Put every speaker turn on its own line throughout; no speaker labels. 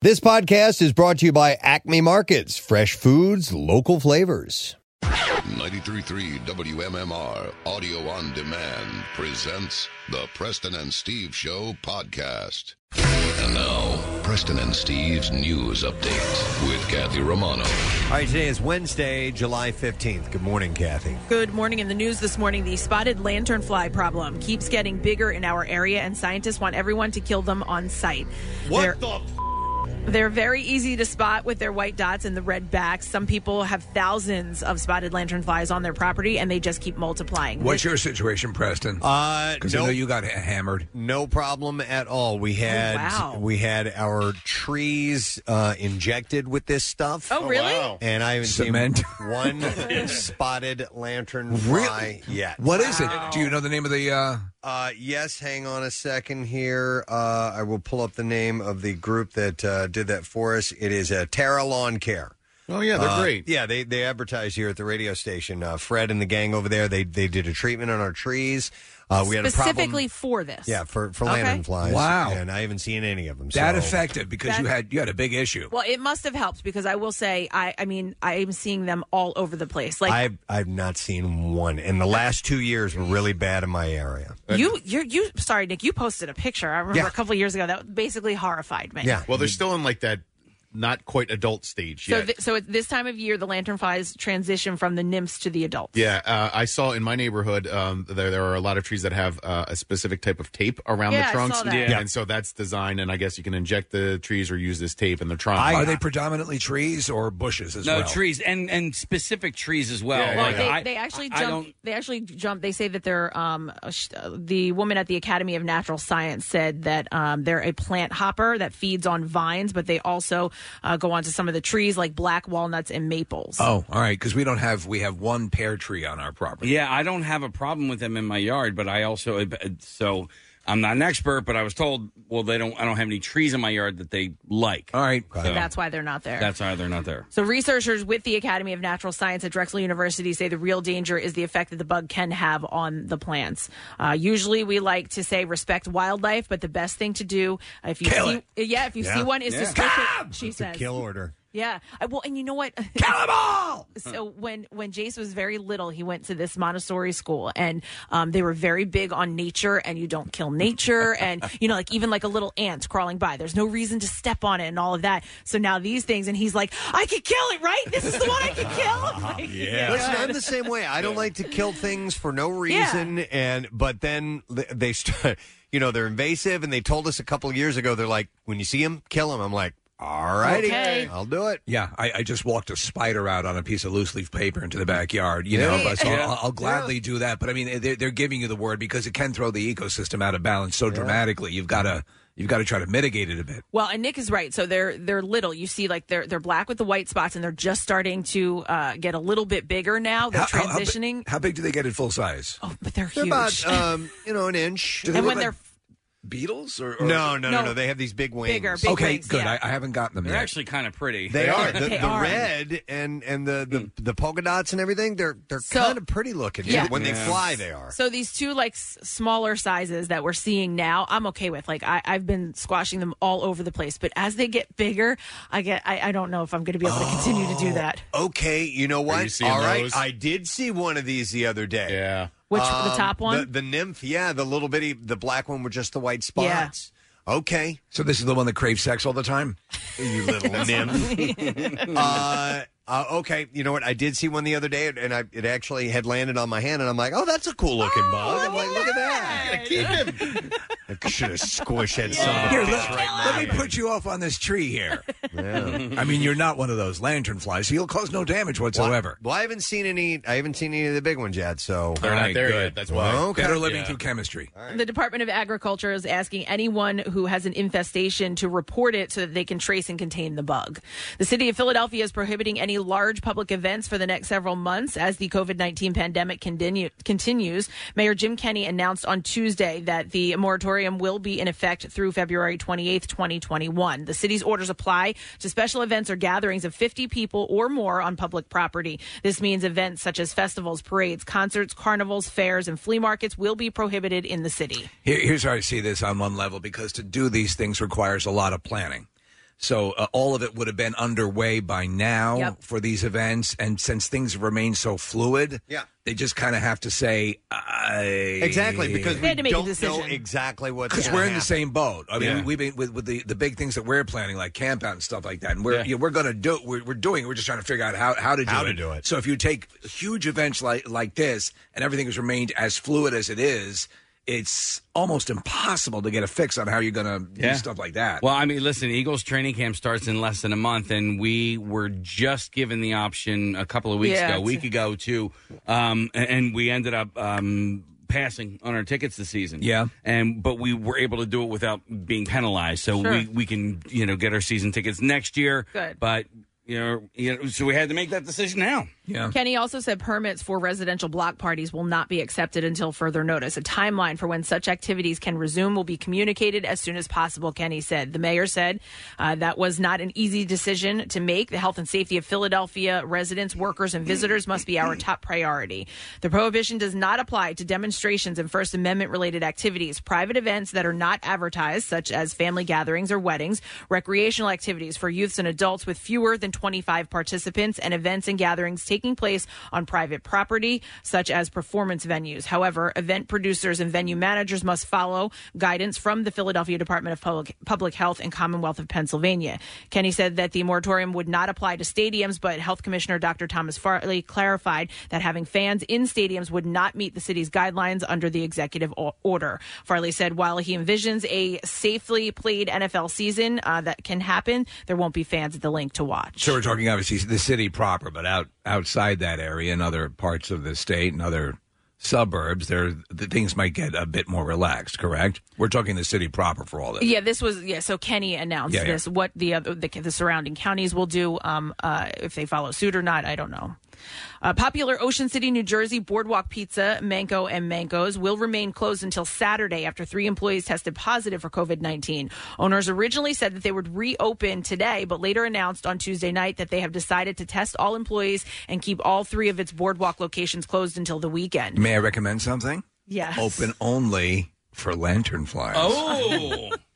This podcast is brought to you by Acme Markets, fresh foods, local flavors.
933 WMMR Audio on Demand presents the Preston and Steve Show podcast. And now, Preston and Steve's news update with Kathy Romano.
All right, today is Wednesday, July 15th. Good morning, Kathy.
Good morning. In the news this morning, the spotted lanternfly problem keeps getting bigger in our area, and scientists want everyone to kill them on sight.
What
they're,
the f-
they're very easy to spot with their white dots and the red backs. Some people have thousands of spotted lanternflies on their property, and they just keep multiplying.
What's your situation, Preston?
Uh,
because
no-
I know you got ha- hammered.
No problem at all. We had
Oh, wow.
we had our trees uh, injected with this stuff.
Oh, really?
wow.
And I haven't
Cement.
seen one spotted lantern fly yet.
What is it? Do you know the name of the? Uh,
Uh, yes, hang on a second here. Uh, I will pull up the name of the group that uh, did that for us. It is uh, Terra Lawn Care.
Oh yeah, they're
Uh,
great.
Yeah, they they advertise here at the radio station. Uh, Fred and the gang over there, they they did a treatment on our trees. Uh, we had a problem.
Specifically for this.
yeah, for for
Okay.
lantern flies.
Wow.
and I haven't seen any of them.
that
so-
effective because you
That-
had you had a big issue.
Well, it must have helped because I will say, I, I mean, I am seeing them all over the place. Like
I've I've not seen one, and the last two years were really bad in my area.
you, you, you. Sorry, Nick, you posted a picture. I remember
Yeah.
a couple years ago that basically horrified me.
Yeah,
Well, they're still in like that not quite adult stage
So,
yet.
th- so at this time of year, the lanternflies transition from the nymphs to the adults.
yeah, uh, I saw in my neighborhood um, there there are a lot of trees that have uh, a specific type of tape around
Yeah, I
the trunks,
saw that. Yeah.
and so that's designed. And I guess you can inject the trees or use this tape in the trunk.
Are they predominantly trees or bushes as
No
well?
trees and and specific trees as well.
Yeah, yeah,
Well,
Like,
they,
I-
they actually
I- I
jump.
don't-
They actually jump. They say that they're um, uh, sh- uh, the woman at the Academy of Natural Science said that um, they're a plant hopper that feeds on vines, but they also uh, go onto some of the trees like black walnuts and maples.
Oh, all right. Because we don't have we have one pear tree on our property.
yeah, I don't have a problem with them in my yard, but I also uh, so I'm not an expert, but I was told well they don't I don't have any trees in my yard that they like.
All right.
So
That's why they're not there.
that's why they're not there.
So, researchers with the Academy of Natural Science at Drexel University say the real danger is the effect that the bug can have on the plants. Uh, usually, we like to say respect wildlife, but the best thing to do uh, if you
Kill
see, yeah, if you see one, is to
Yeah.
stick it. She says,
kill order.
yeah. I, well, and you know what?
Kill 'em all.
so when when Jace was very little, he went to this Montessori school, and um, they were very big on nature, and you don't kill nature, and you know, like even like a little ant crawling by, there's no reason to step on it, and all of that. So now these things, and he's like, I could kill it, right? This is the one I could kill. I'm like, yeah.
Listen, I'm the same way. I don't like to kill things for no reason, and but then th- they start, you know, they're invasive, and they told us a couple of years ago. They're like, when you see them, kill them. I'm like, all righty,
Okay.
I'll do it.
Yeah, I, I just walked a spider out on a piece of loose leaf paper into the backyard. You know, but so I'll, I'll gladly do that. But I mean, they're, they're giving you the word because it can throw the ecosystem out of balance so dramatically. You've got to you've got to try to mitigate it a bit.
Well, and Nick is right. So they're they're little. You see, like they're they're black with the white spots, and they're just starting to uh, get a little bit bigger now. They're
How- how- how bi-
transitioning,
How, big do they get in full size?
oh, but they're,
They're
huge.
about, um, you know, an inch.
Do they
and
look
when
like
they're
beetles or, or
No, no, no,
No.
no. They have these big wings.
Bigger, big-
okay,
wings,
good.
yeah.
I, I haven't gotten them
They're
yet.
actually kind of pretty.
They are the,
They
the
are.
red and and the the,
Hmm.
the polka dots and everything. They're they're
So-
kind of pretty looking.
Yeah.
when they
Yeah.
fly, they are.
So these two like s- smaller sizes that we're seeing now, I'm okay with. Like I, I've been squashing them all over the place, but as they get bigger, I get I, I don't know if I'm going to be able to continue to do that.
okay, you know what?
you seeing
All right,
those?
I did see one of these the other day.
yeah.
Which the
Um,
top
the,
one?
the nymph. Yeah, the little bitty, the black one with just the white
Yeah.
spots. Okay,
so this is the one that craves sex all the time.
you little nymph. uh, uh, okay, you know what? I did see one the other day, and I, it actually had landed on my hand, and I'm like, "Oh, that's a cool looking bug." I'm like, "Look at that! I should have squished that son of a
Here,
bitch
let,
right now."
let me put you off on this tree here. I mean, you're not one of those lantern flies, so you'll cause no damage whatsoever.
Well, I haven't seen any. I haven't seen any of the big ones yet. So
They're
All
not
right,
there
good.
yet. That's why.
Okay.
Better living
Yeah.
through chemistry.
The Department of Agriculture is asking anyone who has an infestation to report it so that they can trace and contain the bug. The city of Philadelphia is prohibiting any large public events for the next several months as the COVID 19 pandemic continue, continues. Mayor Jim Kenney announced on Tuesday that the moratorium will be in effect through February 28th, 2021. The city's orders apply to special events or gatherings of 50 people or more on public property. This means events such as festivals, parades, concerts, carnivals, fairs, and flea markets will be prohibited in the city.
Here, here's how I see this on one level because to do these things requires a lot of planning. So uh, all of it would have been underway by now
Yep.
for these events, and since things remain so fluid,
Yeah.
they just kind of have to say I...
Exactly, because
we
we don't know exactly what's
because
gonna
we're in
happen.
the same boat. I mean,
Yeah.
we've been with, with the, the big things that we're planning, like camp out and stuff like that. And we're
Yeah.
yeah, we're gonna do we're, we're doing. it. We're just trying to figure out how, how to do
How
it.
to do it.
So if you take huge events like like this, and everything has remained as fluid as it is, it's almost impossible to get a fix on how you're gonna
Yeah.
do stuff like that.
Well, I mean, listen, Eagles training camp starts in less than a month, and we were just given the option a couple of weeks
Yeah,
ago, a week ago, to, um, a- and we ended up um, passing on our tickets this season.
Yeah.
and but we were able to do it without being penalized, so
Sure.
we we can you know get our season tickets next year.
Good.
but you know, you know, so we had to make that decision now.
Yeah.
Kenny also said permits for residential block parties will not be accepted until further notice. A timeline for when such activities can resume will be communicated as soon as possible, Kenny said. The mayor said uh, that was not an easy decision to make. The health and safety of Philadelphia residents, workers, and visitors must be our top priority. The prohibition does not apply to demonstrations and First Amendment related activities, private events that are not advertised, such as family gatherings or weddings, recreational activities for youths and adults with fewer than 25 participants, and events and gatherings taking place on private property, such as performance venues. However, event producers and venue managers must follow guidance from the Philadelphia Department of Public, Public Health and Commonwealth of Pennsylvania. Kenny said that the moratorium would not apply to stadiums, but Health Commissioner Dr. Thomas Farley clarified that having fans in stadiums would not meet the city's guidelines under the executive o- order. Farley said while he envisions a safely played NFL season uh, that can happen, there won't be fans at the link to watch.
So we're talking obviously the city proper, but out outside that area and other parts of the state and other suburbs, there the things might get a bit more relaxed. Correct? We're talking the city proper for all this.
Yeah, this was yeah. So Kenny announced
Yeah, yeah.
this. What the other the, the surrounding counties will do, um, uh, if they follow suit or not, I don't know. Uh, popular Ocean City, New Jersey Boardwalk Pizza, Manco, and Manco's will remain closed until Saturday after three employees tested positive for COVID 19. Owners originally said that they would reopen today, but later announced on Tuesday night that they have decided to test all employees and keep all three of its boardwalk locations closed until the weekend.
May I recommend something?
Yes.
Open only for lantern flies.
Oh.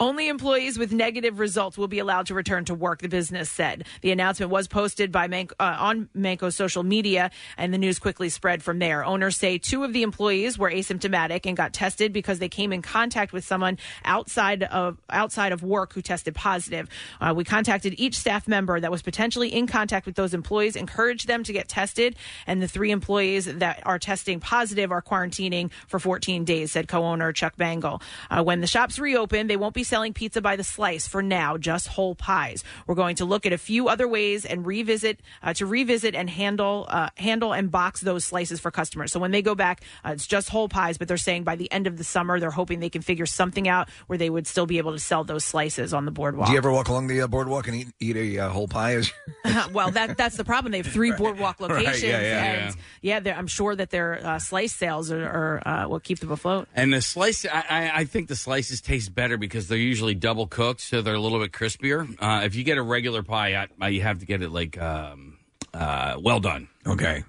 Only employees with negative results will be allowed to return to work, the business said. The announcement was posted by Mank uh, on Manco's social media, and the news quickly spread from there. Owners say two of the employees were asymptomatic and got tested because they came in contact with someone outside of outside of work who tested positive. Uh, we contacted each staff member that was potentially in contact with those employees, encouraged them to get tested, and the three employees that are testing positive are quarantining for 14 days, said co-owner Chuck Bangle. Uh, when the shops reopen, they won't be selling pizza by the slice for now, just whole pies. We're going to look at a few other ways and revisit uh, to revisit and handle uh, handle and box those slices for customers. So when they go back, uh, it's just whole pies. But they're saying by the end of the summer, they're hoping they can figure something out where they would still be able to sell those slices on the boardwalk.
Do you ever walk along the uh, boardwalk and eat, eat a uh, whole pie? As
well, that that's the problem. They have three boardwalk
Right, yeah,
locations,
yeah,
and yeah, they're I'm sure that their uh, slice sales are, are uh, what keep them afloat.
And the slice, I, I, I think the slices taste better because they're usually double cooked, so they're a little bit crispier. Uh, if you get a regular pie, I, I, you have to get it like um, uh, well done.
Okay.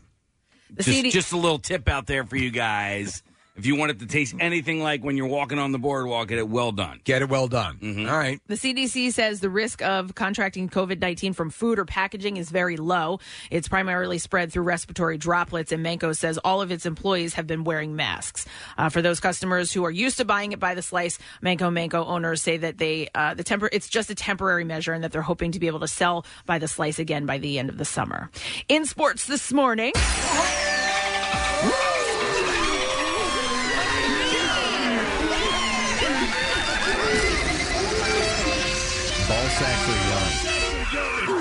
The
just,
CD
just a little tip out there for you guys. if you want it to taste anything like when you're walking on the boardwalk, get it well done. Mm-hmm.
Get it well done. All right.
The CDC says the risk of contracting COVID 19 from food or packaging is very low. It's primarily spread through respiratory droplets, and Manco says all of its employees have been wearing masks. Uh, for those customers who are used to buying it by the slice, Manco Manco owners say that they uh, the temper it's just a temporary measure and that they're hoping to be able to sell by the slice again by the end of the summer. In sports this morning.
Ball sacks are young.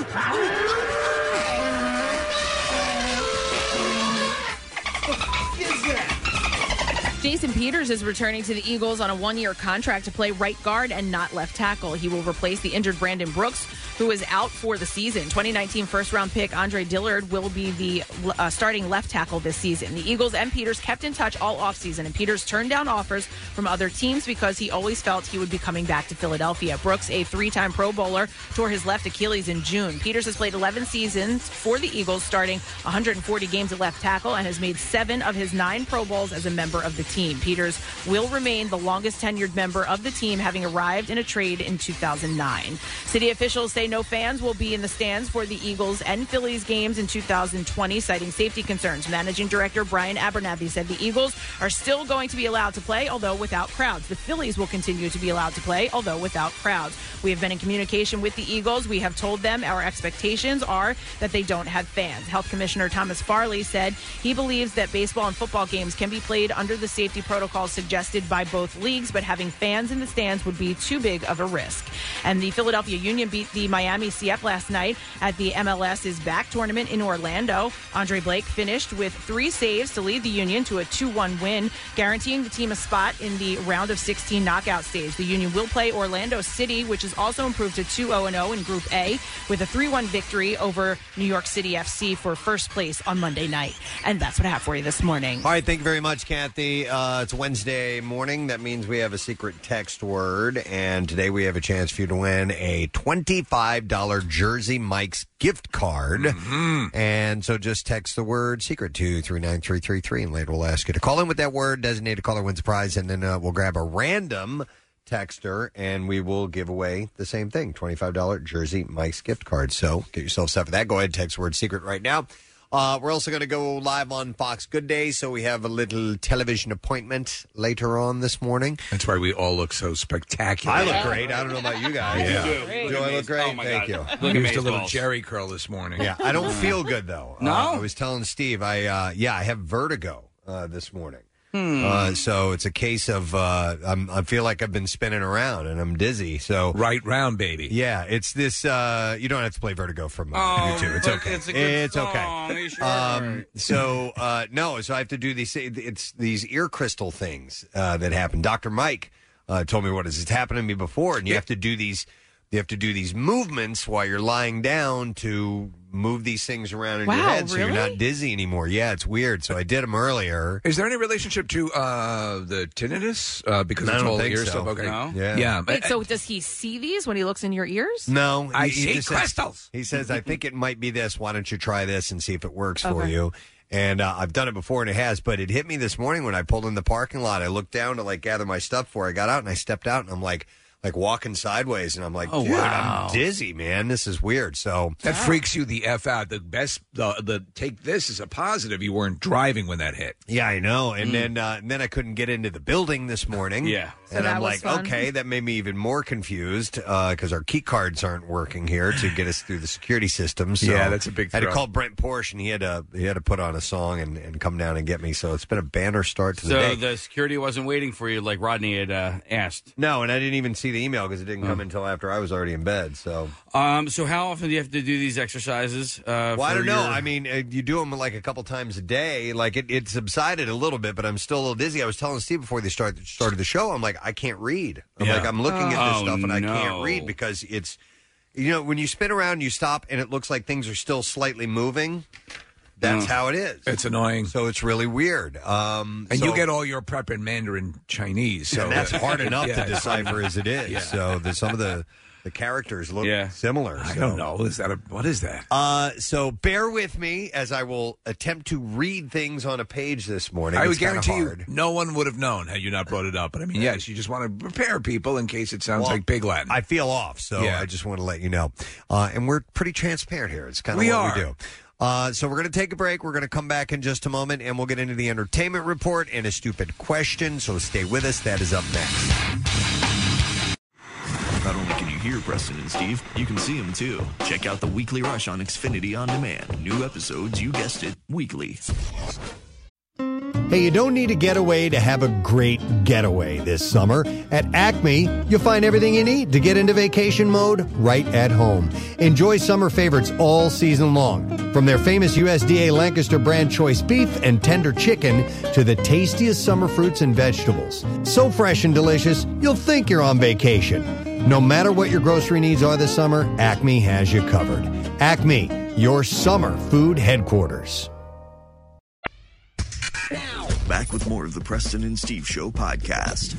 Jason Peters is returning to the Eagles on a one year contract to play right guard and not left tackle. He will replace the injured Brandon Brooks, who is out for the season. 2019 first round pick Andre Dillard will be the uh, starting left tackle this season. The Eagles and Peters kept in touch all offseason, and Peters turned down offers from other teams because he always felt he would be coming back to Philadelphia. Brooks, a three time Pro Bowler, tore his left Achilles in June. Peters has played 11 seasons for the Eagles, starting 140 games at left tackle, and has made seven of his nine Pro Bowls as a member of the team. Peters will remain the longest tenured member of the team, having arrived in a trade in 2009. City officials say no fans will be in the stands for the Eagles and Phillies games in 2020, citing safety concerns. Managing Director Brian Abernathy said the Eagles are still going to be allowed to play, although without crowds. The Phillies will continue to be allowed to play, although without crowds. We have been in communication with the Eagles. We have told them our expectations are that they don't have fans. Health Commissioner Thomas Farley said he believes that baseball and football games can be played under the safety protocols suggested by both leagues, but having fans in the stands would be too big of a risk. And the Philadelphia Union beat the Miami CF last night at the MLS's back tournament in Orlando. Andre Blake finished with three saves to lead the Union to a 2 1 win, guaranteeing the team a spot in the round of 16 knockout stage. The Union will play Orlando City, which is also improved to 2 0 0 in Group A with a 3 1 victory over New York City FC for first place on Monday night. And that's what I have for you this morning.
All right, thank you very much, Kathy. Uh, it's Wednesday morning. That means we have a secret text word, and today we have a chance for you to win a twenty-five dollar Jersey Mike's gift card.
Mm-hmm.
And so just text the word "secret" to three nine three three three, and later we'll ask you to call in with that word. Designated caller wins a prize, and then uh, we'll grab a random texter, and we will give away the same thing: twenty-five dollar Jersey Mike's gift card. So get yourself set for that. Go ahead, text word "secret" right now. Uh, we're also going to go live on Fox Good Day, so we have a little television appointment later on this morning.
That's why we all look so spectacular.
I look great. I don't know about you guys.
Yeah.
Do I look great? Thank you.
Oh Look used a little Jerry curl this morning.
Yeah, I don't feel good though.
No?
Uh, I was telling Steve, I uh, yeah, I have vertigo uh, this morning.
Hmm.
Uh, so it's a case of uh, I'm, I feel like I've been spinning around and I'm dizzy. So
right round, baby.
Yeah, it's this. Uh, you don't have to play Vertigo from uh,
Oh,
YouTube. It's
but
okay.
it's a good
okay.
song. Are you sure?
Um, so uh, no, so I have to do these. It's these ear crystal things uh, that happen. Doctor Mike uh, told me what is. It's happened to me before, and you have to do these. You have to do these movements while you're lying down to move these things around in your
Wow,
head, so you're
really?
not dizzy anymore. Yeah, it's weird. So I did them earlier.
Is there any relationship to uh, the tinnitus? Uh, because
I
it's
don't
all
think
ear
so.
stuff. Okay.
No?
Yeah.
Wait, so does he see these when he looks in your ears?
No,
I
he
see
just
crystals.
Says, he says, "I think it might be this. Why don't you try this and see if it works for
Okay.
you?" And uh, I've done it before, and it has. But it hit me this morning when I pulled in the parking lot. I looked down to like gather my stuff before I got out, and I stepped out, and I'm like, like walking sideways, and I'm like,
Oh,
"Dude,
wow.
I'm dizzy, man. This is weird." So
That freaks you the f out. The best, the, the take this as a positive. You weren't driving when that hit.
Yeah, I know. And then uh, and then I couldn't get into the building this morning.
Hmm. Yeah.
Mm-hmm. So
and
that
I'm
was
like,
fun.
okay, that made me even more confused because our key cards aren't working here to get us through the security system. So
Yeah, that's a big
I had to
throw.
call Brent Porsche, and he had to he had to put on a song and, and come down and get me. So it's been a banner start to the
So
day.
the security wasn't waiting for you like Rodney had uh, asked.
No, and I didn't even see the email because it
Oh.
didn't come until after I was already in bed. So
Um, so how often do you have to do these exercises? Uh,
Well, I
for
don't know.
your-
I mean, uh, you do them like a couple times a day. Like it, it subsided a little bit, but I'm still a little dizzy. I was telling Steve before they started started the show. I'm like, I can't read. I'm
Yeah.
like, I'm looking at this
Oh,
stuff and I can't
no.
read because it's, you know, when you spin around, you stop and it looks like things are still slightly moving. That's
Mm.
how it is.
It's annoying.
So it's really weird. Um,
And
so-
you get all your prep in Mandarin Chinese. So
and that's hard enough
Yeah.
to decipher as it is.
Yeah.
So the, some of the the characters look similar.
I
so.
don't know. Is that a what is that?
Uh, so bear with me as I will attempt to read things on a page this morning.
I would
It's kinda
guarantee you,
hard.
no one would have known had you not brought it up. But I mean, yes, you just want to prepare people in case it sounds
Well,
like Big Latin.
I feel off, so I just want to let you know. Uh, and we're pretty transparent here. It's kind of
We
what
are.
we do. Uh, so we're going to take a break. We're going to come back in just a moment, and we'll get into the entertainment report and a stupid question. So stay with us. That is up next.
Not only can you hear Preston and Steve, you can see them too. Check out the Weekly Rush on Xfinity On Demand. New episodes, you guessed it, weekly.
Hey, you don't need a getaway to have a great getaway this summer. At Acme, you'll find everything you need to get into vacation mode right at home. Enjoy summer favorites all season long, from their famous USDA Lancaster brand choice beef and tender chicken to the tastiest summer fruits and vegetables. So fresh and delicious, you'll think you're on vacation. No matter what your grocery needs are this summer, Acme has you covered. Acme, your summer food headquarters.
Back with more of the Preston and Steve Show podcast.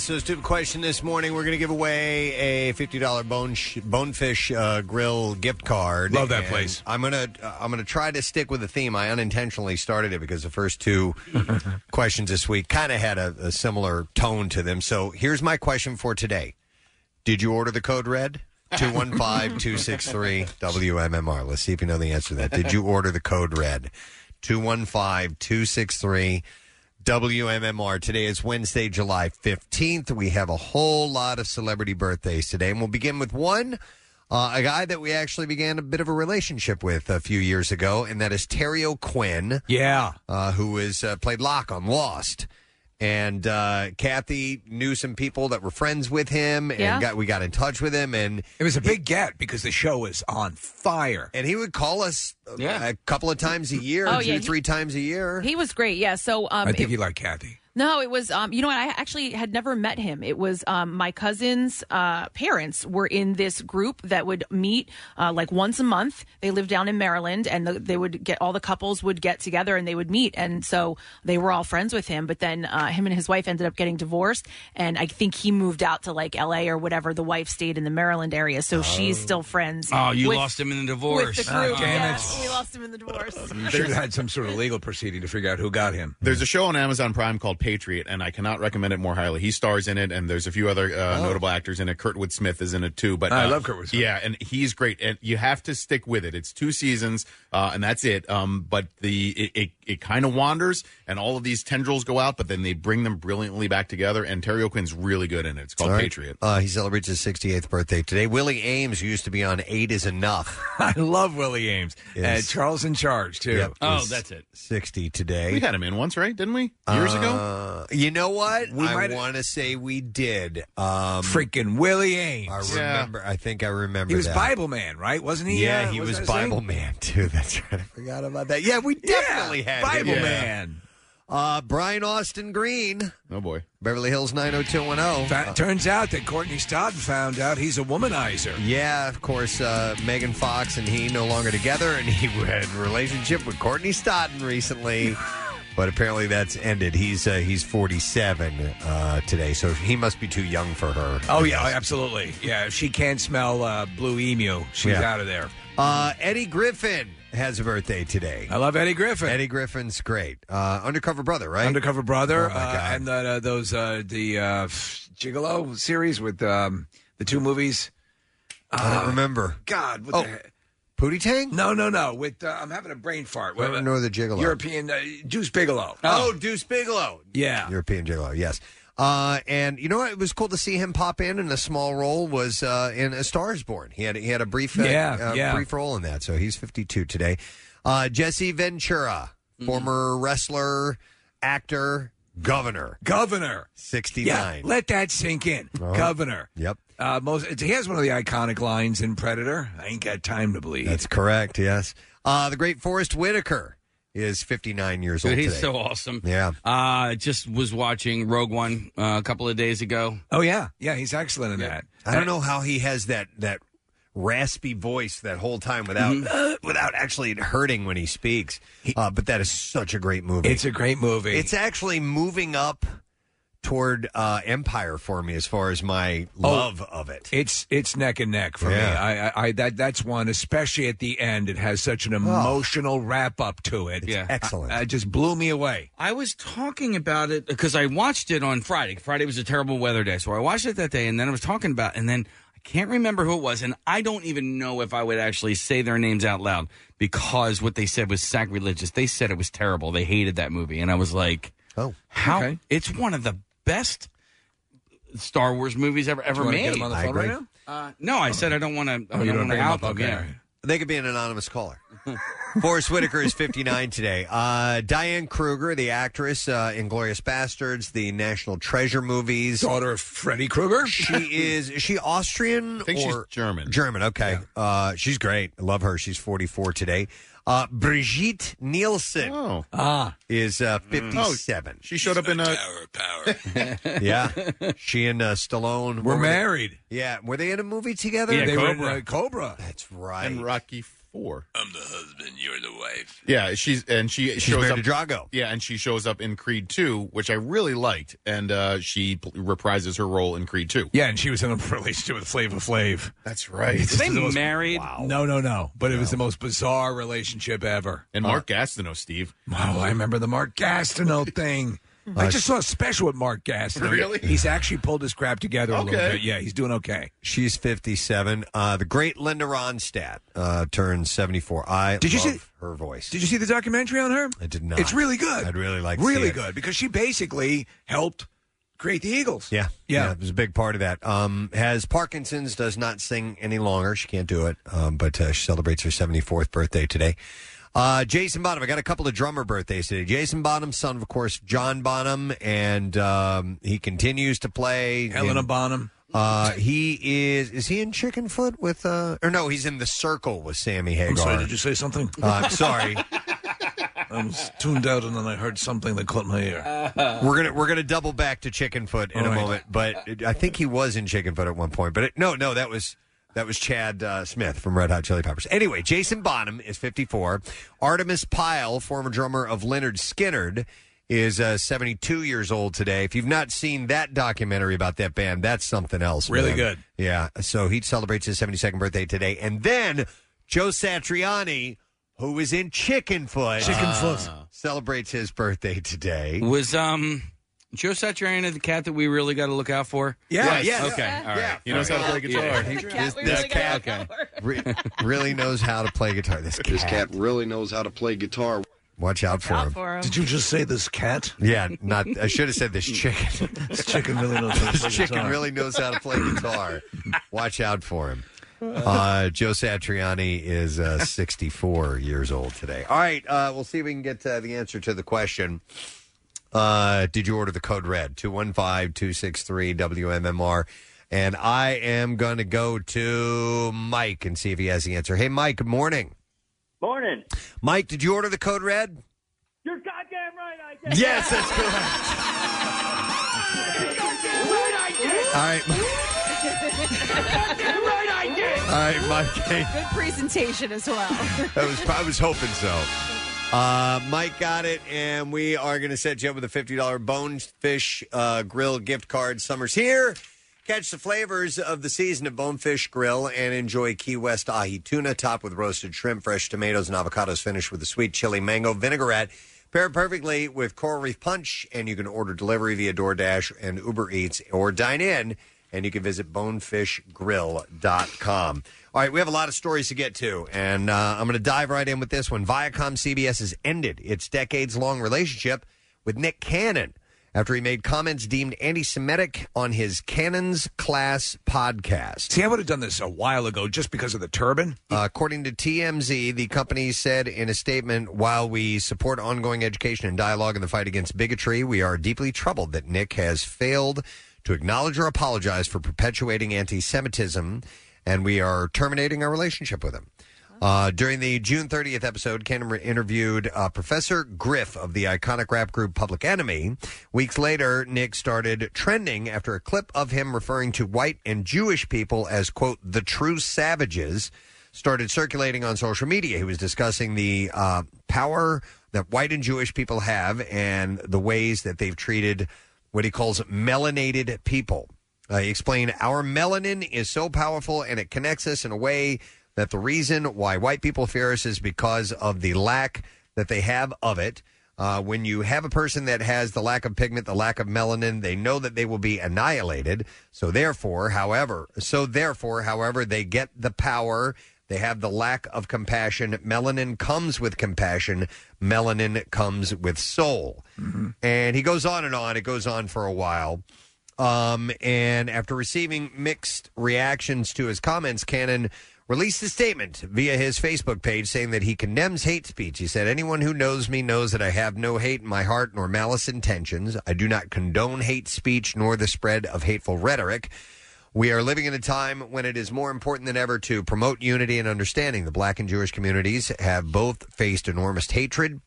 So, stupid question this morning. We're going to give away a fifty dollar bone sh- bonefish uh, grill gift card.
Love that
And
place.
I'm gonna uh, I'm gonna try to stick with the theme. I unintentionally started it because the first two questions this week kind of had a, a similar tone to them. So, here's my question for today: Did you order the code red? 215-263 WMMR. Let's see if you know the answer to that. Did you order the code red? 215-263 WMMR. Today is Wednesday, July 15th. We have a whole lot of celebrity birthdays today, and we'll begin with one. Uh, a guy that we actually began a bit of a relationship with a few years ago, and that is Terry O'Quinn.
Yeah.
Uh, who is uh, played Locke on Lost. And uh, Kathy knew some people that were friends with him, and
Yeah.
got we got in touch with him, and
It was a big get because the show was on fire.
And he would call us uh, a couple of times a year,
Oh,
two,
yeah, he-
three times a year.
He was great. Yeah. So um,
I think
it-
he liked Kathy.
No, it was. Um, you know what? I actually had never met him. It was um, my cousin's uh, parents were in this group that would meet uh, like once a month. They lived down in Maryland, and the, they would get all the couples would get together and they would meet. And so they were all friends with him. But then uh, him and his wife ended up getting divorced, and I think he moved out to like L.A. or whatever. The wife stayed in the Maryland area, so she's still friends.
Oh, you
with-
lost him in the divorce. Ah,
With the
Ah,
group.
damn
Yeah,
it.
we lost him in the divorce.
You should have had some sort of legal proceeding to figure out who got him.
There's a show on Amazon Prime called Patriot, and I cannot recommend it more highly. He stars in it, and there's a few other uh, notable actors in it. Kurtwood Smith is in it too, but
Oh. Ah, I
uh,
love Kurtwood Smith.
Yeah, and he's great, and you have to stick with it. It's two seasons, uh, and that's it. Um, but the it it, it kind of wanders, and all of these tendrils go out, but then they bring them brilliantly back together. And Terry O'Quinn's really good in it. It's called
All right.
Patriot.
Uh, he celebrates his 68th birthday today. Willie Ames, who used to be on Eight Is Enough.
I love Willie Ames.
Yes.
Uh, Charles in Charge, too.
Yep,
Oh,
is
that's it.
60 today.
We had him in once, right? Didn't we? Years ago.
Uh, You know what?
We
I
might-
want to say we did. Um,
Freaking Willie Ames.
I remember. I think I remember.
He was
that.
Bible man, right? Wasn't he?
Yeah,
uh,
he was
wasn't that his
Bible
name?
man too. That's right. I forgot about that. Yeah, we
Yeah,
definitely had him.
Bible
Yeah.
man.
Uh, Brian Austin Green,
Oh boy.
Beverly Hills 90210.
Fa- turns out that Courtney Stott found out he's a womanizer.
Yeah, of course. Uh, Megan Fox and he no longer together, and he had a relationship with Courtney Stodden recently, but apparently that's ended. He's uh, he's forty seven uh, today, so he must be too young for her.
Oh yeah, absolutely. Yeah, if she can't smell uh, blue emu, she's
Yeah.
out of there.
Uh, Eddie Griffin has a birthday today.
I love Eddie Griffin,
Eddie Griffin's great. Uh, undercover brother, right?
undercover brother,
Oh, my
uh,
God.
and the, uh, those uh, the uh, Gigolo series with um, the two movies. Uh,
I don't remember.
God, what
Oh.
the heck?
Pootie Tang?
no, no, no. With uh, I'm having a brain fart.
I don't know the Gigolo.
European uh, Deuce Bigelow.
Oh, Deuce Bigelow.
yeah.
European Gigolo, yes. Uh, and you know what? It was cool to see him pop in in a small role. Was uh, in A Star Is Born. He had he had a brief uh,
Yeah,
uh,
yeah.
brief role in that. So he's fifty two today. Uh, Jesse Ventura,
Mm-hmm.
former wrestler, actor, governor,
Governor.
sixty
Yeah,
nine.
let that sink in.
Uh-huh.
Governor.
yep,
Uh, most, he has one of the iconic lines in Predator. I ain't got time to bleed.
that's correct. Yes, uh, the great Forrest Whitaker is fifty nine years old.
Dude, he's
today.
so awesome.
yeah.
Uh, just was watching Rogue One uh, a couple of days ago.
oh yeah, yeah, he's excellent in that.
I don't know how he has that that raspy voice that whole time without
Mm-hmm.
without actually hurting when he speaks. uh, but that is such a great movie.
It's a great movie.
It's actually moving up toward uh, Empire for me as far as my love of it.
Oh, it's it's neck and neck for me.
Yeah. Oh.
I, I, I that that's one, especially at the end. It has such an emotional wrap up to it. Uh,
Yeah.
Excellent.
it just blew me away.
I was talking about it because I watched it on Friday. Friday was a terrible weather day, so I watched it that day, and then I was talking about, and then I can't remember who it was, and I don't even know if I would actually say their names out loud because what they said was sacrilegious. They said it was terrible. They hated that movie, and I was like,
oh,
"How?
Okay.
It's one of the best Star Wars movies ever ever
You wanna
made."
get him on the
I
phone right
agree.
now?
Uh, no, I said I don't want to. I
Oh, you wanna
don't want to
bring him
out
up?
them.
Okay.
Yeah.
they could be an anonymous caller. Forrest Whitaker is 59 today. Uh, Diane Kruger, the actress uh, in *Glorious Bastards*, the National Treasure movies.
Daughter of Freddy Krueger.
She is is she Austrian
I think
or
she's German.
German, okay. Uh, she's great. I love her. She's 44 today. Uh, Brigitte Nielsen
Oh, Mm.
Ah,
is uh, 57.
she showed up in uh, a.
power.
Oh.
yeah. She and uh, Stallone.
We're
were they-
married.
yeah. Were they in a movie together?
Yeah,
they were in,
Cobra.
uh, Cobra.
That's right.
And Rocky four.
I'm the husband, you're the wife.
Yeah, she's and she
She's
shows up
married to Drago.
Yeah, and she shows up in Creed Two, which I really liked, and uh, she pl- reprises her role in Creed Two.
Yeah, and she was in a relationship with Flavor Flav.
That's right.
This
They
is most-
married?
No, no, no. But it was the most bizarre relationship ever.
And Mark Gastineau, Steve.
Wow, I remember the Mark Gastineau thing. I
Uh,
just saw a special with Mark Gastineau.
Really?
He's actually pulled his crap together a little
Okay.
bit. Yeah, he's doing okay.
She's 57. Uh, the great Linda Ronstadt uh, turned 74. I
Did you
love
see-
her voice.
Did you see the documentary on her?
I did not.
It's really good.
I'd really like to see
really
it.
good because she basically helped create the Eagles.
Yeah,
Yeah.
it was a big part of that. Um, has Parkinson's, does not sing any longer. She can't do it, um, but uh, she celebrates her 74th birthday today. Uh, Jason Bonham, I got a couple of drummer birthdays today. Jason Bonham, son of, of course, John Bonham, and um, he continues to play.
Helena
And,
Bonham.
Uh, he is. Is he in Chickenfoot with? Uh, or no, he's in the Circle with Sammy Hagar.
I'm sorry, did you say something?
Uh, I'm sorry.
I was tuned out and then I heard something that caught my ear.
We're gonna we're gonna double back to Chickenfoot in
All
a
right.
moment, but it- I think he was in Chickenfoot at one point. But it, no, no, that was that was Chad uh, Smith from Red Hot Chili Peppers. Anyway, Jason Bonham is 54. Artemis Pyle, former drummer of Leonard Skinnerd, is uh, 72 years old today. If you've not seen that documentary about that band, that's something else.
Really
man.
good.
Yeah. So he celebrates his 72nd birthday today, and then Joe Satriani. Who is in Chickenfoot?
Chickenfoot.
uh, celebrates his birthday today.
Was um Joe Satriani the cat that we really got to look out for?
Yeah, Yes.
yeah.
yeah.
Okay.
Yeah.
All right.
Yeah.
He knows how to play guitar.
Yeah. He- The cat this- we this really gotta cat- look Re- really knows how to play guitar. This cat.
This cat really knows how to play guitar.
Watch out for him.
Did you just say this cat?
Yeah, not. I should have said this chicken.
This chicken really knows how to play
this chicken
guitar.
really knows how to play guitar. Watch out for him. Uh, Joe Satriani is uh, 64 years old today. All right, uh, we'll see if we can get uh, the answer to the question. Uh, did you order the code red? 215 263 WMMR. And I am going to go to Mike and see if he has the answer. Hey, Mike, good morning.
Morning.
Mike, did you order the code red?
You're goddamn right I
did. Yes, that's correct. All right,
right I
All right, Mike. hey,
Good presentation as well.
That was I was hoping so. Uh, Mike got it, and we are going to set you up with a fifty dollar Bonefish uh, Grill gift card. Summer's here. Catch the flavors of the season at Bonefish Grill and enjoy Key West ahi tuna, topped with roasted shrimp, fresh tomatoes, and avocados, finished with a sweet chili mango vinaigrette. Paired perfectly with coral reef punch, and you can order delivery via DoorDash and Uber Eats or dine in, and you can visit bonefishgrill.com. All right, we have a lot of stories to get to, and uh, I'm going to dive right in with this one. Viacom CBS has ended its decades long relationship with Nick Cannon after he made comments deemed anti Semitic on his Cannon's Class podcast.
See, I would have done this a while ago just because of the turban.
Uh, according to TMZ, the company said in a statement While we support ongoing education and dialogue in the fight against bigotry, we are deeply troubled that Nick has failed to acknowledge or apologize for perpetuating anti Semitism, and we are terminating our relationship with him. Uh, during the June 30th episode, Cannon interviewed uh, Professor Griff of the iconic rap group Public Enemy. Weeks later, Nick started trending after a clip of him referring to white and Jewish people as, quote, the true savages started circulating on social media. He was discussing the uh, power that white and Jewish people have and the ways that they've treated what he calls melanated people. Uh, he explained, Our melanin is so powerful and it connects us in a way that the reason why white people fear us is because of the lack that they have of it. Uh, when you have a person that has the lack of pigment, the lack of melanin, they know that they will be annihilated. So therefore, however, so therefore, however, they get the power. They have the lack of compassion. Melanin comes with compassion. Melanin comes with soul. And he goes on and on. It goes on for a while. Um, and after receiving mixed reactions to his comments, Cannon released a statement via his Facebook page saying that he condemns hate speech. He said, Anyone who knows me knows that I have no hate in my heart nor malice intentions. I do not condone hate speech nor the spread of hateful rhetoric. We are living in a time when it is more important than ever to promote unity and understanding. The black and Jewish communities have both faced enormous hatred,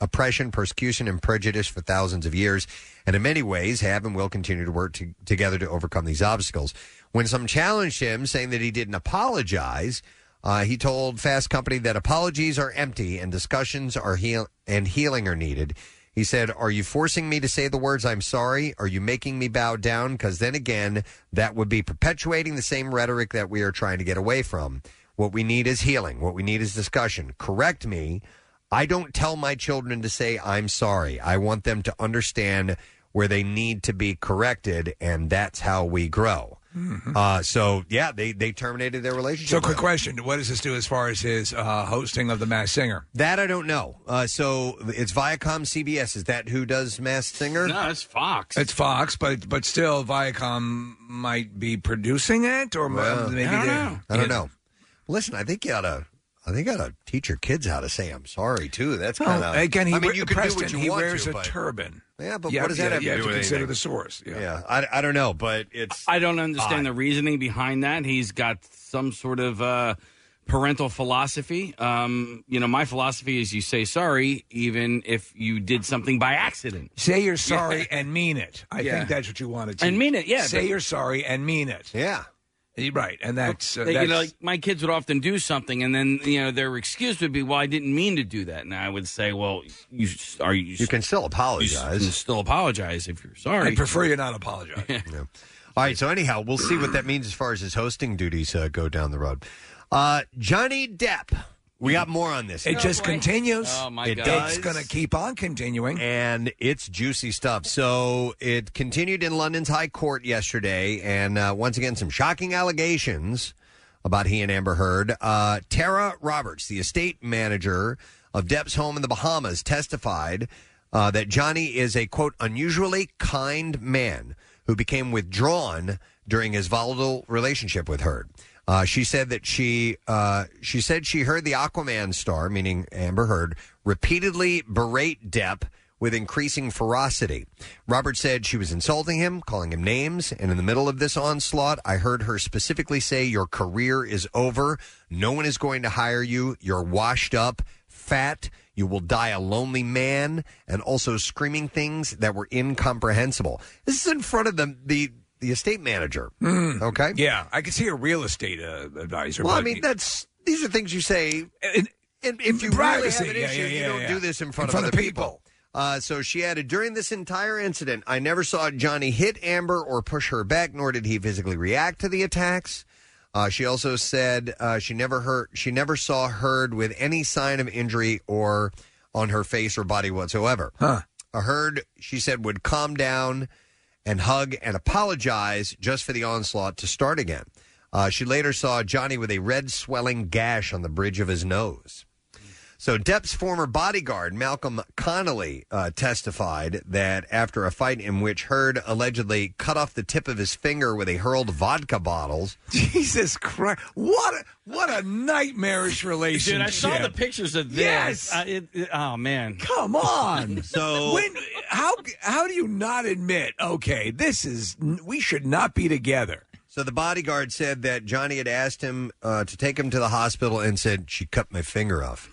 oppression, persecution, and prejudice for thousands of years, and in many ways have and will continue to work to- together to overcome these obstacles. When some challenged him, saying that he didn't apologize, Uh, he told Fast Company that apologies are empty and discussions are heal- and healing are needed. He said, "Are you forcing me to say the words I'm sorry? Are you making me bow down? Because then again, that would be perpetuating the same rhetoric that we are trying to get away from. What we need is healing. What we need is discussion. Correct me. I don't tell my children to say I'm sorry. I want them to understand where they need to be corrected, and that's how we grow." Uh, so yeah, they they terminated their relationship.
Mm-hmm. So, quick question: What does this do as far as his uh, hosting of the Mass Singer?
That I don't know. Uh, so it's Viacom CBS. Is that who does Mass Singer?
No, it's Fox.
It's Fox, but but still, Viacom might be producing it, or
Well,
maybe
I don't
they-
know. I don't know. Listen, I think you oughta. I think you oughta teach your kids how to say "I'm sorry" too. That's
Well,
kind of
again, he
uh, I mean,
wear-
you can do
Preston,
what you
he
want
wears
to,
a
but-
turban.
Yeah, but
Yeah,
what does
yeah,
that have
you
to
have
do
to
with
consider
anything?
the source, yeah.
I, I don't know, but it's
I don't understand the reasoning behind that. He's got some sort of uh, parental philosophy. Um, you know, my philosophy is you say sorry even if you did something by accident.
Say you're sorry
Yeah.
and mean it. I
Yeah.
think that's what you want to teach.
And mean it, yeah,
Say
but-
you're sorry and mean it.
Yeah.
Right, and that's, uh,
They-
that's
you know, like my kids would often do something, and then you know their excuse would be, "Well, I didn't mean to do that." And I would say, "Well, you s- are you? You
can still apologize.
You s- still apologize if you're sorry.
I'd prefer
you not apologize."
All right. So anyhow, we'll see what that means as far as his hosting duties uh, go down the road. Uh, Johnny Depp. We got more on this.
It just continues.
Oh, my
it
God.
It's going to keep on continuing.
And it's juicy stuff. So it continued in London's High Court yesterday, and uh, once again, some shocking allegations about he and Amber Heard. Uh, Tara Roberts, the estate manager of Depp's home in the Bahamas, testified uh, that Johnny is a quote unusually kind man who became withdrawn during his volatile relationship with Heard. Uh, she said that she uh, she said she heard the Aquaman star, meaning Amber Heard, repeatedly berate Depp with increasing ferocity. Robert said she was insulting him, calling him names, and in the middle of this onslaught, I heard her specifically say, "Your career is over. No one is going to hire you. You're washed up, fat." You will die a lonely man, and also screaming things that were incomprehensible. This is in front of the the, the estate manager. Okay.
Yeah, I could see a real estate uh, advisor.
Well, I
but-
mean, that's these are things you say,
and,
if you
privacy,
really
yeah,
have an issue,
yeah,
you
yeah,
don't
yeah.
do this in front,
In front
of
of
other people. Uh, so she added, during this entire incident, I never saw Johnny hit Amber or push her back, nor did he physically react to the attacks. Uh, she also said uh, she never hurt, she never saw Heard with any sign of injury or on her face or body whatsoever.
Huh.
A Heard, she said, would calm down and hug and apologize just for the onslaught to start again. Uh, she later saw Johnny with a red swelling gash on the bridge of his nose. So Depp's former bodyguard, Malcolm Connolly, uh, testified that after a fight in which Heard allegedly cut off the tip of his finger with a hurled vodka bottles.
Jesus Christ. What a, what a nightmarish relationship.
Dude, I saw the pictures of this.
Yes.
I- it- it- oh man,
Come on.
So
when how how do you not admit, oh, okay, this is we should not be together.
So the bodyguard said that Johnny had asked him uh, to take him to the hospital and said, She cut my finger off.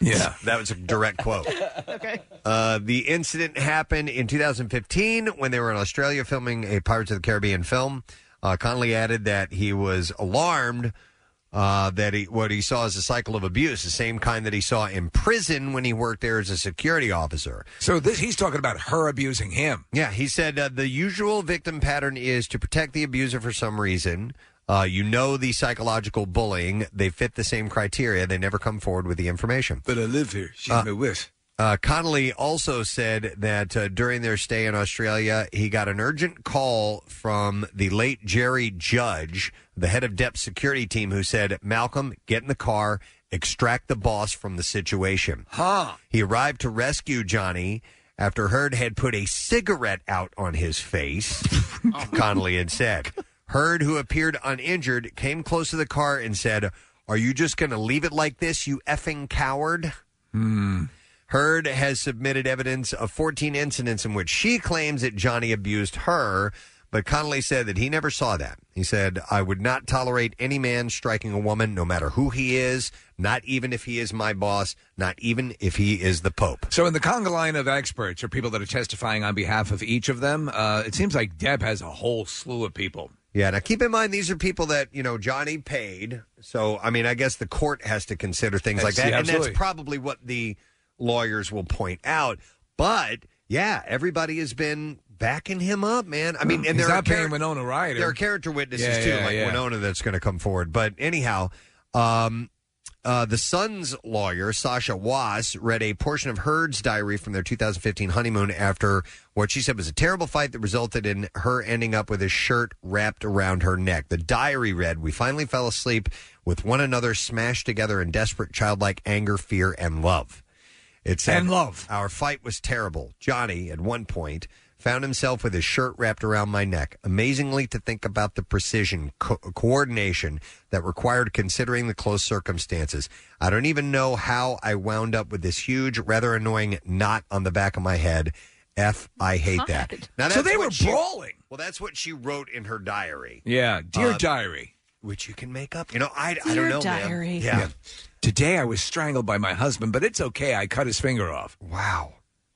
Yeah.
that was a direct quote.
Okay.
Uh, the incident happened in 2015 when they were in Australia filming a Pirates of the Caribbean film. Uh, Connolly added that he was alarmed uh, that he, what he saw is a cycle of abuse, the same kind that he saw in prison when he worked there as a security officer.
So this he's talking about her abusing him.
Yeah, he said uh, the usual victim pattern is to protect the abuser for some reason. Uh, you know the psychological bullying; they fit the same criteria. They never come forward with the information.
But I live here. She's
Uh,
my wife.
Uh, Connolly also said that uh, during their stay in Australia, he got an urgent call from the late Jerry Judge, the head of Depp's security team, who said, Malcolm, get in the car, extract the boss from the situation.
Huh.
He arrived to rescue Johnny after Heard had put a cigarette out on his face,
Oh.
Connolly had said. Heard, who appeared uninjured, came close to the car and said, Are you just going to leave it like this, you effing coward?
Hmm.
Heard has submitted evidence of 14 incidents in which she claims that Johnny abused her, but Connolly said that he never saw that. He said, I would not tolerate any man striking a woman, no matter who he is, not even if he is my boss, not even if he is the Pope.
So in the conga line of experts or people that are testifying on behalf of each of them, uh, it seems like Deb has a whole slew of people.
Yeah, now keep in mind these are people that, you know, Johnny paid. So, I mean, I guess the court has to consider things like
Yes,
that.
yeah,
and that's
absolutely.
probably what the lawyers will point out. But, yeah, everybody has been backing him up, man. I mean, and there
He's
are
not paying
charac-
Winona Ryder.
There are character witnesses,
Yeah,
too,
yeah,
like
yeah.
Winona that's going to come forward. But anyhow, um, uh, the son's lawyer, Sasha Wass, read a portion of Heard's diary from their 2015 honeymoon after what she said was a terrible fight that resulted in her ending up with his shirt wrapped around her neck. The diary read, We finally fell asleep with one another smashed together in desperate childlike anger, fear, and love. It said, and love. Our fight was terrible. Johnny, at one point, found himself with his shirt wrapped around my neck. Amazingly, to think about the precision, co- coordination that required considering the close circumstances. I don't even know how I wound up with this huge, rather annoying knot on the back of my head. F, I hate that.
so
that's
they
what
were
she-
brawling.
Well, that's what she wrote in her diary.
Yeah, dear
Uh,
diary.
Which you can make up. You know, I, I
Dear
don't know,
diary.
man. Yeah.
Yeah. Today I was strangled by my husband, but it's okay. I cut his finger off.
Wow.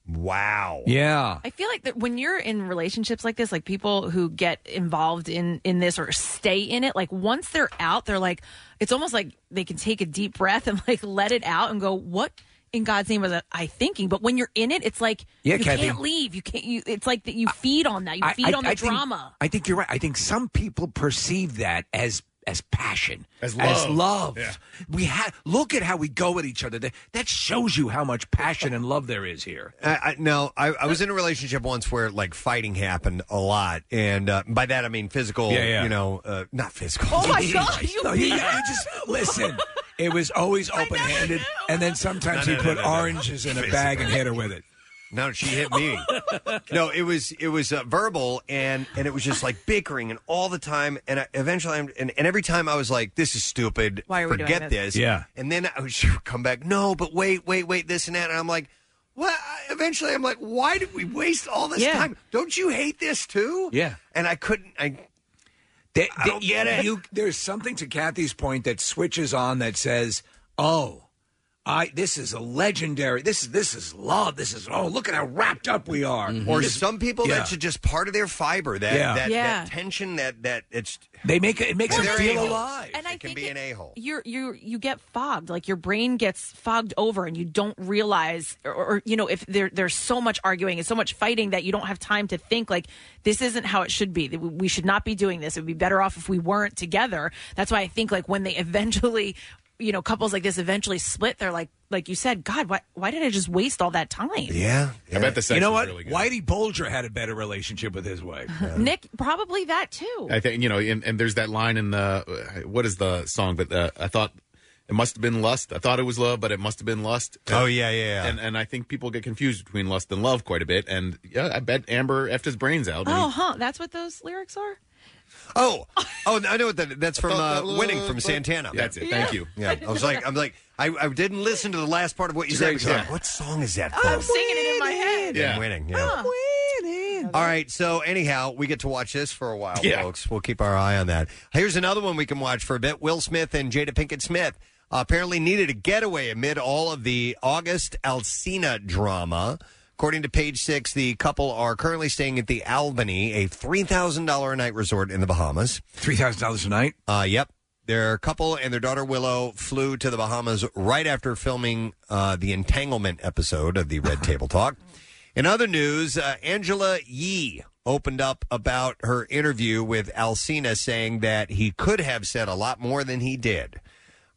Wow.
Yeah.
I feel like that when you're in relationships like this, like people who get involved in in this or stay in it, like once they're out, they're like, it's almost like they can take a deep breath and like let it out and go, what in God's name was I thinking? But when you're in it, it's like
Yeah,
you
Kathy.
can't leave. You can't. You, it's like that. You feed on that. You feed on the
think-
drama.
I think you're right. I think some people perceive that as as passion,
As love.
love.
Yeah.
We ha- look at how we go at each other. That, that shows you how much passion and love there is here.
I, I, no, I, I was in a relationship once where like fighting happened a lot, and uh, by that I mean physical.
Yeah, yeah.
You know, uh, not physical.
Oh
Oh no, you, you just listen. It was always open handed, and then sometimes
No,
he
no,
put
no, no, no.
oranges in a bag and hit her with it.
No, she hit me. no, it was it was uh, verbal and and it was just like bickering and all the time. And I, eventually, I'm, and and every time I was like, "This is stupid.
Why are we doing
Forget
this?
this?"
Yeah.
And then I would she would come back. No, but wait, wait, wait. This and that. And I'm like, "What?" I- Eventually, I'm like, "Why did we waste all this
Yeah.
time? Don't you hate this too?"
Yeah.
And I couldn't. I
I don't get it. You, there's something to Kathy's point that switches on that says, "Oh, I this is a legendary. This is this is love. This is oh, look at how wrapped up we are."
Or
This-
some people
Mm-hmm. Yeah.
that should just part of their fiber that
Yeah.
That,
Yeah.
that tension that that it's
they make it, it makes
Well,
them
they're
feel
able-
alive.
And I
can
think
be an a hole.
you're you you get fogged like your brain gets fogged over and you don't realize or, or you know if there there's so much arguing and so much fighting that you don't have time to think like this isn't how it should be that we- we should not be doing this it would be better off if we weren't together that's why i think like when they eventually you know couples like this eventually split they're like like you said god why why did i just waste all that time
Yeah,
I
bet the sex
You know
was
what?
really
Whitey Bulger had a better relationship with his wife.
nick probably that too
I think you know, and, and there's that line in the uh, what is the song? But uh, I thought it must have been lust. I thought it was love, but it must have been lust.
Oh, yeah, yeah, yeah.
And and I think people get confused between lust and love quite a bit. And yeah, I bet Amber effed his brains out.
oh huh that's what those lyrics are
Oh, oh, I know what that. That's from
thought
uh,
that was-
Winning from Santana.
That's it. Thank you.
Yeah, I was like, I'm like, I, I didn't listen to the last part of what you said. because I'm like, what song is that?
i'm
from?
singing it in my head
Oh. Yeah. Winning. Yeah. All right, so anyhow, we get to watch this for a while, folks. We'll keep our eye on that. Here's another one we can watch for a bit. Will Smith and Jada Pinkett Smith apparently needed a getaway amid all of the August Alcina drama. According to page six, the couple are currently staying at the Albany, a $3,000 a night resort in the Bahamas.
$3,000 a night?
Uh, yep. Their couple and their daughter Willow flew to the Bahamas right after filming uh, the entanglement episode of the Red Table Talk. In other news, uh, Angela Yee opened up about her interview with Alcina, saying that he could have said a lot more than he did.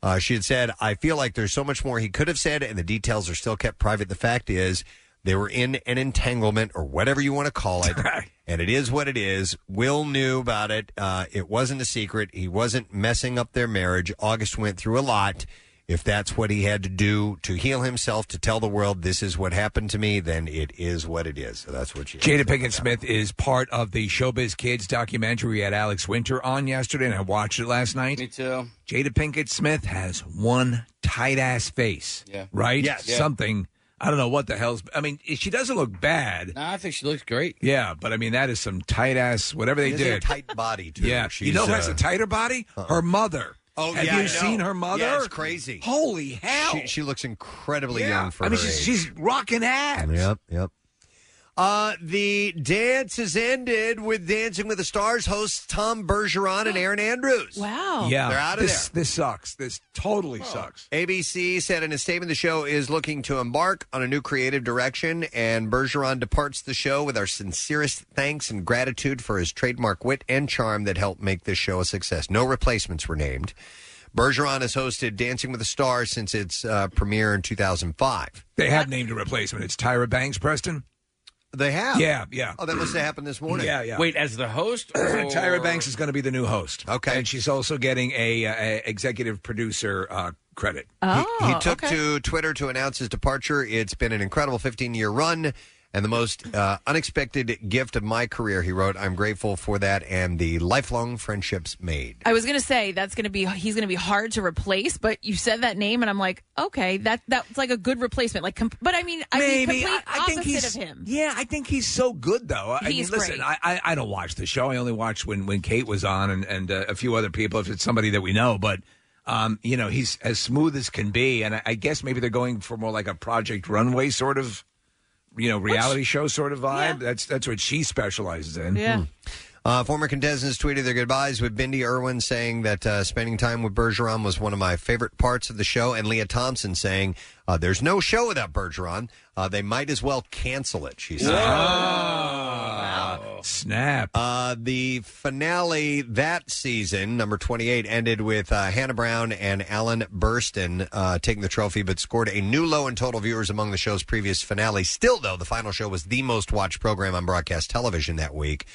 Uh, she had said, I feel like there's so much more he could have said, and the details are still kept private. The fact is, they were in an entanglement or whatever you want to call it. and it is what it is. Will knew about it. Uh, it wasn't a secret. He wasn't messing up their marriage. August went through a lot. If that's what he had to do to heal himself, to tell the world this is what happened to me, then it is what it is. So that's what she
Jada Pinkett Smith is part of the Showbiz Kids documentary we had Alex Winter on yesterday, and I watched it last night. Me
too.
Jada Pinkett Smith has one tight ass face.
Yeah.
Right?
Yes. Yeah.
Something. I don't know what the hell's. I mean, she doesn't look bad.
No, I think she looks great.
Yeah, but I mean, that is some tight ass, whatever they
She has a
did.
tight body, too.
Yeah. you
She's,
know who has
uh,
a tighter body? Her mother.
Oh,
Have
yeah,
you
I know.
seen her mother?
Yeah, it's crazy.
Holy hell.
She, she looks incredibly
Yeah.
young for
I mean,
her
she's,
age.
she's rocking abs.
Yep, yep. Uh, the dance has ended with Dancing with the Stars hosts Tom Bergeron and Aaron Andrews.
Oh.
Wow.
They're out of
this,
there.
This sucks. This totally sucks.
ABC said in a statement the show is looking to embark on a new creative direction, and Bergeron departs the show with our sincerest thanks and gratitude for his trademark wit and charm that helped make this show a success. No replacements were named. Bergeron has hosted Dancing with the Stars since its uh, premiere in 2005.
They have named a replacement. It's Tyra Banks Preston.
They have?
Yeah, yeah.
Oh, that must have happened this morning.
Yeah, yeah.
Wait, as the host?
Tyra
or-
Banks is going to be the new host.
Okay.
And she's also getting a, uh, a executive producer uh, credit.
he, he took to Twitter to announce his departure. It's been an incredible 15 year run and the most uh, unexpected gift of my career, he wrote. I'm grateful for that and the lifelong friendships made.
I was gonna say that's gonna be he's gonna be hard to replace, but you said that name and I'm like, okay, that that's like a good replacement. Like, com- but I mean, I mean,
Maybe.
complete
I- I
opposite
think he's-
of him.
Yeah, I think he's so good though. I
He's
mean, listen,
great.
I, I I don't watch the show. I only watch when when Kate was on and and uh, a few other people if it's somebody that we know. But um, you know, he's as smooth as can be, and I, I guess maybe they're going for more like a Project Runway sort of, you know, reality show sort of vibe. That's that's what she specializes in.
Yeah. Uh, former contestants tweeted their goodbyes with Bindi Irwin saying that uh, spending time with Bergeron was one of my favorite parts of the show, and Leah Thompson saying, uh, There's no show without Bergeron. Uh, they might as well cancel it, she said.
Oh.
Ah.
Snap.
Uh, the finale that season, number 28, ended with uh, Hannah Brown and Alan Burstyn uh, taking the trophy, but scored a new low in total viewers among the show's previous finale. Still, though, the final show was the most watched program on broadcast television that week.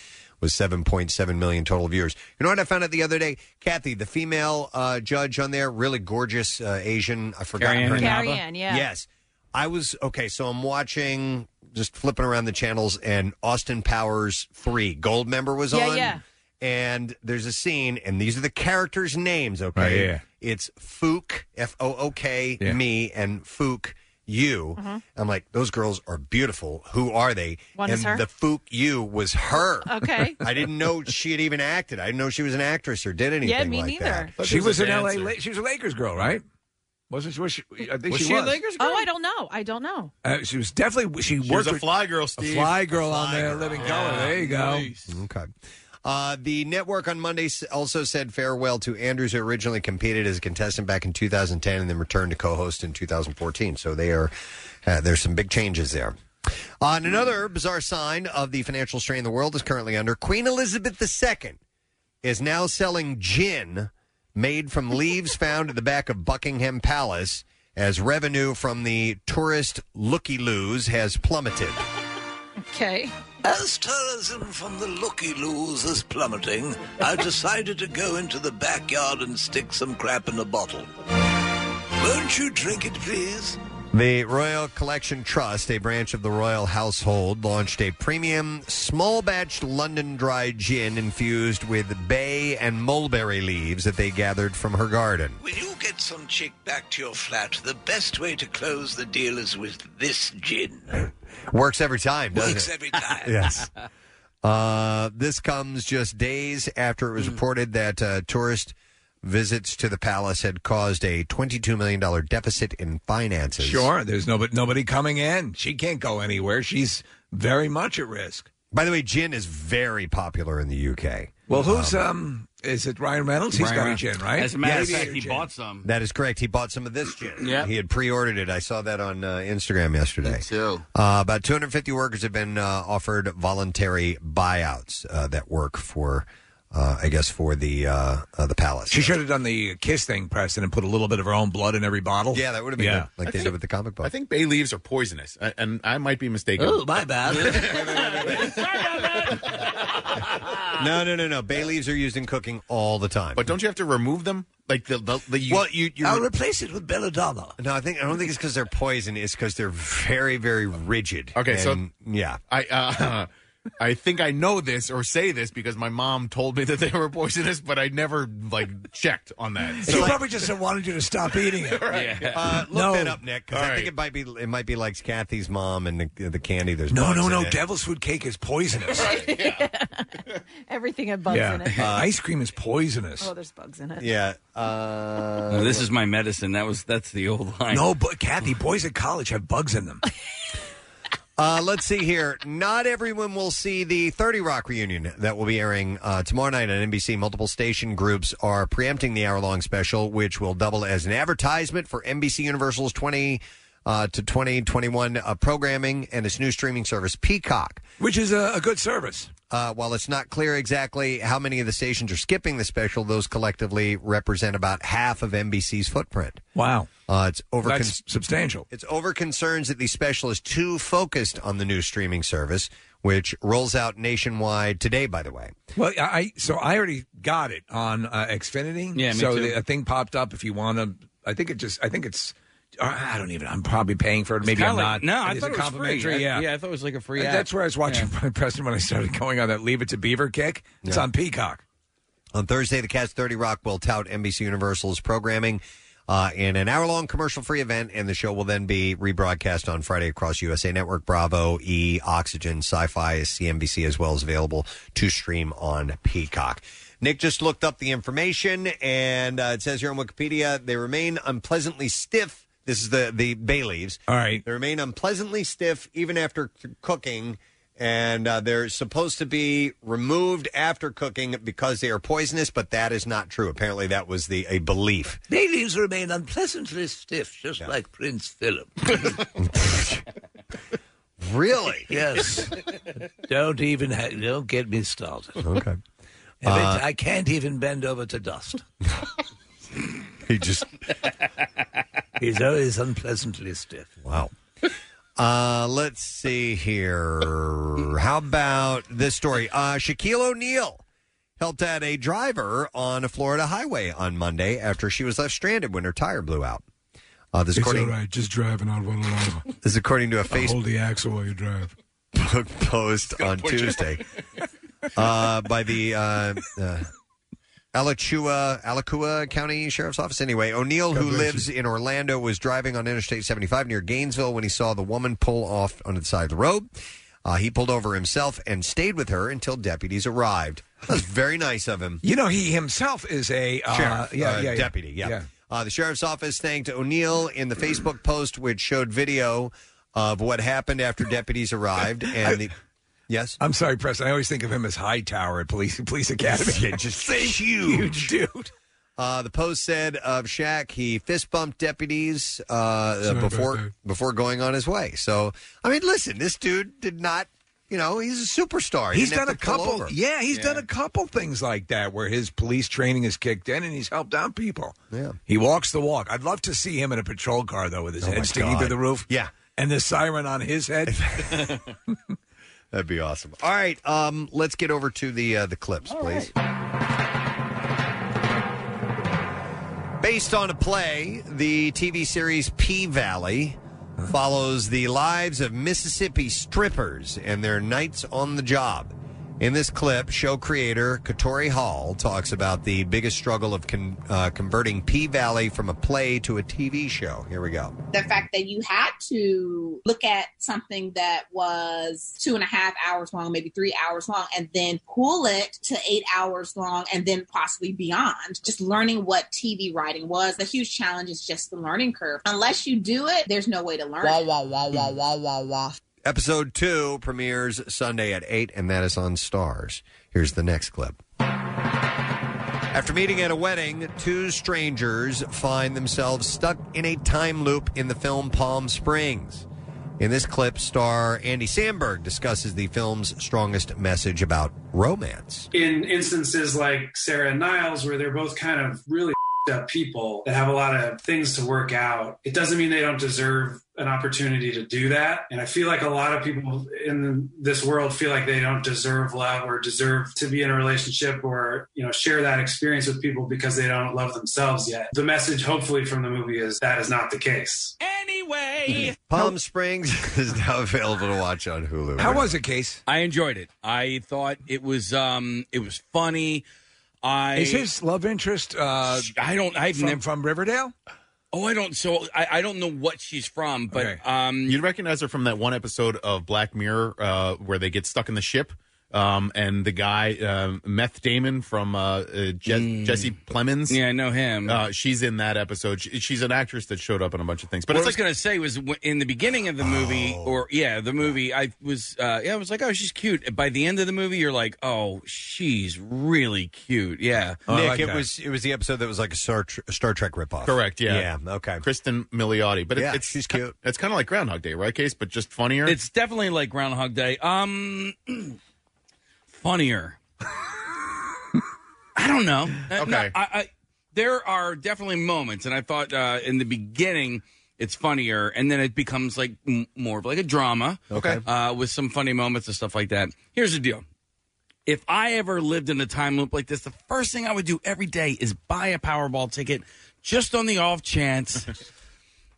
With 7.7 million total viewers. You know what I found out the other day? Kathy, the female uh, judge on there, really gorgeous uh, Asian. I forgot
Carrie Ann
her name.
Carrie Inaba? Ann, yeah.
Yes. I was okay, so I'm watching just flipping around the channels and Austin Powers 3 Gold Member was
Yeah,
on.
yeah.
And there's a scene and these are the characters names, okay?
Right, yeah.
It's Fook, F O O K
Yeah.
me and Fook you.
Mhm.
I'm like those girls are beautiful. Who are they?
One
and
is her?
the Fook you was her.
Okay.
I didn't know she had even acted. I didn't know she was an actress or did anything
Yeah, me
like
neither.
that.
She was an LA. La- she was a Lakers girl, right? Wasn't she? Was she I think
Was
she,
she a
was.
Lakers
Oh, I don't know. I don't know.
Uh, she was definitely she,
She
worked
was a
with-
fly girl,
A
Steve.
fly girl
A
on
fly
there,
girl.
living
Yeah.
color. There you go.
Okay. Uh, the network on Monday s- also said farewell to Andrews, who originally competed as a contestant back in 2010 and then returned to co-host in 2014. So they are uh, there's some big changes there. On another bizarre sign of the financial strain the world is currently under, Queen Elizabeth II is now selling gin made from leaves found at the back of Buckingham Palace as revenue from the tourist looky-loos has plummeted.
Okay.
As tourism from the looky loos is plummeting, I've decided to go into the backyard and stick some crap in a bottle. Won't you drink it, please?
The Royal Collection Trust, a branch of the royal household, launched a premium small batch London dry gin infused with bay and mulberry leaves that they gathered from her garden.
When you get some chick back to your flat, the best way to close the deal is with this gin.
Works every time, doesn't
Works
it?
every time.
yes. Uh, this comes just days after it
Hmm.
was reported that uh, tourist visits to the palace had caused a $22 million deficit in finances.
Sure, there's nobody nobody coming in. She can't go anywhere. She's very much at risk.
By the way, gin is very popular in the UK.
Well, who's um? Is it Ryan Reynolds? He's
Ryan
got a
Reynolds.
gin, right?
As a matter of fact, he
bought some.
That is correct. He bought some of this gin.
Yeah.
He had pre-ordered it. I saw that on uh, Instagram yesterday. too. Uh, about 250 workers have been uh, offered voluntary buyouts uh, that work for, uh, I guess, for the uh, uh, the palace.
She should have done the kiss thing, Preston, and put a little bit of her own blood in every bottle.
Yeah, that would have been good, like they
I think-
did with the comic book.
I think bay leaves are poisonous, I, and I might be mistaken.
Oh,
my bad.
Uh,
no, no, no, no. Bay leaves are used in cooking all the time. But
don't you have to remove them? Like the the, the you,
well, you, you
I'll
replace it with belladonna.
No, I think I don't think it's because they're poison. It's because they're very, very rigid.
Okay, so-
And, yeah,
I uh, I think I know this or say this because my mom told me that they were poisonous, but I never like checked on that.
She probably just wanted you to stop eating it.
Uh, look
No.
that up, Nick. 'cause I
All
think it might be it might be like Kathy's mom and the, the candy. There's
No,
bugs
no,
in
no.
it.
Devil's food cake is poisonous.
Everything had bugs in it.
ice cream is poisonous.
Oh, there's bugs in it.
Yeah. Uh,
No, this is my medicine. That was that's the old line.
No, but Kathy, boys at college have bugs in them.
Uh, let's see here. Not everyone will see the 30 Rock reunion that will be airing uh, tomorrow night on NBC. Multiple station groups are preempting the hour long special, which will double as an advertisement for NBC Universal's 20 uh, to 2021 uh, programming and its new streaming service, Peacock.
Which is a, a good service.
Uh, while it's not clear exactly how many of the stations are skipping the special, those collectively represent about half of NBC's footprint.
Wow.
Uh, it's over
That's substantial.
It's over concerns that the special is too focused on the new streaming service, which rolls out nationwide today. By the way,
Well, I I- so I already got it on uh, Xfinity.
Yeah, me
so
too.
The, a thing popped up if you want to. I think it just. I think it's. uh, I don't even. I'm probably paying for it. Maybe
kinda
I'm not.
like- No, I
Is
thought it was
complimentary?
free. I-
Yeah,
yeah, I thought it was like a free
Uh,
app.
That's where I was watching Preston when I started going on that Leave It to Beaver kick. It's on Peacock.
On Thursday, the Cast 30 Rock will tout NBC Universal's programming uh, in an hour long commercial free event, and the show will then be rebroadcast on Friday across USA Network, Bravo, E, Oxygen, Sci Fi, CNBC, as well as available to stream on Peacock. Nick just looked up the information, and uh, it says here on Wikipedia they remain unpleasantly stiff. This is the, the bay leaves.
All right.
They remain unpleasantly stiff even after c- cooking, and uh, they're supposed to be removed after cooking because they are poisonous. But that is not true. Apparently, that was the a belief.
Bay leaves remain unpleasantly stiff, just like Prince Philip.
really?
Yes. don't even ha- don't get me started.
Okay.
I bet-
Uh,
I can't even bend over to dust.
He just
he's always unpleasantly stiff.
Wow. Uh, let's see here. How about this story? Uh, Shaquille O'Neal helped out a driver on a Florida highway on Monday after she was left stranded when her tire blew out. Uh, this
it's all
according
right. Just driving. I'll run over.
This is according to a
I'll hold
Facebook
the axle while you drive.
post on
push it.
Tuesday uh, by the uh, uh, Alachua, Alachua County Sheriff's Office. Anyway, O'Neill,
God
who
bless
lives in Orlando, was driving on Interstate 75 near Gainesville when he saw the woman pull off on the side of the road. Uh, he pulled over himself and stayed with her until deputies arrived. That was very nice of him.
You know, he himself is a uh,
Sheriff,
yeah,
uh,
yeah, yeah.
deputy. Yeah.
Yeah.
Uh, the sheriff's office thanked O'Neill in the Facebook post, which showed video of what happened after deputies arrived. And the, yes,
I'm sorry, Preston. I always think of him as Hightower at Police Police Academy.
Yeah, just huge.
dude.
Uh, the post said of Shaq, he fist bumped deputies uh, uh,
Sorry about
before
that.
before going on his way. So, I mean, listen, this dude did not, you know, he's a
uh,
superstar. He
He's
didn't
done a
have to pull
couple.
over.
Yeah, he's done a couple things like that where his police training is kicked in and he's helped out people.
Yeah.
He walks the walk. I'd love to see him in a patrol car though with his
Oh, my
head sticking
God.
through the roof.
Yeah.
And the siren on his head.
That'd be awesome. All right, um, let's get over to the uh, the clips, please. Based on a play, the TV series P Valley follows the lives of Mississippi strippers and their nights on the job. In this clip, show creator Katori Hall talks about the biggest struggle of con- uh, converting P Valley from a play to a TV show. Here we go.
the fact that you had to look at something that was two and a half hours long, maybe three hours long, and then pull it to eight hours long and then possibly beyond. Just learning what TV writing was. The huge challenge is just the learning curve. Unless you do it, there's no way to learn.
Wah,
it.
Episode two premieres Sunday at 8, and that is on Stars. Here's the next clip. After meeting at a wedding, two strangers find themselves stuck in a time loop in the film Palm Springs. In this clip, star Andy Samberg discusses the film's strongest message about romance.
in instances like Sarah and Niles, where they're both kind of really up people that have a lot of things to work out, it doesn't mean they don't deserve an opportunity to do that. And I feel like a lot of people in this world feel like they don't deserve love or deserve to be in a relationship or, you know, share that experience with people because they don't love themselves yet. The message, hopefully, from the movie is that is not the case.
Anyway.
Palm Springs is now available to watch on Hulu.
it, Case?
I enjoyed it. I thought it was um it was funny. I
is his love interest uh
I don't I've
from,
never-
from Riverdale?
Oh, I don't so I, I don't know what she's from, but
um,
you recognize her from that one episode of Black Mirror uh, where they get stuck in the ship um, and the guy uh, Meth Damon from uh, uh, Je-
Mm.
Jesse Plemons.
Yeah, I know him.
Uh, she's in that episode. She, she's an actress that showed up in a bunch of things. But
But what I
it's like
was going to say was w- in the beginning of the movie,
Oh.
or yeah, the movie. I was, uh, yeah, I was like, oh, she's cute. By the end of the movie, you're like, oh, she's really cute. Yeah,
Oh,
Nick, it was it was the episode that was like a Star, Tr- Star Trek ripoff.
Correct. Yeah.
Yeah. Okay.
Kristen Milioti. But it,
Yeah,
it's she's cute. It's kind of like Groundhog Day, right? Case, but just funnier.
It's definitely like Groundhog Day. Um, funnier. I don't know. Uh, no,
Okay.
I, I, there are definitely moments, and I thought uh, in the beginning it's funnier, and then it becomes like m- more of like a drama.
Okay.
Uh, with some funny moments and stuff like that. Here's the deal. If I ever lived in a time loop like this, the first thing I would do every day is buy a Powerball ticket just on the off chance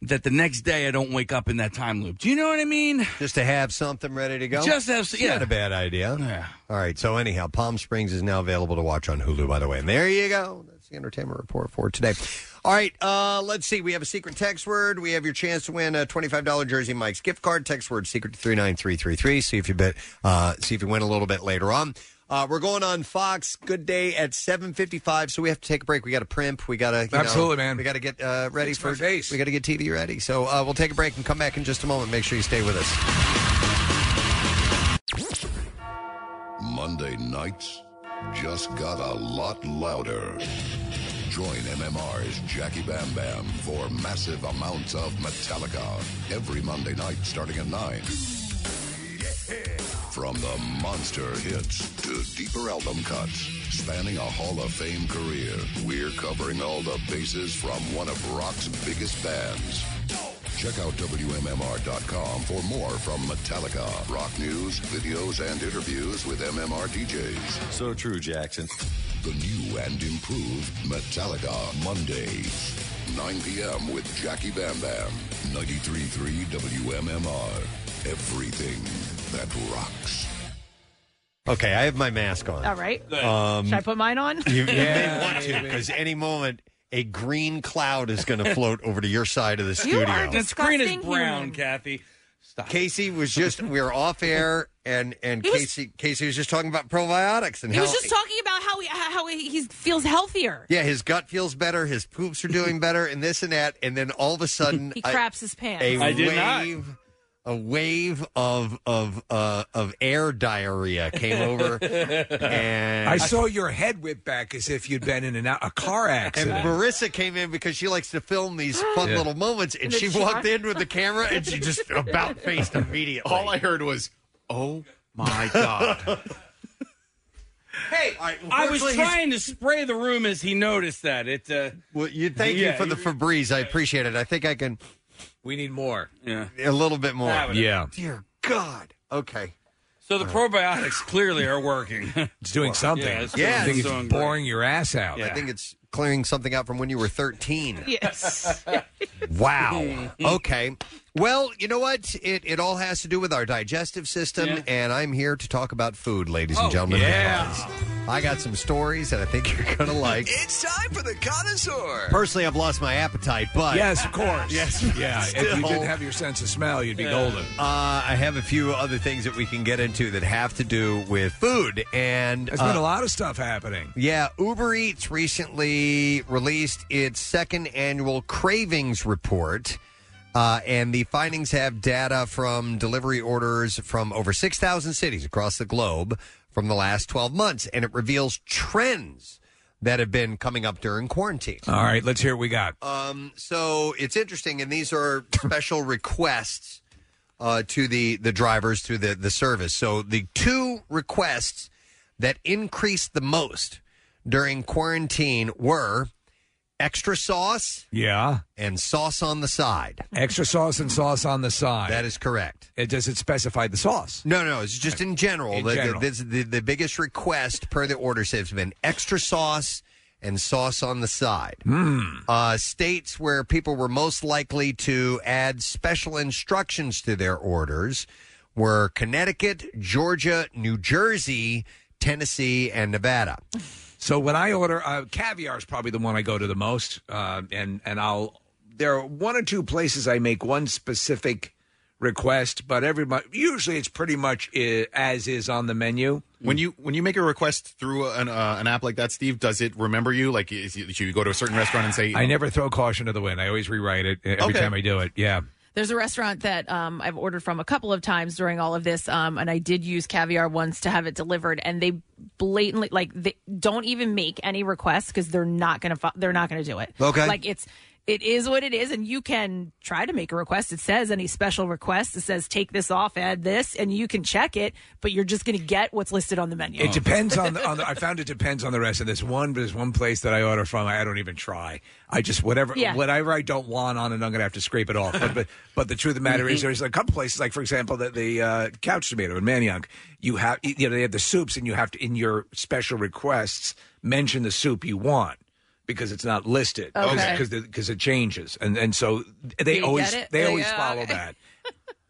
that the next day I don't wake up in that time loop. Do you know what I mean?
Just to have something ready to go.
Just have,
It's
yeah.
Not a bad idea.
Yeah.
All right. So anyhow, Palm Springs is now available to watch on Hulu. By the way, and there you go. That's the entertainment report for today. All right. Uh, let's see. We have a secret text word. We have your chance to win a twenty-five dollar Jersey Mike's gift card. Text word secret to three nine three three three. See if you bet. Uh, see if you win a little bit later on. Uh, we're going on Fox. Good day at seven fifty-five. So we have to take a break. We got to primp. We got to
Absolutely, man.
We got to get uh, ready
Fix my
for We got to get TV ready. So uh, we'll take a break and come back in just a moment. Make sure you stay with us.
Monday nights just got a lot louder. Join MMR's Jackie Bam Bam for massive amounts of Metallica every Monday night starting at 9. From the monster hits to deeper album cuts, spanning a Hall of Fame career, we're covering all the bases from one of rock's biggest bands. Check out WMMR.com for more from Metallica. Rock news, videos, and interviews with MMR DJs. So true, Jackson. The new and improved Metallica Mondays. 9 p.m. with Jackie Bam Bam. 93.3 WMMR. Everything that rocks.
Okay, I have my mask on.
All right.
Um,
Should I put mine on?
You, you may want to because any moment a green cloud is going to float over to your side of the
You
studio.
are the screen is brown, Kathy.
Casey was just we were off air and and
He was-
Casey Casey was just talking about probiotics and
He
how
was just talking about how he how he, he feels healthier.
yeah his gut feels better his poops are doing better and this and that and then all of a sudden
He
I-
craps his pants.
a wave a wave of of uh, of air diarrhea uh, came over and
I saw your head whip back as if you'd been in an, a car accident.
And Marissa came in because she likes to film these fun
Yeah.
little moments, and,
And
she
it's
walked
shot.
in with the camera and she just about faced immediately.
All I heard was, "Oh my god!"
hey,
I was
fortunately, he's-
trying to spray the room as he noticed that it. Uh,
well, you Thank you for the Febreze. I appreciate it. I think I can
We need more. Yeah.
a little bit more.
That would- Yeah.
Dear God. Okay.
So the probiotics clearly are working.
It's doing something.
Yeah, it's
Yeah,
I think
it's
it's
doing great.
boring your ass out.
I think it's clearing something out from when you were 13.
Yes.
Wow. okay. Well, you know what? It it all has to do with our digestive system, and I'm here to talk about food, ladies
Oh,
and gentlemen.
yeah.
because I got some stories that I think you're gonna like.
It's time for the connoisseur.
Personally, I've lost my appetite, but
yes, of course.
yes,
yeah. If you didn't have your sense of smell, you'd be golden.
Uh, I have a few other things that we can get into that have to do with food, and
There's been
uh,
a lot of stuff happening.
Yeah, Uber Eats recently released its second annual cravings report. Uh, and the findings have data from delivery orders from over 6,000 cities across the globe from the last 12 months. And it reveals trends that have been coming up during quarantine.
All right, let's hear what we got.
Um, so it's interesting, and these are special requests uh, to the the drivers through the the service. So the two requests that increased the most during quarantine were extra sauce
Yeah.
and sauce on the side.
Extra sauce and sauce on the side. That
is correct.
It does it specify the sauce?
No, no, it's just in general.
In
the, the-
general.
this- the, the biggest request per the order has been extra sauce and sauce on the side.
Hmm.
Uh, states where people were most likely to add special instructions to their orders were Connecticut, Georgia, New Jersey, Tennessee, and Nevada.
So when I order uh, caviar is probably the one I go to the most, uh, and and I'll there are one or two places I make one specific request, but everybody usually it's pretty much uh, as is on the
Mm.
menu.
When you when you make a request through an uh, an app like that, Steve, does it remember you? Like, is, should you go to a certain restaurant and say,
I never throw caution to the wind. I always rewrite it uh, every
Okay.
time I do it. Yeah.
There's a restaurant that um, I've ordered from a couple of times during all of this, um, and I did use caviar once to have it delivered, and they blatantly like they don't even make any requests because they're not gonna fo- they're not gonna do it.
Okay.
like it's it is what it is, and you can try to make a request. It says any special request. It says take this off, add this, and you can check it, but you're just gonna get what's listed on the menu.
Oh.
It depends on the, on the. I found it depends on the rest of this one. There's one place that I order from. I don't even try. I just whatever
Yeah.
whatever I don't want on, and I'm gonna have to scrape it off. But but, but the truth of the matter
Mm-hmm.
is, there's a couple places like for example the, the uh, couch tomato and manioc. You have you know they have the soups, and you have to in your special requests mention the soup you want. Because it's not listed,
Okay.
because it changes, and and so they
You
always
get it?
they
Yeah,
always
yeah,
follow
okay.
that.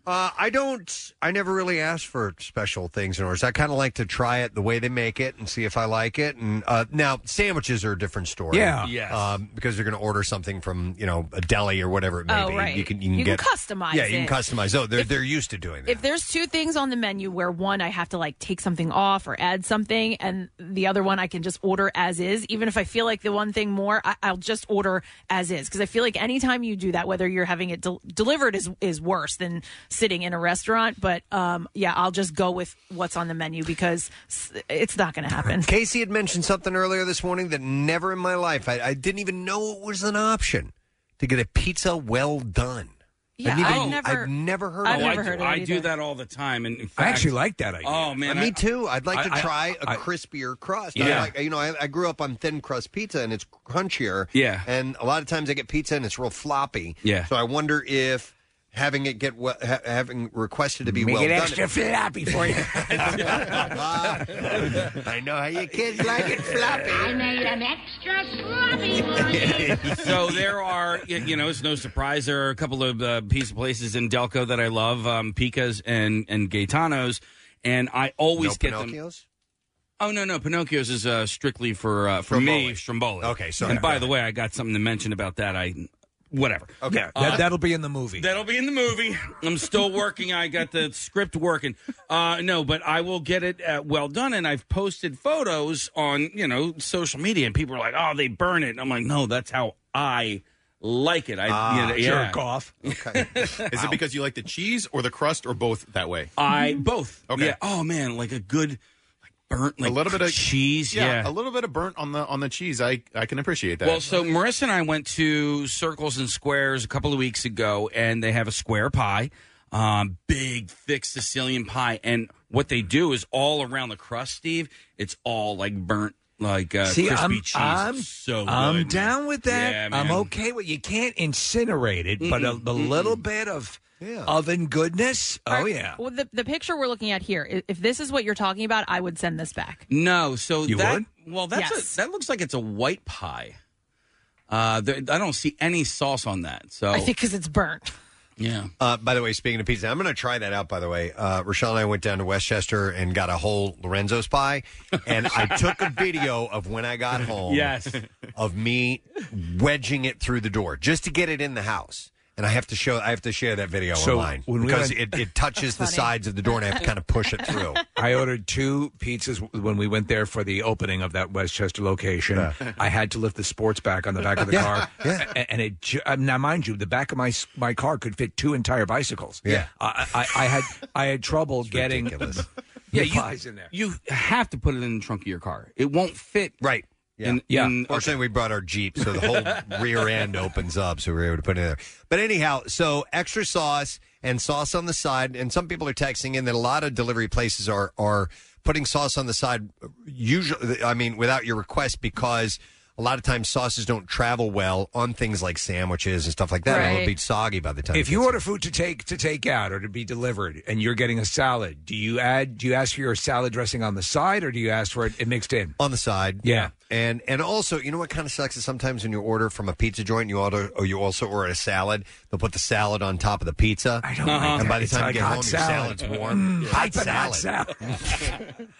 Uh, I don't. I never really ask for special things in orders. I kind of like to try it the way they make it and see if I like it. And uh, now sandwiches are a different story.
Yeah. Yes.
Um, because you're going to order something from you know a deli or whatever it may
Oh,
be.
right.
You can you can
You can
get
customize
Yeah, you
it.
can customize. Oh, they're they're used to doing that.
If there's two things on the menu where one I have to like take something off or add something, and the other one I can just order as is, even if I feel like the one thing more, I- I'll just order as is because I feel like anytime you do that, whether you're having it del- delivered is is worse than sitting in a restaurant. But um, yeah, I'll just go with what's on the menu because s- it's not going to happen.
Casey had mentioned something earlier this morning that never in my life I, I didn't even know it was an option to get a pizza well done.
Yeah,
I've,
I've never-
I've never heard.
Oh,
of
I,
it.
do- I do that all the time. And in fact,
actually like that idea.
Oh man,
Uh, me
I-
too. I'd like to
I- I-
try a
I-
crispier crust. I
Yeah.
like, you know, I, I grew up on thin crust pizza and it's crunchier.
Yeah.
and a lot of times I get pizza and it's real floppy.
Yeah.
so I wonder if having it get well, ha- having requested to be
Make
well
it
done,
extra floppy for you.
I know how your kids like it floppy.
I made an extra sloppy
so there are, y- you know, it's no surprise there are a couple of uh, pizza places in Delco that I love, um, Pica's and and Gaetano's, and I always get them. Oh no, no, Pinocchio's is uh, strictly for uh, for me Stromboli. Okay,
sorry.
And by the way, I got something to mention about that. I whatever.
Okay, that,
Uh,
that'll be in the movie.
That'll be in the movie. I'm still working. I got the script working. Uh, no, but I will get it uh, well done. And I've posted photos on you know social media, and people are like, "Oh, they burn it." And I'm like, "No, that's how I like it." I
Ah,
you know,
jerk
yeah.
off.
Okay.
Is it because you like the cheese or the crust or both that way?
I both.
Okay.
Yeah. Oh man, like a good like burnt like
a little bit of
cheese. yeah.
a little bit of burnt on the on the cheese. I I can appreciate that.
Well, so Marissa and I went to Circles and Squares a couple of weeks ago, and they have a square pie, um, big, thick Sicilian pie. And what they do is all around the crust, Steve, it's all like burnt, like uh,
See,
crispy
I'm,
cheese.
I'm,
It's so
I'm
good.
down with that.
Yeah, man.
I'm okay with. You can't incinerate it, but a,
Mm-mm,
a
mm-mm.
little bit of oven goodness. Oh yeah.
Well, the the picture we're looking at here, i- if this is what you're talking about, I would send this back.
No, so
You
that
would?
well, that's
Yes.
a, that looks like it's a white pie. Uh, there, I don't see any sauce on that. So
I think because it's burnt.
Yeah.
Uh, by the way, speaking of pizza, I'm going to try that out. By the way, uh, Rochelle and I went down to Westchester and got a whole Lorenzo's pie, and I took a video of when I got home.
Yes.
of me wedging it through the door just to get it in the house. And I have to show, I have to share that video
So,
online
when we
because
went-
it, it touches the sides of the door, and I have to kind of push it through.
I ordered two pizzas w- when we went there for the opening of that Westchester location. I had to lift the sports back on the back of the
Yeah.
car, yeah. and, it ju- um, now mind you, the back of my s- my car could fit two entire bicycles.
Yeah.
I, I, I had I had trouble getting the
Yeah, you-
pies in there.
you have to put it in the trunk of your car. It won't fit.
Right. Yeah.
In,
yeah.
in-
Fortunately, we brought our Jeep, so the whole rear end opens up, so we were able to put it in there. But anyhow, so extra sauce and sauce on the side. And some people are texting in that a lot of delivery places are are putting sauce on the side, usually, I mean, without your request, because a lot of times sauces don't travel well on things like sandwiches and stuff like that. It'll
Right.
be soggy by the time.
If you order food to take to take out or to be delivered, and you're getting a salad, do you add? Do you ask for your salad dressing on the side, or do you ask for it, it mixed in?
on the side.
Yeah.
And and also, you know what kind of sucks is sometimes when you order from a pizza joint, you order or you also order a salad. They'll put the salad on top of the pizza. I
don't like
Uh-huh. And
that.
by the
It's
time
like
you get
hot
home,
salad.
your salad's warm.
Mm, hot salad.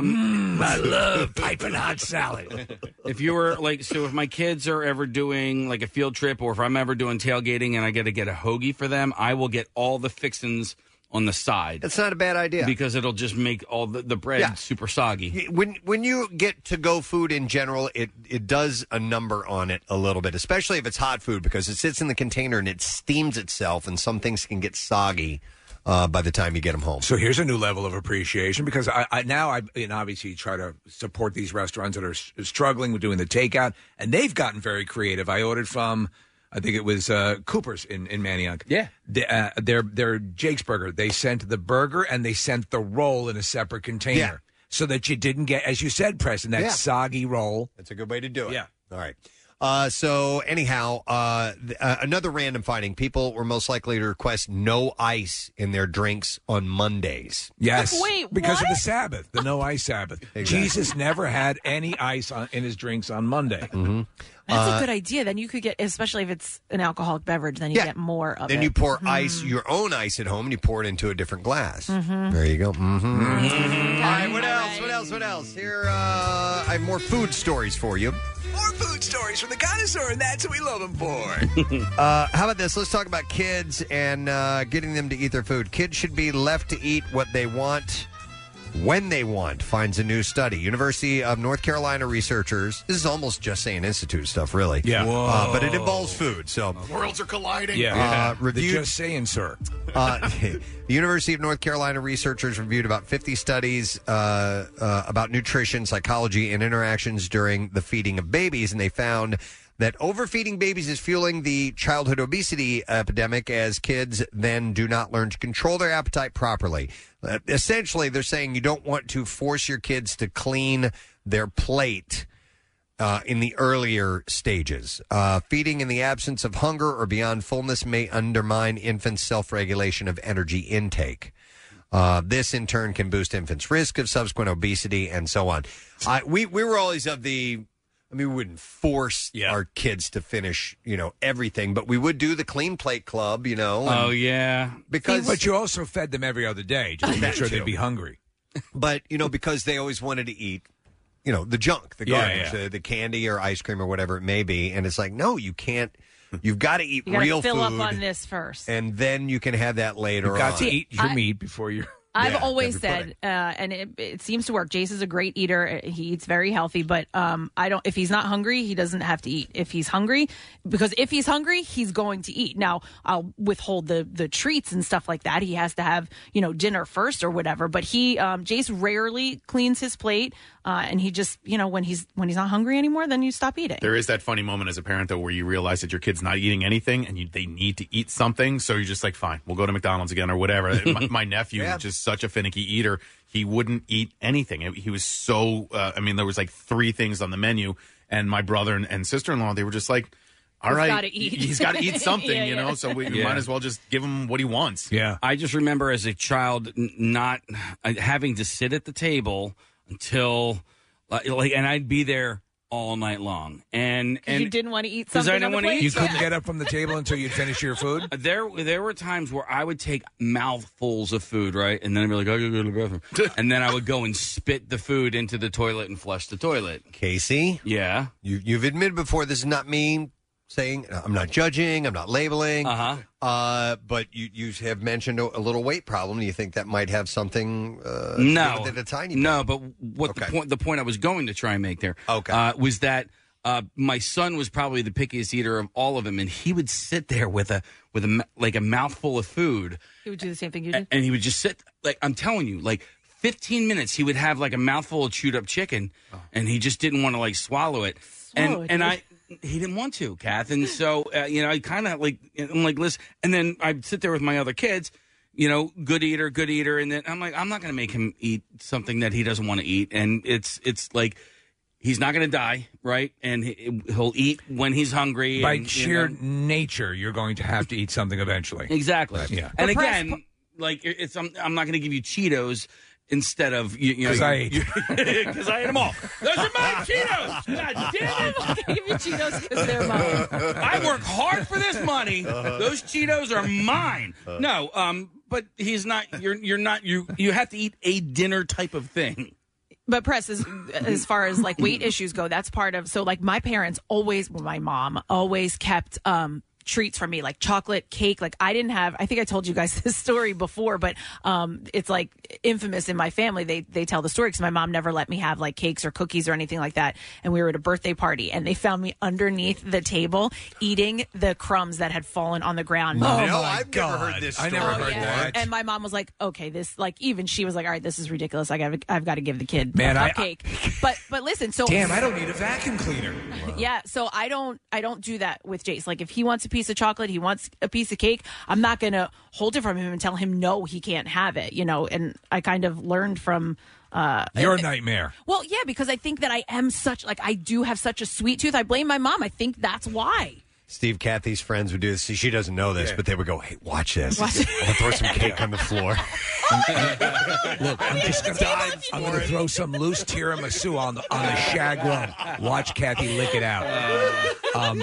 Um,
I love
piping hot salad. If you were like, so if my kids are ever doing like a field trip, or if I'm ever doing tailgating and I got to get a hoagie for them, I will get all the fixins on the side.
That's not a bad idea
because it'll just make all the, the bread
Yeah.
super soggy.
when when you get to go food in general, it it does a number on it a little bit, especially if it's hot food because it sits in the container and it steams itself, and some things can get soggy uh, by the time you get them home.
So here's a new level of appreciation because I, I now I and obviously try to support these restaurants that are s- struggling with doing the takeout, and they've gotten very creative. I ordered from. I think it was uh, Cooper's in, in Manioc. Yeah, the, uh, their their Jake's Burger. They sent the burger and they sent the roll in a separate container,
Yeah.
so that you didn't get, as you said, Preston, that
Yeah.
soggy roll.
That's a good way to do it. Yeah. All right. Uh, so anyhow, uh, th- uh, another random finding: people were most likely to request no ice in their drinks on Mondays.
Yes.
Wait,
because of
what?
the Sabbath, the no ice Sabbath. Jesus never had any ice on, in his drinks on Monday. Mm-hmm.
That's
Uh,
a good idea. Then you could get, especially if it's an alcoholic beverage, then you get more of it.
Then you pour ice, your own ice at home, and you pour it into a different glass.
Mhm.
There you go. Mm-hmm.
All
right, what else? What else? What else? Here, uh, I have more food stories for you.
More food stories from the connoisseur, and that's what we love him for.
uh, how about this? Let's talk about kids and uh, getting them to eat their food. Kids should be left to eat what they want when they want, finds a new study. University of North Carolina researchers. This is almost just saying institute stuff, really.
Yeah.
Uh, but it involves food, so.
Worlds are colliding.
Yeah. Uh, reviewed-
The just saying, sir.
Uh, the University of North Carolina researchers reviewed about 50 studies uh, uh, about nutrition, psychology, and interactions during the feeding of babies, and they found that overfeeding babies is fueling the childhood obesity epidemic as kids then do not learn to control their appetite properly. Uh, essentially, they're saying you don't want to force your kids to clean their plate uh, in the earlier stages. Uh, feeding in the absence of hunger or beyond fullness may undermine infants' self regulation of energy intake. Uh, this in turn can boost infants' risk of subsequent obesity and so on. I, we we were always of the, I mean, we wouldn't force our kids to finish, you know, everything, but we would do the clean plate club, you know. and-
Oh yeah,
because
but you also fed them every other day just to make
That
sure
too.
they'd be hungry.
But you know, because they always wanted to eat, you know, the junk, the
Yeah,
garbage,
yeah.
The, the candy or ice cream or whatever it may be, and it's like, no, you can't. You've got to eat
You gotta
real
fill
food,
up on this first.
and then you can have that later.
You've got
on.
to eat your
I-
meat before you're.
I've
Yeah,
always
that'd
said, uh, and it, it seems to work. Jace is a great eater; he eats very healthy. But um, I don't. If he's not hungry, he doesn't have to eat. If he's hungry, because if he's hungry, he's going to eat. Now I'll withhold the the treats and stuff like that. He has to have you know dinner first or whatever. But he um, Jace rarely cleans his plate, uh, and he just you know when he's when he's not hungry anymore, then you stop eating.
There is that funny moment as a parent though, where you realize that your kid's not eating anything and you, they need to eat something. So you're just like, fine, we'll go to McDonald's again or whatever. my, my nephew,
Yeah.
which is such a finicky eater, he wouldn't eat anything. It- He was so. Uh, I mean, there was like three things on the menu, and my brother and, and sister in law, they were just like. All
He's
right,
gotta eat."
he's got to eat something,
Yeah,
you
yeah.
know. So we, we
Yeah.
might as well just give him what he wants.
Yeah.
I just remember as a child n- not uh, having to sit at the table until uh, like, and I'd be there all night long. And
'Cause
and
you didn't want to eat
'Cause
something.
I didn't
on the
wanna
plate.
eat
You couldn't
Yeah.
get up from the table until you'd finish your food.
There, there were times where I would take mouthfuls of food, right, and then I'd be like, "I gotta go to the bathroom," and then I would go and spit the food into the toilet and flush the toilet.
Casey,
yeah,
you, you've admitted before this is not me saying I'm not judging, I'm not labeling,
uh-huh.
uh, but you you have mentioned a, a little weight problem. Do you think that might have something? Uh, to do
no,
with it? a tiny
no. But what the point? The point I was going to try and make there,
Okay.
uh, was that uh, my son was probably the pickiest eater of all of them, and he would sit there with a with a m- like a mouthful of food,
He would do the same thing you did.
and he would just sit like I'm telling you, like 15 minutes he would have like a mouthful of chewed up chicken,
Oh.
and he just didn't want to like swallow it.
Swallow
and
it,
and
dude.
I he didn't want to, Kath, and so uh, you know I kind of like I'm like listen, and then I'd sit there with my other kids. You know, good eater, good eater, and then I'm like, I'm not going to make him eat something that he doesn't want to eat, and it's it's like he's not going to die, right? And he, he'll eat when he's hungry.
By
and, you
sheer
know.
nature, you're going to have to eat something eventually.
Exactly.
Yeah.
And again, like it- it's I'm, I'm not going to give you Cheetos instead of you, you know
'Cause I ate.
because I ate them all. Those are my Cheetos. God damn it!
give you Cheetos because they're mine.
I work hard for this money.
Uh-huh.
Those Cheetos are mine. No, um, but he's not. You're you're not. You you have to eat a dinner type of thing.
But press as as far as like weight issues go, that's part of. So like my parents always, well, my mom always kept um treats for me like chocolate cake like i didn't have i think i told you guys this story before but um it's like infamous in my family they they tell the story because my mom never let me have like cakes or cookies or anything like that and we were at a birthday party and they found me underneath the table eating the crumbs that had fallen on the ground
Oh,
No, I've never heard this
I
story.
never heard that.
and my mom was like, "Okay, this like even she was like, all right, this is ridiculous. I got I've got to give the kid
Man,
a
I-
cupcake." but but listen, so
Damn, I don't need a vacuum cleaner.
Yeah, so I don't I don't do that with Jace. Like if he wants a piece of chocolate, he wants a piece of cake. I'm not gonna hold it from him and tell him no, he can't have it. You know, and I kind of learned from. Uh,
You're a nightmare.
well, yeah, because I think that I am such like I do have such a sweet tooth. I blame my mom. I think that's why.
Steve Kathy's friends would do this. See, she doesn't know this, but they would go, "Hey, watch this!
Watch
I'm gonna throw some cake on the floor."
Look, I'm just gonna dive. I'm gonna throw some loose tiramisu on the on the shag rug. Watch Kathy lick it out. Um,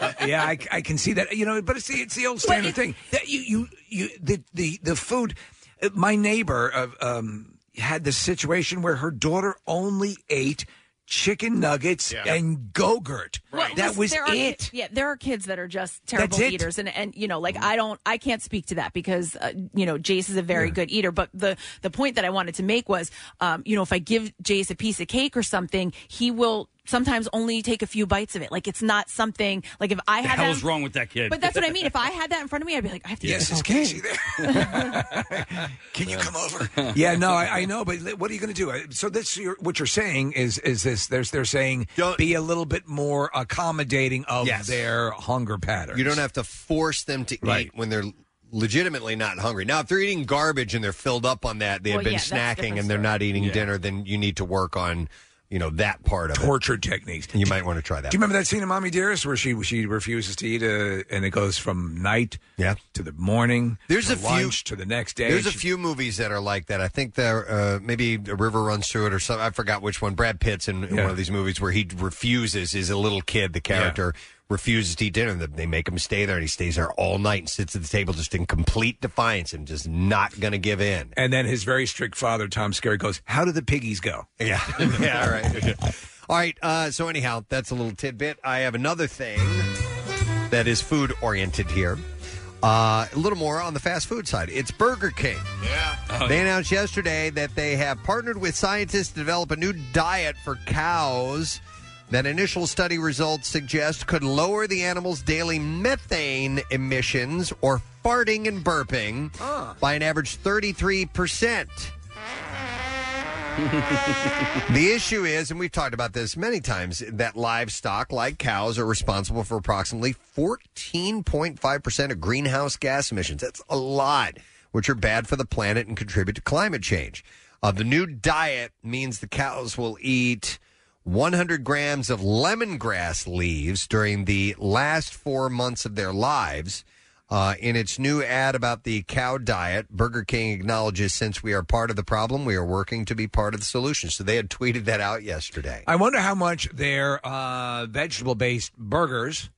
uh, yeah, I, I can see that. You know, but it's the it's the old standard thing that you you you the the the food. uh, My neighbor uh, um, had this situation where her daughter only ate chicken nuggets and go-gurt. That
Listen,
was
there are,
it.
Yeah, there are kids that are just terrible
That's it.
eaters, and and you know, like I don't, I can't speak to that because uh, you know, Jace is a very good eater. But the the point that I wanted to make was, um, you know, if I give Jace a piece of cake or something, he will sometimes only take a few bites of it. Like it's not something like if I
the
had
hell
that-
is wrong with that kid?
But that's what I mean. If I had that in front of me, I'd be like, I have to eat
Yes,
this
is
whole
Casey
thing.
Can you come over? yeah, no, I, I know, but li- what are you going to do? I- So this, you're, what you're saying is, is this? There's, they're saying be a little bit more accommodating of their hunger pattern.
You don't have to force them to eat when they're legitimately not hungry. Now, if they're eating garbage and they're filled up on that, they
Well,
have been
yeah, that's a
snacking
different
and they're not eating
Yeah.
dinner, then you need to work on, you know, that part of
torture techniques.
You might want to try that.
Do you remember that scene in Mommy Dearest where she she refuses to eat, uh, and it goes from night,
yeah.
to the morning.
There's
to
a few-
lunch to the next day.
There's a
She-
few movies that are like that. I think there uh, maybe a river runs through it or something. I forgot which one. Brad Pitt's in, in
Yeah.
one of these movies where he refuses. Is a little kid. The character refuses to eat dinner. and They make him stay there, and he stays there all night and sits at the table just in complete defiance and just not going to give in.
and then his very strict father, Tom Scary, goes, "How do the piggies go?"
Yeah, yeah, all right. All right. Uh, so anyhow, that's a little tidbit. I have another thing that is food oriented here. Uh, a little more on the fast food side. It's Burger King. Yeah. They announced yesterday that they have partnered with scientists to develop a new diet for cows that initial study results suggest could lower the animal's daily methane emissions or farting and burping by an average 33%. the issue is, and we've talked about this many times, that livestock, like cows, are responsible for approximately 14.5% of greenhouse gas emissions. That's a lot, which are bad for the planet and contribute to climate change. Uh, the new diet means the cows will eat 100 grams of lemongrass leaves during the last four months of their lives. Uh, in its new ad about the cow diet, Burger King acknowledges since we are part of the problem, we are working to be part of the solution. So they had tweeted that out yesterday.
I wonder how much their uh, vegetable-based burgers.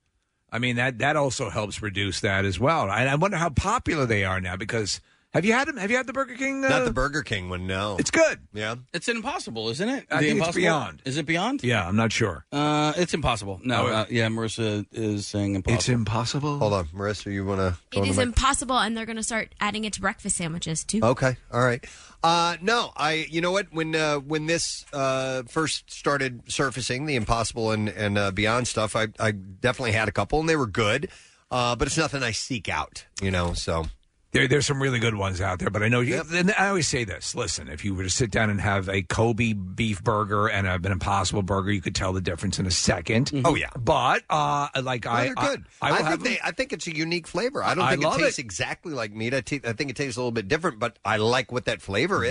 I mean that that also helps reduce that as well. And I wonder how popular they are now because have you had them? Have you had the Burger King? Uh,
Not the Burger King one, no.
It's good.
Yeah,
it's impossible, isn't it?
I
The
think it's
impossible?
beyond.
Is it beyond?
Yeah, I'm not sure.
Uh, it's impossible. No,
Oh,
uh, yeah, Marissa is saying impossible.
It's impossible.
Hold on, Marissa, you want to?
It is impossible, and they're going to start adding it to breakfast sandwiches too.
Okay, all right. Uh, no, I. You know what? When uh, when this uh, first started surfacing, the Impossible and and uh, Beyond stuff, I, I definitely had a couple, and they were good. Uh, but it's nothing I seek out. You know, so
There, there's some really good ones out there, but I know you. And I always say this: listen, if you were to sit down and have a Kobe beef burger and a, an Impossible burger, you could tell the difference in a 2nd
Oh, yeah.
but uh, like
No,
I,
they're good.
I, I will
think
have
they. I think it's a unique flavor. I don't
I
think
love
it tastes
it.
exactly like meat. I, ta- I think it tastes a little bit different, but I like what that flavor is.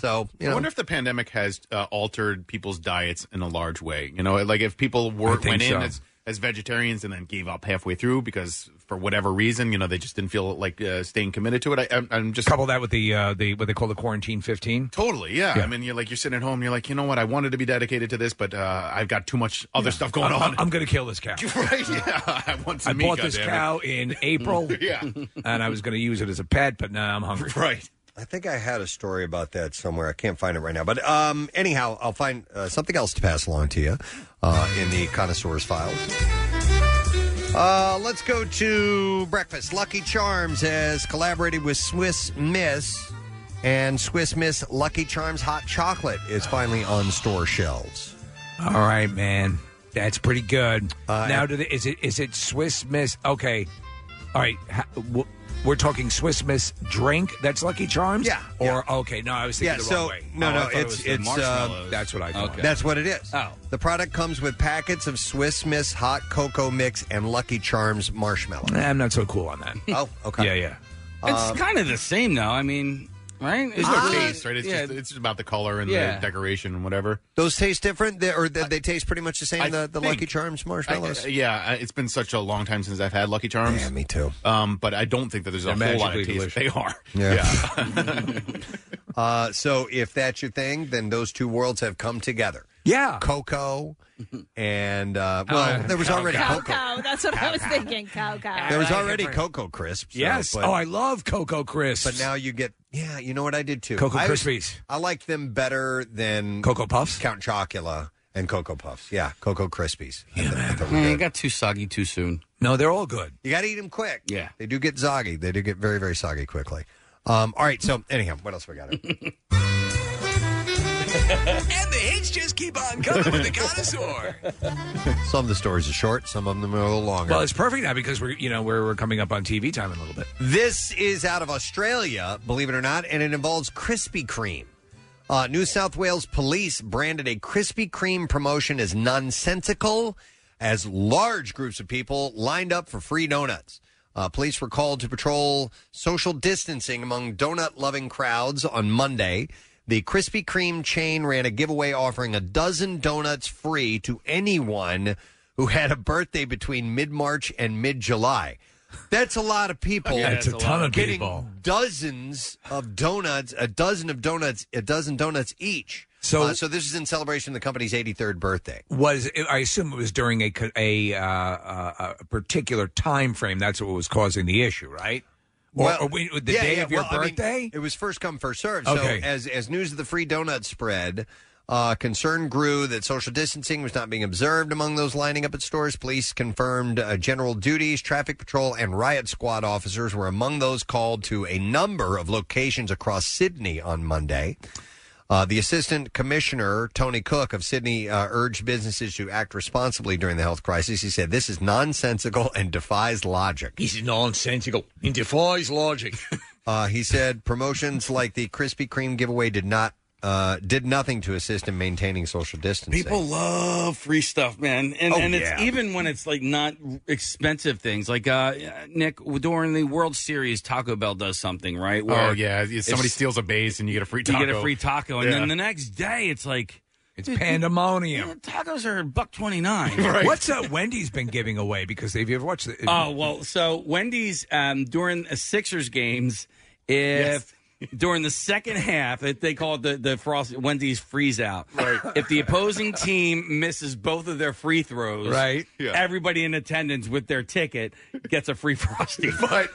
So you know,
I wonder if the pandemic has uh, altered people's diets in a large way. You know, like if people were
I think
went
so.
in as, as vegetarians and then gave up halfway through because for whatever reason, you know, they just didn't feel like uh, staying committed to it. I, I'm, I'm just
couple that with the uh, the what they call the quarantine 15.
Totally, yeah. I mean, you're like you're sitting at home, and you're like, you know what? I wanted to be dedicated to this, but uh, I've got too much other stuff going
I'm,
on.
I'm gonna kill this cow.
right? Yeah, I want
I
some meat.
bought this
goddammit.
cow in April,
yeah,
and I was going to use it as a pet, but now I'm hungry.
Right.
I think I had a story about that somewhere. I can't find it right now. But um, anyhow, I'll find uh, something else to pass along to you uh, in the connoisseurs files. Uh, let's go to breakfast. Lucky Charms has collaborated with Swiss Miss, and Swiss Miss Lucky Charms hot chocolate is finally on store shelves.
All right, man. That's pretty good. now,
and-
do the, is it is it Swiss Miss? Okay, all right. ha- w- We're talking Swiss Miss drink. That's Lucky Charms. Yeah. Or okay, no, I was thinking
yeah,
the
so
wrong way.
no,
Oh, I
no,
thought it
it's
was the
it's uh,
marshmallows. that's what I thought.
That's what it is. Oh, the product comes with packets of Swiss Miss hot cocoa mix and Lucky Charms marshmallow.
Eh, I'm not so cool on that.
Oh, okay.
Yeah, yeah. uh,
It's
Um,
kind of the same, though. I mean, right? Uh,
It's no taste, right? It's
yeah.
just it's just about the color and
Yeah.
the decoration and whatever.
Those taste different, they, or they, they taste pretty much the same.
I
the the
think-
Lucky Charms marshmallows.
I- yeah, I- it's been such a long time since I've had Lucky Charms. Yeah,
me too.
Um, but I don't think that there's a
They're
whole lot of
magically
taste. They are.
uh, so if that's your thing, then those two worlds have come together.
Yeah.
Cocoa and uh, well,
Uh,
there was already
cow,
cocoa.
cow. That's what I was thinking. Cow, cow.
There was already Cocoa Crisps. so-
Yes.
but-
oh, I love Cocoa Crisps.
But now you get yeah. You know what I did too.
Cocoa
I was-
Krispies.
I like them better than
Cocoa Puffs,
Count Chocula, and Cocoa Puffs. Yeah, Cocoa Krispies.
Yeah, it got too soggy too soon.
No, they're all good.
You got to eat them quick.
Yeah.
They do get soggy. They do get very very soggy quickly. Um, all right. So anyhow, what else we got?
and the hits just keep on coming with the connoisseur.
some of the stories are short. Some of them are a little longer.
Well, it's perfect now because we're you know we're, we're coming up on TV time in a little bit.
This is out of Australia, believe it or not, and it involves Krispy Kreme. Uh, New South Wales police branded a Krispy Kreme promotion as nonsensical as large groups of people lined up for free donuts. Uh, police were called to patrol social distancing among donut loving crowds on Monday. The Krispy Kreme chain ran a giveaway offering a dozen donuts free to anyone who had a birthday between mid March and mid July. That's a lot of people.
Yeah, that's a ton of
Getting
people.
Dozens of donuts, a dozen of donuts, a dozen donuts each.
So-
Uh, so this is in celebration of the company's 83rd birthday.
Was I assume it was during a co- a, uh, uh, a particular time frame? That's what was causing the issue, right? Or, or we, the
yeah,
day
yeah,
of your
well, I mean,
birthday.
it was first come first served.
Okay.
So as as news of the free donut spread, uh, concern grew that social distancing was not being observed among those lining up at stores. Police confirmed uh, general duties, traffic patrol, and riot squad officers were among those called to a number of locations across Sydney on Monday. Uh, the assistant commissioner, Tony Cook of Sydney, uh, urged businesses to act responsibly during the health crisis. He said, This is nonsensical and defies logic.
This is nonsensical and defies logic.
uh, he said, Promotions like the Krispy Kreme giveaway did not. Uh, did nothing to assist in maintaining social distancing.
People love free stuff, man, and
Oh,
and it's
yeah.
even when it's like not expensive things. Like uh, Nick during the World Series, Taco Bell does something right. Where
oh yeah, if
it's-
somebody steals a base and you get a free
you
taco.
get a free taco, and
Yeah.
then the next day it's like
it's pandemonium.
tacos are buck twenty nine.
What's uh, Wendy's been giving away? Because have you ever watched the?
Oh well, so Wendy's um, during a Sixers games, if during the second half, if they call it the the frost Wendy's freeze out. Right. If the opposing team misses both of their free throws,
Right. Yeah.
everybody in attendance with their ticket gets a free frosty,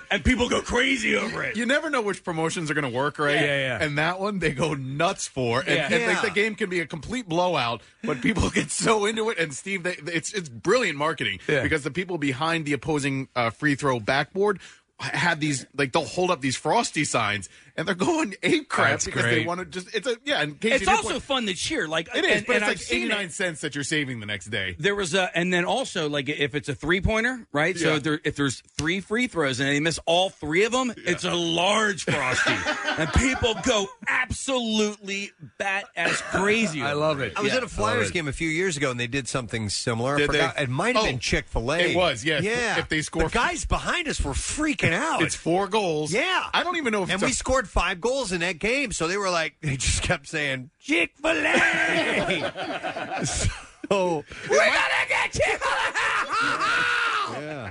and people go crazy over it.
You never know which promotions are going to work, right?
Yeah, yeah, yeah.
And that one they go nuts for, and,
Yeah.
and like,
Yeah.
the game can be a complete blowout, but people get so into it. And Steve, they, it's it's brilliant marketing
Yeah.
because the people behind the opposing uh, free throw backboard h- have these like they'll hold up these frosty signs and they're going ape crap
That's
because they
great.
want to just it's a yeah. In case you
It's
did
also
point-
fun to cheer. Like
it is,
and-
but it's
and I've
like
seen
eighty
it.
nine cents that you're saving the next day.
There was a, and then also like if it's a three pointer, right? So
Yeah.
if, there, if there's three free throws and they miss all three of them, it's a large frosty, and people go absolutely bat ass crazy. I love
I was at a Flyers game a few years ago, and they did something similar. I
Did they?
forgot- It might have been
Oh,
Chick Fil A.
it was, yes.
Yeah.
If they score-
the guys behind us were freaking out.
It's four goals.
Yeah,
I don't even know if
and
it's a-
we scored five goals in that game, so they were like, they just kept saying Chick Fil A. so
We're gonna get Chick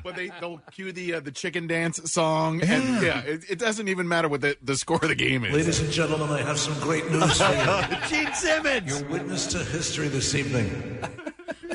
But they they'll cue the uh, the chicken dance song, and yeah, it, it doesn't even matter what the, the score of the game is.
Ladies and gentlemen, I have some great news for you.
Gene Simmons!
You're witness to history this evening.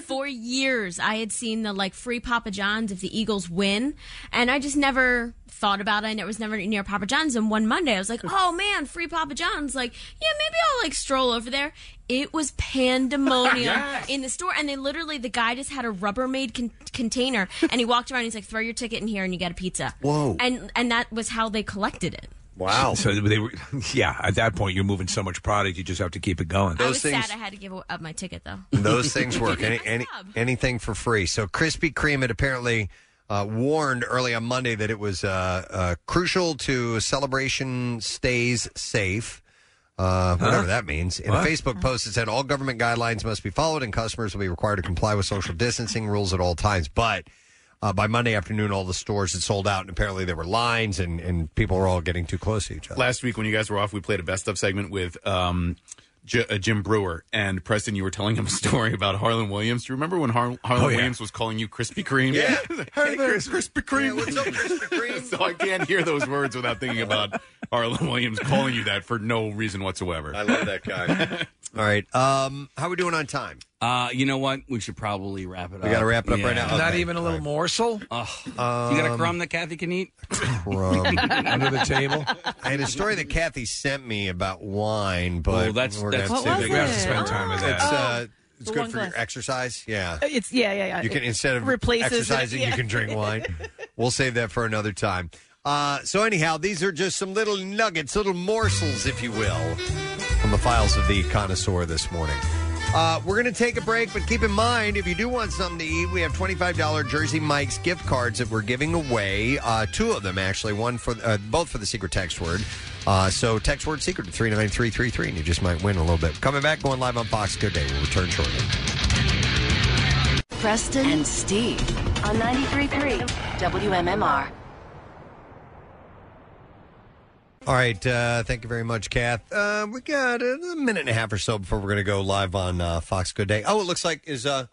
Four years I had seen the like free Papa John's if the Eagles win, and I just never thought about it. And it was never near Papa John's. And one Monday I was like, oh man, free Papa John's. Like, yeah, maybe I'll like stroll over there. It was pandemonium
Yes.
in the store, and they literally the guy just had a Rubbermaid con- container, and he walked around. He's like, throw your ticket in here, and you get a pizza.
Whoa.
And and that was how they collected it.
Wow.
So they were, yeah. At that point, you're moving so much product, you just have to keep it going.
I was sad I had to give up my ticket though.
Those things work. Any, any, anything for free. So Krispy Kreme had apparently uh, warned early on Monday that it was uh, uh, crucial to celebration stays safe. Uh, whatever
Huh?
that means. In
What?
a Facebook post, it said all government guidelines must be followed and customers will be required to comply with social distancing rules at all times. But uh, by Monday afternoon, all the stores had sold out, and apparently there were lines, and, and people were all getting too close to each other.
Last week when you guys were off, we played a best of segment with um, J- uh, Jim Brewer and Preston. You were telling him a story about Harlan Williams. Do you remember when Har- Harlan
Oh, yeah.
Williams was calling you Krispy Kreme?
Yeah.
hey, Chris, Krispy Kreme. so I can't hear those words without thinking about Harlan Williams calling you that for no reason whatsoever. I
love that guy. all right, um, how are we doing on time?
Uh, you know what? We should probably wrap it up.
We gotta wrap it up right now. Not Um, Okay.
even a little morsel.
you got a crumb that Kathy can eat?
Crumb.
Under the table.
I had a story that Kathy sent me about wine, but
Oh, that's-
we're
that's-
gonna
What was
save
it? We have to spend time with that.
It's, uh,
Oh,
it's
the
good
one
for
glass.
your exercise. Yeah,
It's yeah, yeah, yeah.
you can instead of
replaces it,
exercising, you
yeah.
can drink wine. we'll save that for another time. Uh, so anyhow, these are just some little nuggets, little morsels, if you will, from the files of the connoisseur this morning. Uh, we're going to take a break, but keep in mind if you do want something to eat, we have $25 Jersey Mike's gift cards that we're giving away. Uh, two of them, actually, one for uh, both for the secret text word. Uh, so text word secret to 39333, and you just might win a little bit. Coming back, going live on Fox Good Day. We'll return shortly.
Preston and Steve on 93.3 WMMR.
All right. Uh, thank you very much, Kath. Uh, we got a a minute and a half or so before we're going to go live on uh, Fox Good Day. Oh, it looks like is uh,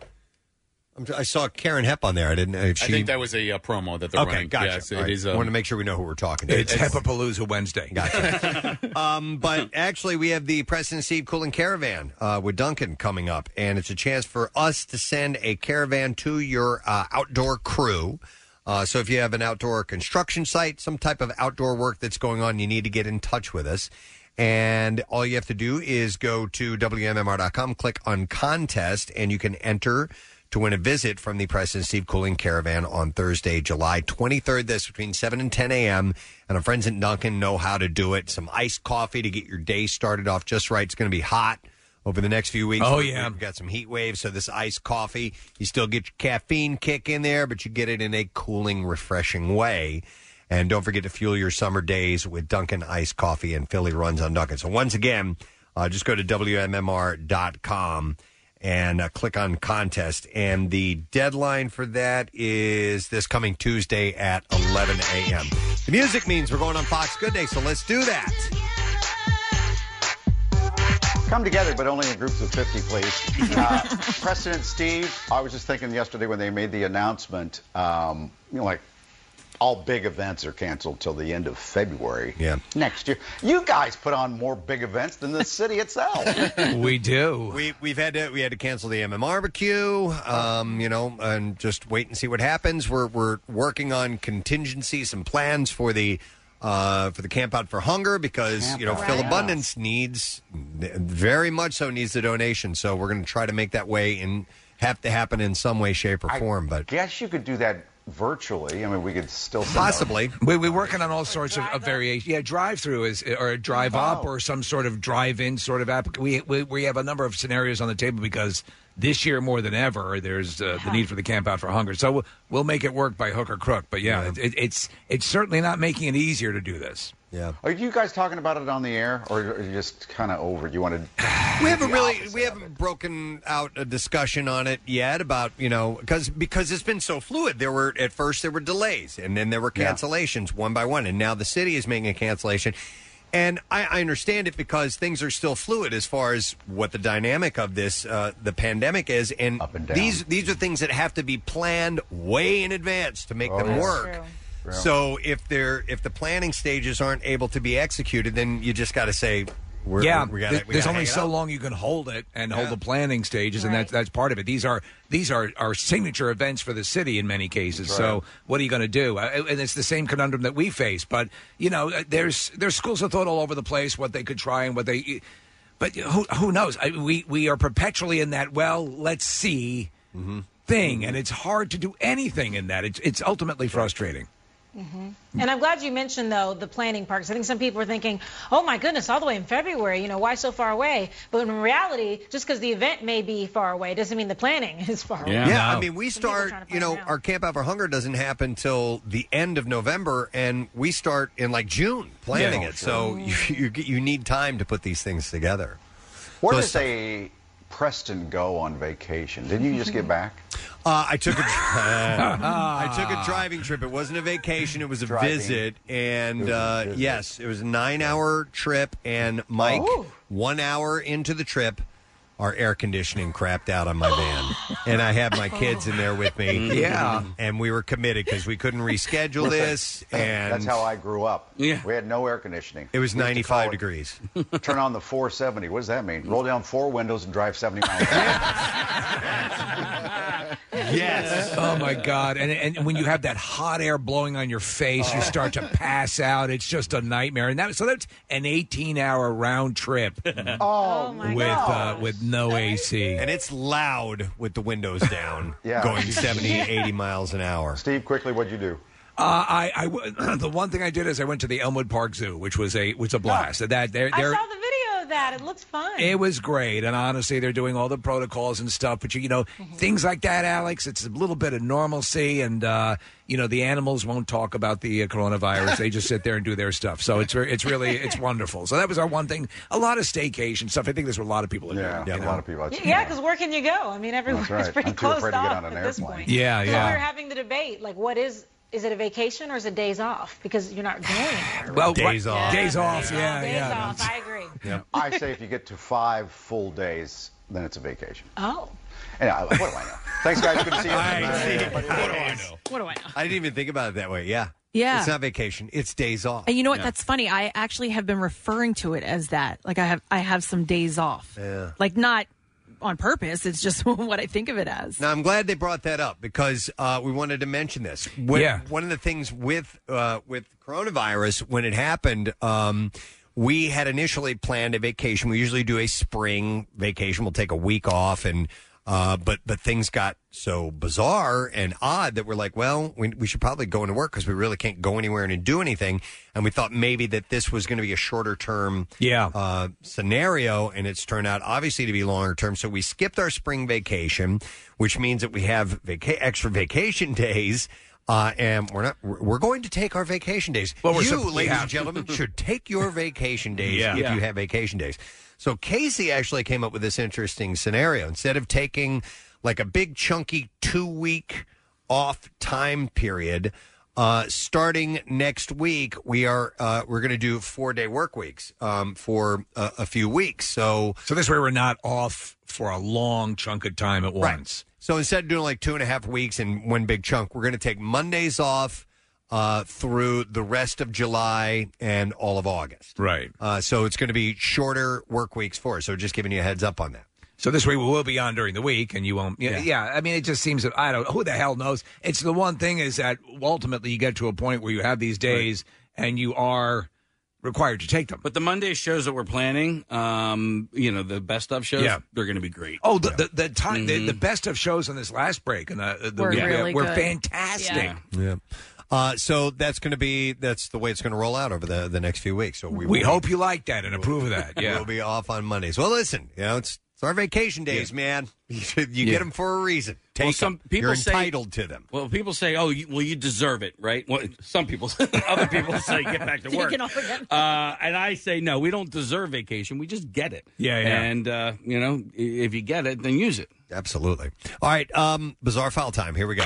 I'm, I saw Karen Hep on there. I didn't. Uh, she,
I think that was a uh, promo that they're
okay,
running.
gotcha.
Yes,
All
it
right.
is, um,
Wanted to make sure we know who we're talking to.
It's Hepapalooza Wednesday.
Gotcha. um, but actually, we have the President Steve Cooling Caravan uh, with Duncan coming up, and it's a chance for us to send a caravan to your uh, outdoor crew. Uh, so if you have an outdoor construction site, some type of outdoor work that's going on, you need to get in touch with us. And all you have to do is go to WMMR.com, click on contest, and you can enter to win a visit from the President Steve Cooling Caravan on Thursday, July 23rd. That's between 7 and 10 a.m. And our friends at Duncan know how to do it. Some iced coffee to get your day started off just right. It's going to be hot over the next few weeks.
Oh,
We-
yeah.
We've got some heat waves, so this iced coffee, you still get your caffeine kick in there, but you get it in a cooling, refreshing way. And don't forget to fuel your summer days with Dunkin' Iced Coffee and Philly Runs on Dunkin'. So once again, uh, just go to WMMR.com and uh, click on contest. And the deadline for that is this coming Tuesday at 11 a.m. The music means we're going on Fox Good Day, so let's do that.
Come together, but only in groups of 50, please. Uh, President Steve, I was just thinking yesterday when they made the announcement, um, you know, like all big events are canceled till the end of February yeah. next year. You guys put on more big events than the city itself.
we do.
We we've had to we had to cancel the MM barbecue, um, you know, and just wait and see what happens. We're we're working on contingencies and plans for the uh, for the camp out for hunger because you know
Camp Out.
Phil
Right.
Abundance needs very much so needs the donation. So we're going to try to make that way and have to happen in some way, shape, or form. But
guess you could do that virtually. I mean, we could still send out-
possibly.
We, we're working on all sorts of, of variations. Yeah, drive through is or a drive up or some sort of drive in sort of app. We, we we have a number of scenarios on the table because this year more than ever there's uh, the need for the camp out for hunger. So we'll, we'll make it work by hook or crook. But yeah, It, it, it's it's certainly not making it easier to do this.
Yeah.
Are you guys talking about it on the air, or are you just kind of over? it? You wanted
We haven't really we haven't broken out a discussion on it yet about you know because because it's been so fluid. There were at first there were delays and then there were
Yeah.
cancellations one by one, and now the city is making a cancellation. And I, I understand it because things are still fluid as far as what the dynamic of this uh, the pandemic is, and, these these are things that have to be planned way in advance to make
Oh,
them
yeah.
work.
True.
So if they're if the planning stages aren't able to be executed, then you just got to say We're,
yeah,
we gotta-
there-
we
there's
gotta
only
hang it
so
up.
long you can hold it and hold
Yeah.
the planning stages, and that's that's part of it. These are these are, are signature events for the city in many cases.
That's right.
So what are you going to do? Uh, And it's the same conundrum that we face. But you know, uh, there's there's schools of thought all over the place what they could try and what they, but who who knows? I, we we are perpetually in that. Well, let's see.
Mm-hmm.
Thing and it's hard to do anything in that. It's it's ultimately frustrating.
Mm-hmm. And I'm glad you mentioned, though, the planning part, 'cause I think some people are thinking, oh my goodness, all the way in February, you know, why so far away? But in reality, just because the event may be far away doesn't mean the planning is far away.
Yeah, I mean, we start, you know, our Camp Out for Hunger doesn't happen till the end of November, and we start in like June planning
Yeah. Oh,
it. So you, you, you need time to put these things together.
Where
So
does a Preston go on vacation? Didn't you just get back?
Uh, I took a I took a driving trip. It wasn't a vacation. It was a
Driving.
visit, and uh, yes, it was a nine-hour trip. And Mike,
Oh.
one hour into the trip, our air conditioning crapped out on my van, and I had my kids in there with me.
Yeah.
and we were committed because we couldn't reschedule this. And
that's how I grew up. Yeah, we had no air conditioning.
It was
We used to
95
call it-
degrees.
Turn on the 470. What does that mean? Roll down four windows and drive 70 miles.
Yes. oh my God! And and when you have that hot air blowing on your face, you start to pass out. It's just a nightmare. And that so that's an eighteen-hour round trip.
Oh,
with uh, with no AC,
and it's loud with the windows down, going 70, 80 miles an hour.
Steve, quickly, what'd you do?
Uh, I, I w- the one thing I did is I went to the Elmwood Park Zoo, which was a was a blast. That they're,
I
they're,
saw the video of that. It looks fun.
It was great, and honestly, they're doing all the protocols and stuff. But you, you know,
Mm-hmm.
things like that, Alex. It's a little bit of normalcy, and uh, you know, the animals won't talk about the uh, coronavirus. they just sit there and do their stuff. So it's re- it's really it's wonderful. So that was our one thing. A lot of staycation stuff. I think there's a lot of people. Yeah, yeah, a lot of
people.
Y- Yeah, because where can you go? I mean, everywhere's
right.
pretty
I'm too
closed
afraid to get
off
on an
at this
airplane.
point.
Yeah,
So
yeah.
we were having the debate, like, what is is it a vacation or is it days off? Because you're not going. anywhere.
Well,
Days
what-
off.
Days off. Yeah,
days
yeah.
off. I agree.
I say if you get to five full days, then it's a vacation.
Oh.
Anyway, what do I know? Thanks, guys. Good to see you.
All right, see you.
Bye.
What do I know?
I didn't even think about it that way. Yeah.
Yeah.
It's not vacation. It's days off.
And you know what? That's funny. I actually have been referring to it as that. Like I have, I have some days off.
Yeah.
Like not on purpose. It's just what I think of it as.
Now I'm glad they brought that up because uh, we wanted to mention this. When-
Yeah.
One of the things with uh, with coronavirus when it happened, um, we had initially planned a vacation. We usually do a spring vacation. We'll take a week off, and uh, but but things got so bizarre and odd that we're like, well, we, we should probably go into work because we really can't go anywhere and do anything. And we thought maybe that this was going to be a shorter term
yeah.
uh, scenario, and it's turned out obviously to be longer term. So we skipped our spring vacation, which means that we have vaca- extra vacation days. Uh, and we're not. We're we're going to take our vacation days.
Well, we're
you,
sup- we
ladies
have.
and gentlemen, should take your vacation days
Yeah.
if
Yeah.
you have vacation days. So Casey actually came up with this interesting scenario. Instead of taking like a big chunky two week off time period, uh, starting next week, we are uh, we're going to do four day work weeks um, for uh, a few weeks. So
so this way we're not off for a long chunk of time at once.
so instead of doing like two and a half weeks and one big chunk, we're going to take Mondays off uh, through the rest of July and all of August.
Right.
Uh, so it's going to be shorter work weeks for us. So just giving you a heads up on that.
So this way we will be on during the week, and you won't. Yeah, yeah. I mean, it just seems that I don't. Who the hell knows? It's the one thing is that ultimately you get to a point where you have these days, and you are required to take them.
But the Monday shows that we're planning, um, you know, the best of shows,
Yeah.
they're going to be great.
Oh, the the, the time the,
Mhm.
the best of shows on this last break and uh, the, the
Were
we-
really
were
good.
fantastic.
Yeah.
Yeah. Uh, so that's going to be that's the way it's going to roll out over the, the next few weeks. So we
We
will-
hope you like that and approve of that. Yeah.
we'll be off on Mondays. Well, listen, you know it's it's our vacation days, man. You, should- you
Yeah.
get them for a reason. Take
Well, some
'em.
people
You're
say-
entitled to them.
Well, people say, "Oh, you, well, you deserve it, right?" Well, some people, other people say, "Get back to work,"
Taken
uh,
off again.
and I say, "No, we don't deserve vacation. We just get it."
Yeah, yeah.
And uh, you know, i- if you get it, then use it.
Absolutely. All right, um, bizarre file time. Here we go.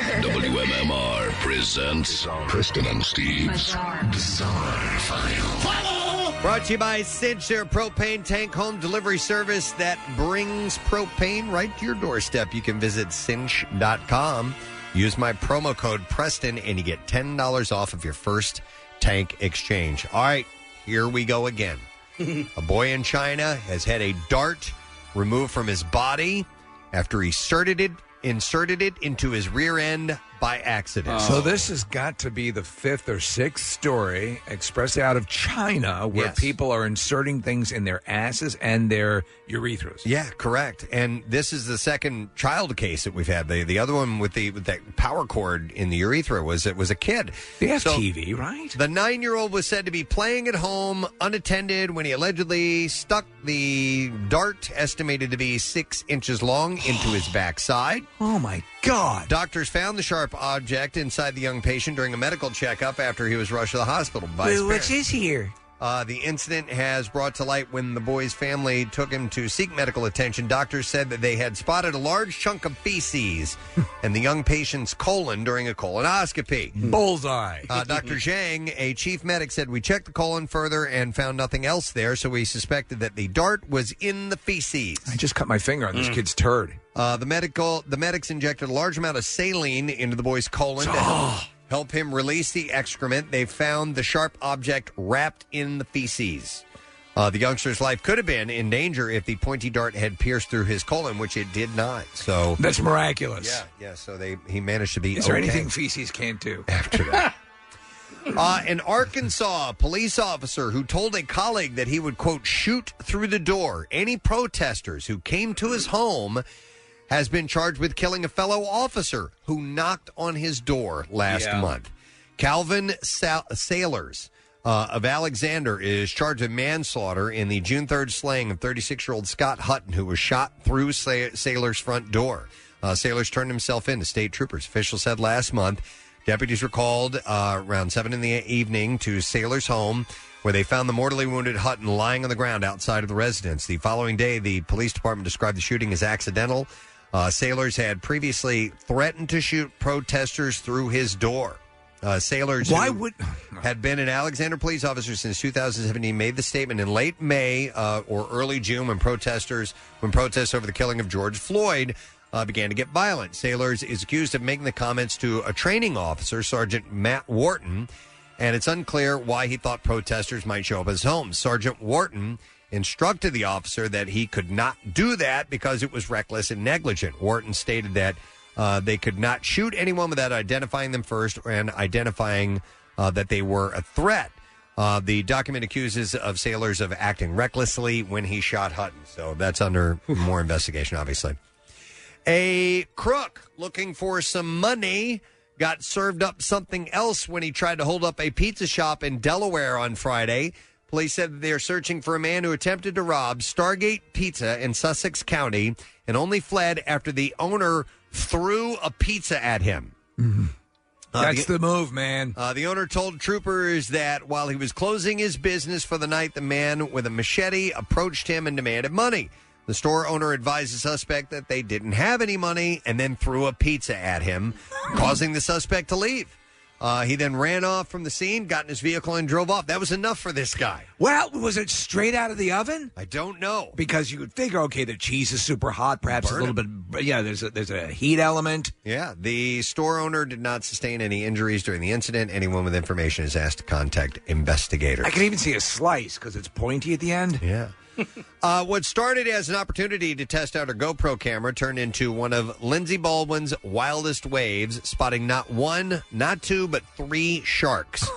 WMMR presents Preston and Steve's Bizarre File.
Brought to you by Cincher Propane Tank Home Delivery Service that brings propane right to your doorstep. You can visit cinch.com. Use my promo code Preston and you get $10 off of your first tank exchange. All right, Here we go again. a boy in China has had a dart removed from his body after he inserted it, inserted it into his rear end by accident.
So this has got to be the fifth or sixth story expressly out of China where
Yes.
people are inserting things in their asses and their urethras.
Yeah, correct. And this is the second child case that we've had. The the other one with the with that power cord in the urethra was it was a kid.
They have TV, right?
The nine year old was said to be playing at home unattended when he allegedly stuck the dart, estimated to be six inches long, into his backside.
Oh my God!
Doctors found the sharp object inside the young patient during a medical checkup after he was rushed to the hospital by his parents.
is here?
Uh, the incident has brought to light when the boy's family took him to seek medical attention. Doctors said that they had spotted a large chunk of feces in the young patient's colon during a colonoscopy.
Bullseye.
Uh, Dr. Zhang, a chief medic, said we checked the colon further and found nothing else there, so we suspected that the dart was in the feces.
I just cut my finger on this
Mm.
kid's turd.
Uh, the medical the medics injected a large amount of saline into the boy's colon to
Oh.
help, help him release the excrement. They found the sharp object wrapped in the feces. Uh, the youngster's life could have been in danger if the pointy dart had pierced through his colon, which it did not. So
That's miraculous.
Yeah, yeah. So they he managed to be.
Is there
okay.
anything feces can't do?
Uh, an Arkansas police officer who told a colleague that he would, quote, shoot through the door any protesters who came to his home has been charged with killing a fellow officer who knocked on his door last
Yeah.
month. Calvin Sa- Sailors uh, of Alexander is charged with manslaughter in the June 3rd slaying of 36 year old Scott Hutton, who was shot through Sa- Sailor's front door. Uh, Sailors turned himself in to state troopers. Officials said last month deputies were called uh, around 7 in the evening to Sailor's home. Where they found the mortally wounded Hutton lying on the ground outside of the residence. The following day, the police department described the shooting as accidental. Uh, sailors had previously threatened to shoot protesters through his door. Uh, sailors
Why
who
would-
had been an Alexander police officer since 2017 made the statement in late May uh, or early June when protesters when protests over the killing of George Floyd uh, began to get violent. Sailors is accused of making the comments to a training officer, Sergeant Matt Wharton, and it's unclear why he thought protesters might show up at his home. Sergeant Wharton instructed the officer that he could not do that because it was reckless and negligent. Wharton stated that uh, they could not shoot anyone without identifying them first and identifying uh, that they were a threat. Uh, the document accuses of sailors of acting recklessly when he shot Hutton. So that's under more investigation, obviously. A crook looking for some money got served up something else when he tried to hold up a pizza shop in Delaware on Friday. Police said that they are searching for a man who attempted to rob Stargate Pizza in Sussex County and only fled after the owner threw a pizza at him.
That's the move, man.
Uh, the owner told troopers that while he was closing his business for the night, the man with a machete approached him and demanded money. The store owner advised the suspect that they didn't have any money and then threw a pizza at him, causing the suspect to leave. Uh, he then ran off from the scene, got in his vehicle, and drove off. That was enough for this guy.
Well, was it straight out of the oven?
I don't know.
Because you would figure, okay, the cheese is super hot, perhaps a
Burn
little bit. but Yeah, there's a, there's a heat element.
Yeah, the store owner did not sustain any injuries during the incident. Anyone with information is asked to contact investigators.
I can even see a slice because it's pointy at the end.
Yeah. Uh, what started as an opportunity to test out her GoPro camera turned into one of Lindsey Baldwin's wildest waves, spotting not one, not two, but three sharks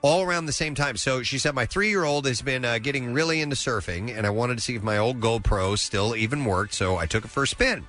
all around the same time. So she said, My three year old has been uh, getting really into surfing, and I wanted to see if my old GoPro still even worked, so I took it for a spin.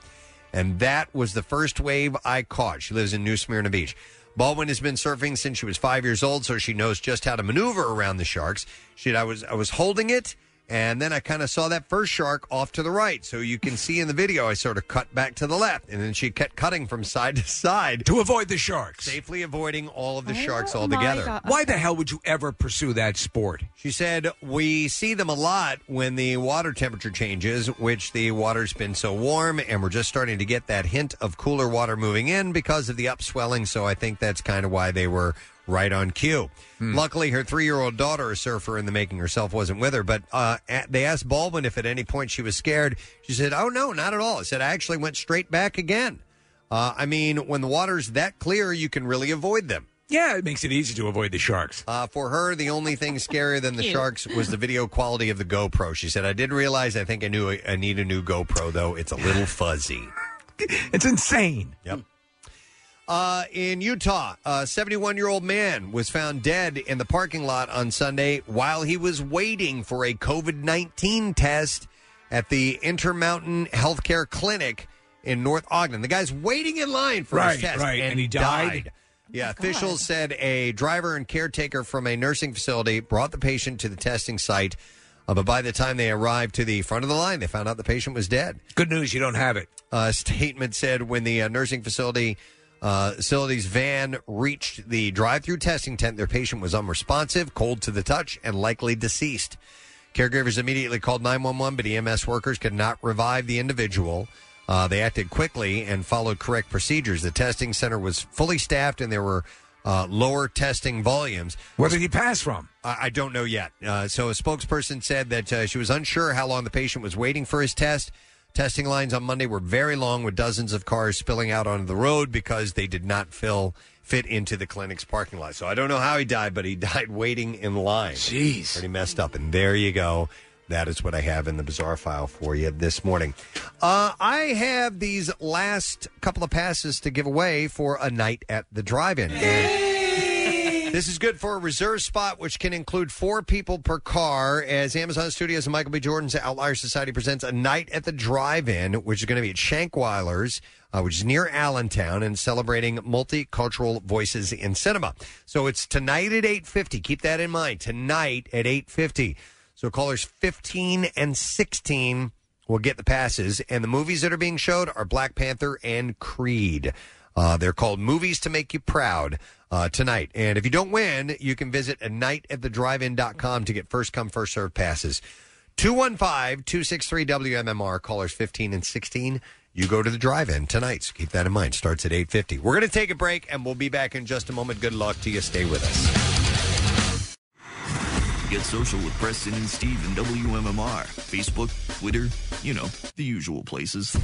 And that was the first wave I caught. She lives in New Smyrna Beach. Baldwin has been surfing since she was five years old, so she knows just how to maneuver around the sharks. She, I was, I was holding it, and then I kind of saw that first shark off to the right. So you can see in the video, I sort of cut back to the left, and then she kept cutting from side to side
to avoid the sharks,
safely avoiding all of the sharks
Oh my
altogether.
God. Why the hell would you ever pursue that sport?
She said, We see them a lot when the water temperature changes, which the water's been so warm, and we're just starting to get that hint of cooler water moving in because of the upswelling. So I think that's kind of why they were right on cue. Luckily, her three year old daughter, a surfer in the making herself, wasn't with her. But uh, at- they asked Baldwin if at any point she was scared. She said, Oh, no, not at all. I said, I actually went straight back again. Uh, I mean, when the water's that clear, you can really avoid them.
Yeah, it makes it easy to avoid the sharks.
Uh, for her, the only thing scarier than the
Cute.
sharks was the video quality of the GoPro. She said, "I didn't realize. I think I knew I I need a new GoPro, though. It's a little fuzzy."
It's insane.
Yep. Uh, in Utah, a 71 year old man was found dead in the parking lot on Sunday while he was waiting for a COVID 19 test at the Intermountain Healthcare Clinic in North Ogden. The guy's waiting in line for
Right,
his test.
right. And he died?
Yeah, officials said a driver and caretaker from a nursing facility brought the patient to the testing site. Uh, but by the time they arrived to the front of the line, they found out the patient was dead.
Good news, you don't have it.
A statement said when the uh, nursing facility uh, facility's van reached the drive-through testing tent, their patient was unresponsive, cold to the touch, and likely deceased. Caregivers immediately called 911, but EMS workers could not revive the individual. Uh, they acted quickly and followed correct procedures. The testing center was fully staffed, and there were uh, lower testing volumes.
Where did he pass from?
I, I don't know yet. Uh, so a spokesperson said that uh, she was unsure how long the patient was waiting for his test. Testing lines on Monday were very long, with dozens of cars spilling out onto the road because they did not fill fit into the clinic's parking lot. So I don't know how he died, but he died waiting in line. Jeez, pretty messed up. And there you go. That is what I have in the bizarre file for you this morning. Uh, I have these last couple of passes to give away for a night at the drive-in. This is good for a reserve spot, which can include four people per car. As Amazon Studios and Michael B. Jordan's Outlier Society presents a night at the drive-in, which is going to be at Shankweiler's, uh, which is near Allentown, and celebrating multicultural voices in cinema. So it's tonight at eight fifty. Keep that in mind. Tonight at eight fifty. So callers fifteen and sixteen will get the passes, and the movies that are being showed are Black Panther and Creed. Uh, they're called Movies to Make You Proud uh, tonight. And if you don't win, you can visit a night at the drive-in.com to get first come, first served passes. 215 263 WMMR, callers 15 and 16. You go to the drive-in tonight, so keep that in mind. Starts at 8.50. We're going to take a break, and we'll be back in just a moment. Good luck to you. Stay with us.
Get social with Preston and Steve and WMMR. Facebook, Twitter, you know, the usual places.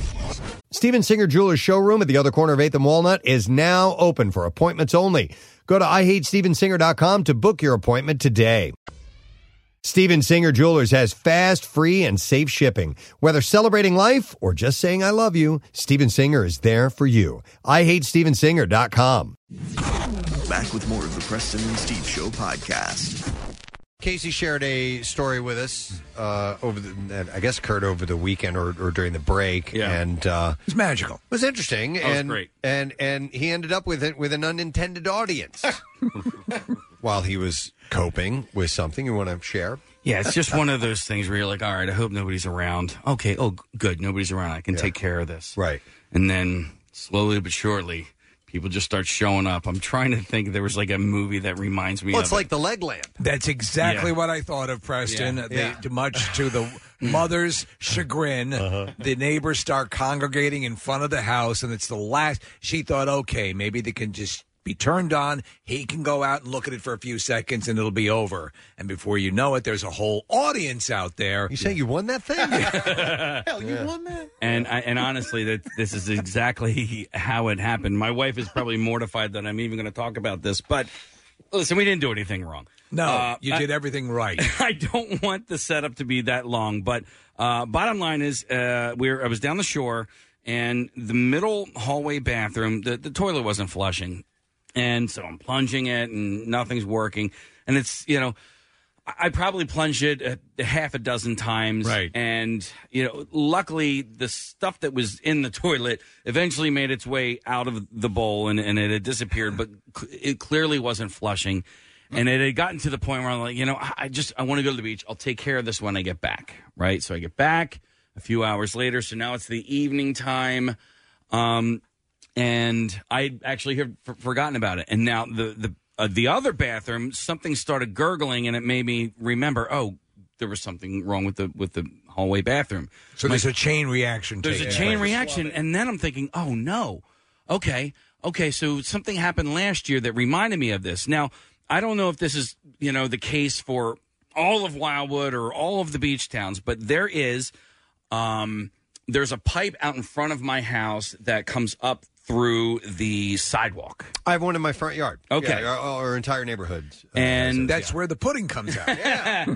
Steven Singer Jewelers showroom at the other corner of 8th and Walnut is now open for appointments only. Go to IHateStevenSinger.com to book your appointment today. Steven Singer Jewelers has fast, free, and safe shipping. Whether celebrating life or just saying I love you, Steven Singer is there for you. IHateStevenSinger.com.
Back with more of the Preston and Steve Show podcast.
Casey shared a story with us uh, over the, that I guess occurred over the weekend or, or during the break, yeah. and uh,
It's magical.
It was interesting
That was
and
great.
and and he ended up with it with an unintended audience while he was coping with something you want to share.
Yeah, it's just one of those things where you're like, all right, I hope nobody's around. Okay, oh, g- good, nobody's around. I can take care of this.
Right.
And then slowly but surely, people just start showing up. I'm trying to think. There was like a movie that reminds me
Well,
of
it's
it.
like
the leg lamp.
That's exactly
Yeah.
what I thought of, Preston.
Yeah.
They,
Yeah.
Much to the mother's chagrin,
Uh-huh.
the neighbors start congregating in front of the house, and it's the last. She thought, okay, maybe they can just be turned on. He can go out and look at it for a few seconds, and it'll be over. And before you know it, there's a whole audience out there. You
say you won that thing?
Hell,
you
won that.
And I, and honestly, that this is exactly how it happened. My wife is probably mortified that I'm even going to talk about this, but listen, we didn't do anything wrong.
No,
Uh,
you
I-
did everything right.
I don't want the setup to be that long, but uh, bottom line is, uh, we were, I was down the shore, and the middle hallway bathroom, the, the toilet wasn't flushing, and so I'm plunging it, and nothing's working, and it's you know. I- I probably plunged it a, a half a dozen times, right? And you know, luckily the stuff that was in the toilet eventually made its way out of the bowl and, and it had disappeared, but cl- it clearly wasn't flushing. And it had gotten to the point where I'm like, you know, I I just I want to go to the beach. I'll take care of this when I get back, right? So I get back a few hours later. So now it's the evening time, um, and I actually had f- forgotten about it. And now the the uh, the other bathroom, something started gurgling, and it made me remember. Oh, there was something wrong with the with the hallway bathroom.
So
My-
there's a chain reaction.
there's a
taking
chain
place.
reaction, and then I'm thinking, oh no, okay, okay. So something happened last year that reminded me of this. Now I don't know if this is you know the case for all of Wildwood or all of the beach towns, but there is, um, there's a pipe out in front of my house that comes up through the sidewalk.
I have one in my front yard.
Okay.
Yeah, our, our entire uh, neighborhood.
and
that's where the pudding comes out.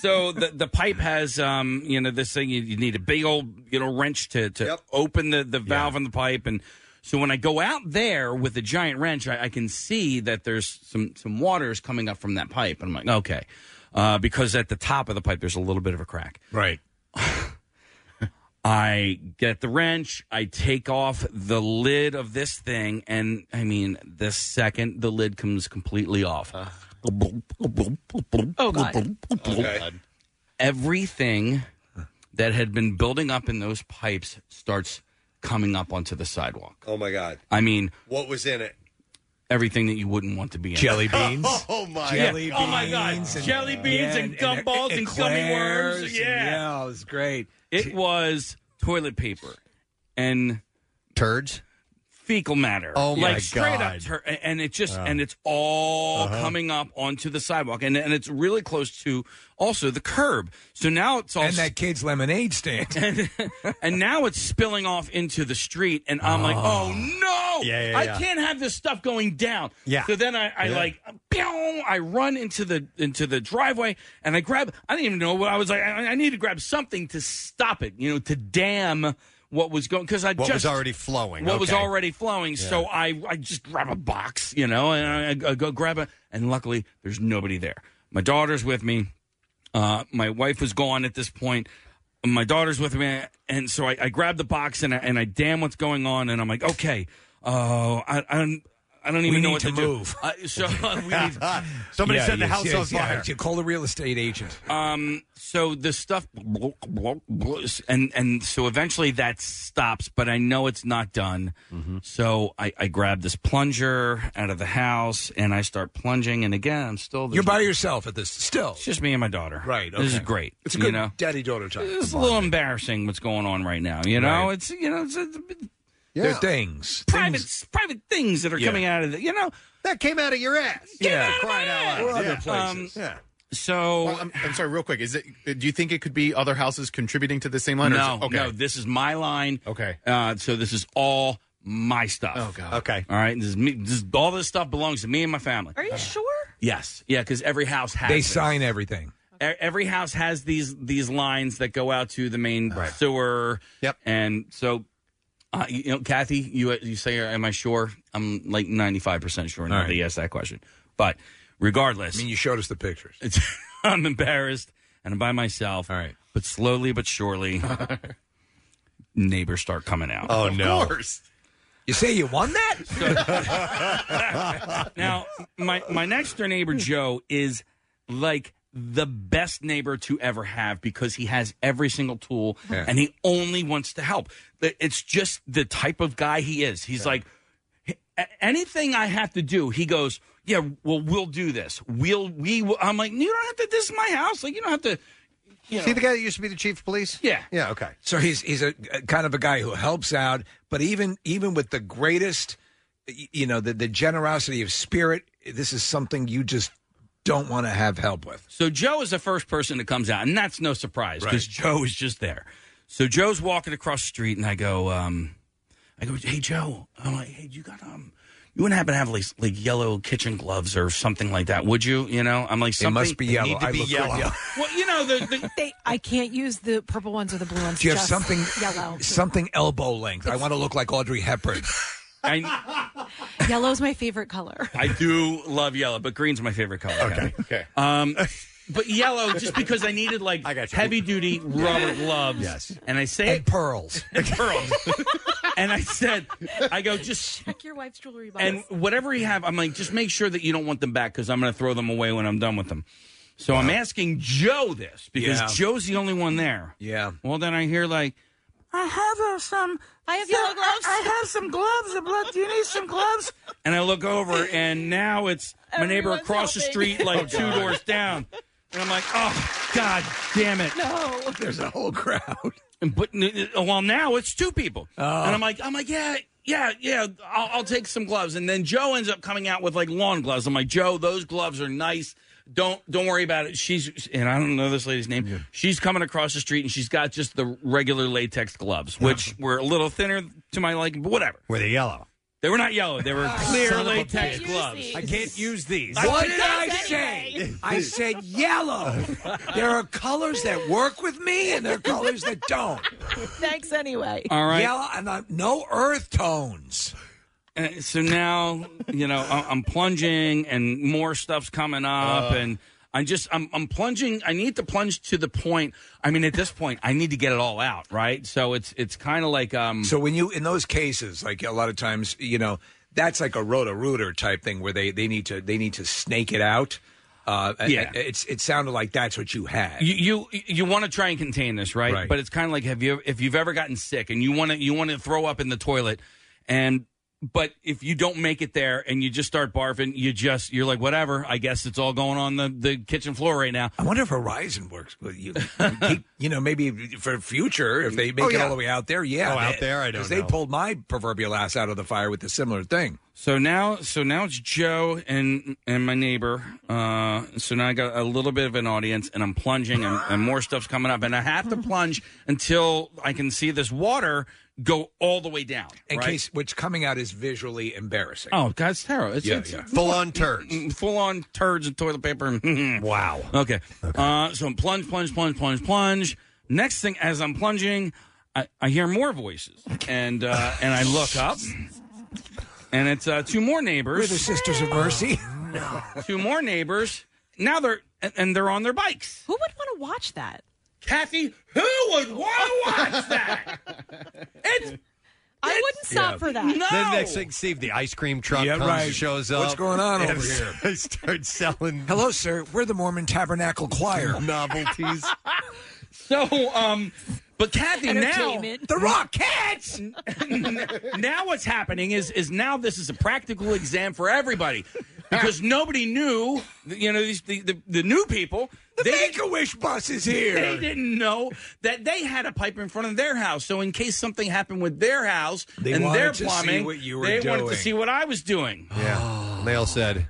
so the the pipe has um you know this thing you, you need a big old you know wrench to to open the the valve on the pipe and so when I go out there with a giant wrench I, I can see that there's some some water is coming up from that pipe and I'm like okay uh, because at the top of the pipe there's a little bit of a crack
right
I get the wrench, I take off the lid of this thing, and I mean, the second the lid comes completely off,
Oh, God.
everything that had been building up in those pipes starts coming up onto the sidewalk.
Oh my God!
I mean,
What was in it?
everything that you wouldn't want to be in.
Jelly beans? Oh, my- Jelly
Oh my God!
beans and-
Jelly beans
Yeah,
and
and- and
gumballs and, gummy
uh, eclairs
worms.
and-
Yeah.
it was great.
It was toilet paper and
turds,
fecal matter.
Oh, my
like straight
God.
up tur- and it just
Oh.
and it's all
Uh-huh.
coming up onto the sidewalk and and it's really close to also the curb. So now it's all
and that kid's lemonade stand.
and, and now it's spilling off into the street, and I'm like,
Ah.
oh no,
Yeah, yeah,
I
yeah.
can't have this stuff going down.
Yeah.
So then I, I
Yeah.
like, pew, I run into the into the driveway, and I grab. I didn't even know what I was like. I, I need to grab something to stop it, you know, to dam what was going because I
What
Uh,
was
just
already flowing?
What was
Okay.
already flowing. So I I just grab a box, you know, and I, I go grab it, and luckily there's nobody there. My daughter's with me. Uh, my wife was gone at this point. My daughter's with me, and so I, I grab the box and I, and I damn what's going on, and I'm like, okay, oh, I, I don't, I don't even
We
know
need
what
to
do.
move.
Uh, so we need,
Yeah, yes, yes, yeah. You Call the real estate agent.
um, so the stuff, and and so eventually that stops, but I know it's not done.
Mm-hmm.
So I, I grab this plunger out of the house and I start plunging, and again I'm still.
You're by yourself at this. Still, it's
just me and my daughter.
Right.
This is
okay.
great.
It's a
you
good
know?
daddy-daughter time.
It's a little embarrassing what's going on right now. You know,
Right.
it's you know, it's, it's
They're things.
private private things that are
Yeah.
coming out of the you know
that came out of your ass.
Yeah.
Crying out
Or
loud.
other
Um,
places. yeah.
So
I'm, I'm sorry, real quick. Is it? Do you think it could be other houses contributing to the same line? or is
No,
it- okay.
no, this is my line.
Okay.
Uh, so this is all my stuff. Oh
God.
Okay.
All right. This is me. This, all this stuff belongs to me and my family.
Are you sure?
Yes. Yeah. Because every house has.
They
this.
sign everything.
E- Every house has these these lines that go out to the main sewer. Yep. And so, uh, you know, Kathy, you you say, "Am I sure?" I'm like 95 percent sure now
All right.
that you asked that question. But regardless, I mean,
you showed us the pictures.
It's, I'm embarrassed and I'm by myself. All right. But slowly but surely, neighbors start coming out.
Oh no!
You say you won that?
now, my my next door neighbor Joe is like the best neighbor to ever have because he has every single tool
Yeah.
and he only wants to help. It's just the type of guy he is. He's like a- anything I have to do, he goes, "Yeah, well, we'll do this. We'll we." Will. I'm like, "You don't have to. This is my house. Like, you don't have to." You know.
See the guy that used to be the chief of police?
Yeah.
Yeah. Okay.
So he's he's a, a kind of a guy who helps out, but even even with the greatest, y- you know, the, the generosity of spirit, this is something you just don't want to have help with.
So Joe is the first person that comes out, and that's no surprise
Right.
because Joe is just there. So Joe's walking across the street, and I go, um, I go, hey Joe, I'm like, hey, you got um, you wouldn't happen to have like, like yellow kitchen gloves or something like that, would you? You know, I'm like,
It
something
must be
They
yellow.
need to
I
be
look
yellow.
yellow.
Well, you know the, the
they, I can't use the purple ones or the blue ones.
Do you have
just
something
yellow?
something elbow length? I want to look like Audrey Hepburn.
I,
Yellow's my favorite color.
I do love yellow, but green's my favorite color. Okay, okay. Um, but yellow just because I needed like heavy duty rubber gloves. Yes, and I say
and pearls,
and pearls. and I said, I go just
Check your wife's jewelry box.
and whatever you have, I'm like, just make sure that you don't want them back because I'm going to throw them away when I'm done with them. So I'm asking Joe this because
Yeah.
Joe's the only one there.
Yeah.
Well, then I hear like, I have uh, some. I have yellow gloves. I, have some gloves. I'm like, Do you need some gloves? and I look over, and now it's my neighbor
Everyone's
across the
helping.
street, like
Oh,
two
God.
doors down. And I'm like, oh, God damn it.
No.
There's a whole crowd.
But n- n- well, now it's two people.
Oh.
And I'm like, I'm like, yeah, yeah, yeah, I'll, I'll take some gloves. And then Joe ends up coming out with like lawn gloves. I'm like, Joe, those gloves are nice. Don't don't worry about it. She's and I don't know this lady's name. She's coming across the street and she's got just the regular latex gloves, which were a little thinner to my liking, but whatever.
Were they yellow?
They were not yellow. They
Ah,
were clear latex gloves.
I can't use these.
What
did I say? I said yellow. there are colors that work with me, and there are colors that don't.
Thanks anyway.
All right.
Yellow and i no earth tones.
Uh, so now you know I- I'm plunging, and more stuff's coming up,
Uh.
and I'm just I'm I'm plunging. I need to plunge to the point. I mean, at this point, I need to get it all out, right? So it's it's kind of like um.
So when you in those cases, like a lot of times, you know, that's like a roto rooter type thing where they they need to they need to snake it out. Uh,
Yeah.
yeah, it's it sounded like that's what you had.
You you, you want to try and contain this, right?
Right.
But it's kind of like have you if you've ever gotten sick and you want to you want to throw up in the toilet, and but if you don't make it there and you just start barfing, you just you're like whatever. I guess it's all going on the the kitchen floor right now.
I wonder if Horizon works. Well, you, you keep- you know, maybe for future, if they make
Oh,
it
yeah.
all the way out there, yeah.
Oh, out there, I don't
Because they
know.
pulled my proverbial ass out of the fire with a similar thing.
So now, so now it's Joe and and my neighbor. Uh, so now I got a little bit of an audience, and I'm plunging, and, and more stuff's coming up, and I have to plunge until I can see this water go all the way down.
In
right?
case which coming out is visually embarrassing.
Oh, God, it's terrible. It's,
Yeah,
it's Mm,
yeah.
Full-on turds.
Full-on turds and toilet paper. And
wow.
Okay. Uh, so I'm plunge, plunge, plunge, plunge, plunge. Next thing, as I'm plunging, I, I hear more voices, and uh, and I look up, and it's uh, two more neighbors.
We're the Sisters of Mercy.
two more neighbors. Now they're and, and they're on their bikes.
Who would want to watch that?
Kathy, who would want to watch that?
I wouldn't stop for that.
Then next thing, Steve, the ice cream truck
Yeah,
comes,
right.
shows up.
What's going on
and
over here?
They start selling
Hello, sir. We're the Mormon Tabernacle Choir.
novelties.
So, um, but Kathy now
Entertainment. The Rockettes.
now what's happening is is now this is a practical exam for everybody because nobody knew. You know these the the, the new people. The Make
a Wish bus is here.
They didn't know that they had a pipe in front of their house. So in case something happened with their house
They
and
wanted
their
to see
plumbing,
what you were
they wanted to
doing.
see what I was doing.
yeah. And they all said,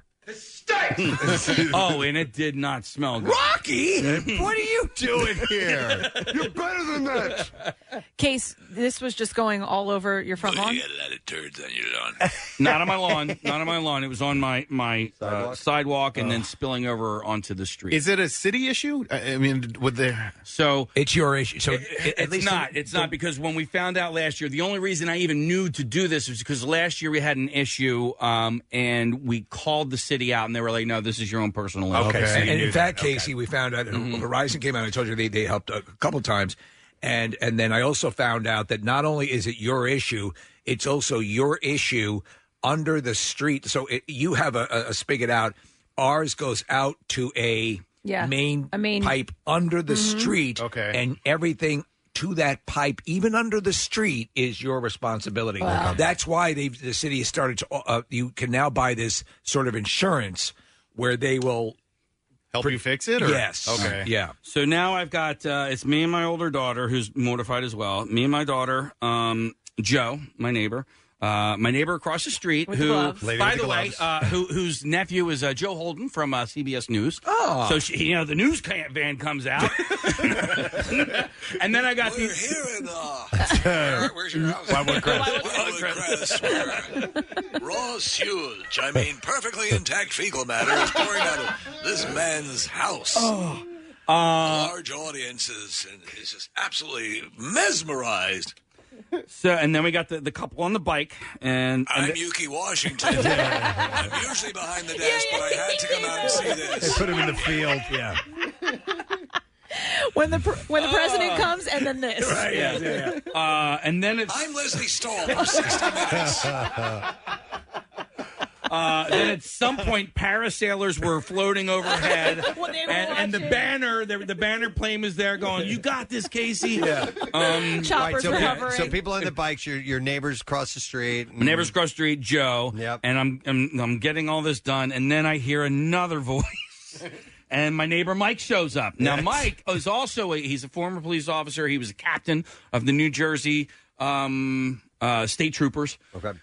oh, and it did not smell good.
Rocky,
what are you doing here?
You're better than that. Case, this was just going all over your front lawn.
A lot of turds on your lawn.
Not on my lawn. Not on my lawn. It was on my my sidewalk, uh, sidewalk and then spilling over onto the street.
Is it a city issue? I I mean, would there?
So
it's your issue. So
it's not. it's not because when we found out last year, the only reason I even knew to do this was because last year we had an issue, um, and we called the city out, and they were like, "No, this is your own personal issue."
and, in fact, Casey, we found out Horizon came out. I told you they, they helped a couple times, and and then I also found out that not only is it your issue, it's also your issue under the street. So it, you have a, a, a spigot out. Ours goes out to a
Yeah,
main
a main-
pipe under the
Mhm.
street. Okay, and everything. To that pipe, even under the street, is your responsibility.
Wow.
That's why they the city has started to. Uh, you can now buy this sort of insurance where they will
help you fix it?
Yes. Yeah.
So now I've got uh, it's me and my older daughter who's mortified as well. Me and my daughter, um, Joe, my neighbor, uh, my neighbor across the street,
With the
who,
gloves. Lady
by
with the
the, way,
gloves.
uh, who, whose nephew is uh, Joe Holden from uh, CBS News.
Oh.
so she, you know the news ca- van comes out, and then I got the
Where's your house?
Wildwood Crest.
Wildwood Crest, where Raw sewage, I mean perfectly intact fecal matter, is pouring out of this man's house.
Oh.
Large audiences, and it's just absolutely mesmerized.
so, and then we got the, the couple on the bike, and, and
I'm
the-
Yuki Washington. I'm usually behind the desk, but I had to come out and see this.
They put him in the field. Yeah.
When the pr- when the president
Ah.
Oh.
comes, and then this.
Uh, and then it's
I'm Leslie Stahl for 60 Minutes.
Uh, then at some point, parasailers were floating overhead,
Well, they were
and, and the
watching.
banner, the, the banner plane was there, going, "You got this, Casey." Yeah. Um,
Right, so, pe- so people on the bikes, your your neighbors across the street. mm.
My neighbor's across the street, Joe. Yep. And I'm, I'm I'm getting all this done, and then I hear another voice. And my neighbor Mike shows up. Now
Yes.
Mike is also a, he's a former police officer. He was a captain of the New Jersey um, uh, state troopers.
Okay.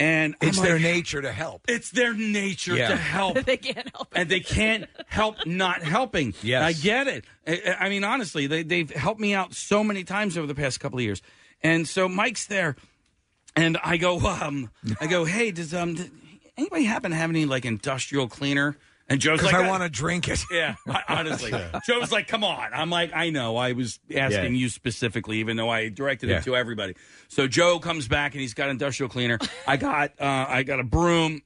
And I'm
It's their
like-
nature to help.
It's their nature
Yeah.
to help.
they can't help.
and they can't help not helping.
Yes.
I get it. I, I mean, honestly, they, they've helped me out so many times over the past couple of years. And so Mike's there, and I go, um, I go, hey, does um, d- anybody happen to have any like industrial cleaner? And Joe's
Because
like,
I want to drink it.
Yeah, I- honestly, Joe's like, "Come on!" I'm like, "I know." I was asking
Yeah.
you specifically, even though I directed
Yeah.
it to everybody. So Joe comes back and he's got industrial cleaner. I got uh, I got a broom,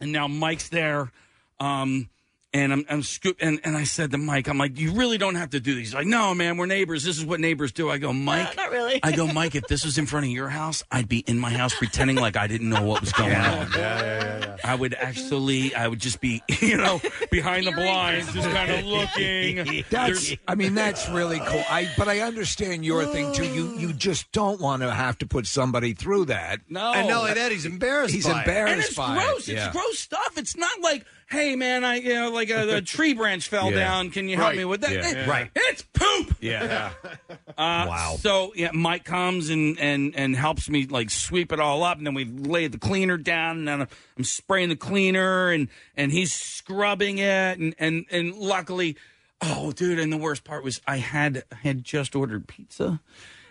and now Mike's there, um, and I'm I'm scoop and, and I said to Mike, I'm like, "You really don't have to do these." He's like, "No, man, we're neighbors. This is what neighbors do." I go, "Mike,
not really."
I go, "Mike, if this was in front of your house, I'd be in my house pretending like I didn't know what was going on." I would actually, I would just be, you know, behind the blinds, just kind of looking.
That's,
There's-
I mean, that's really cool. I, but I understand your thing too. You, you just don't want to have to put somebody through that.
No.
And not only that, he's embarrassed
He's
by it.
embarrassed
and it's
by
gross. It's
it. Yeah.
gross stuff. It's not like, hey man, I you know like a, a tree branch fell
Yeah.
down. Can you help
Right.
me with that?
Yeah.
It-
Right.
It's poop.
Yeah.
Uh,
Wow.
So yeah, Mike comes and and and helps me like sweep it all up, and then we lay the cleaner down, and then I'm spraying the cleaner, and and he's scrubbing it, and and and luckily, oh dude, and the worst part was I had I had just ordered pizza,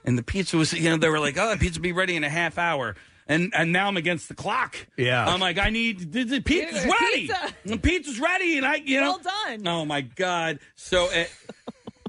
and the pizza was you know they were like oh the pizza will be ready in a half hour. And, and now I'm against the clock.
Yeah.
I'm like, I need the, the pizza's
Yeah,
ready.
pizza.
The pizza's ready, and I, you know,
Well done.
Oh my god! So uh,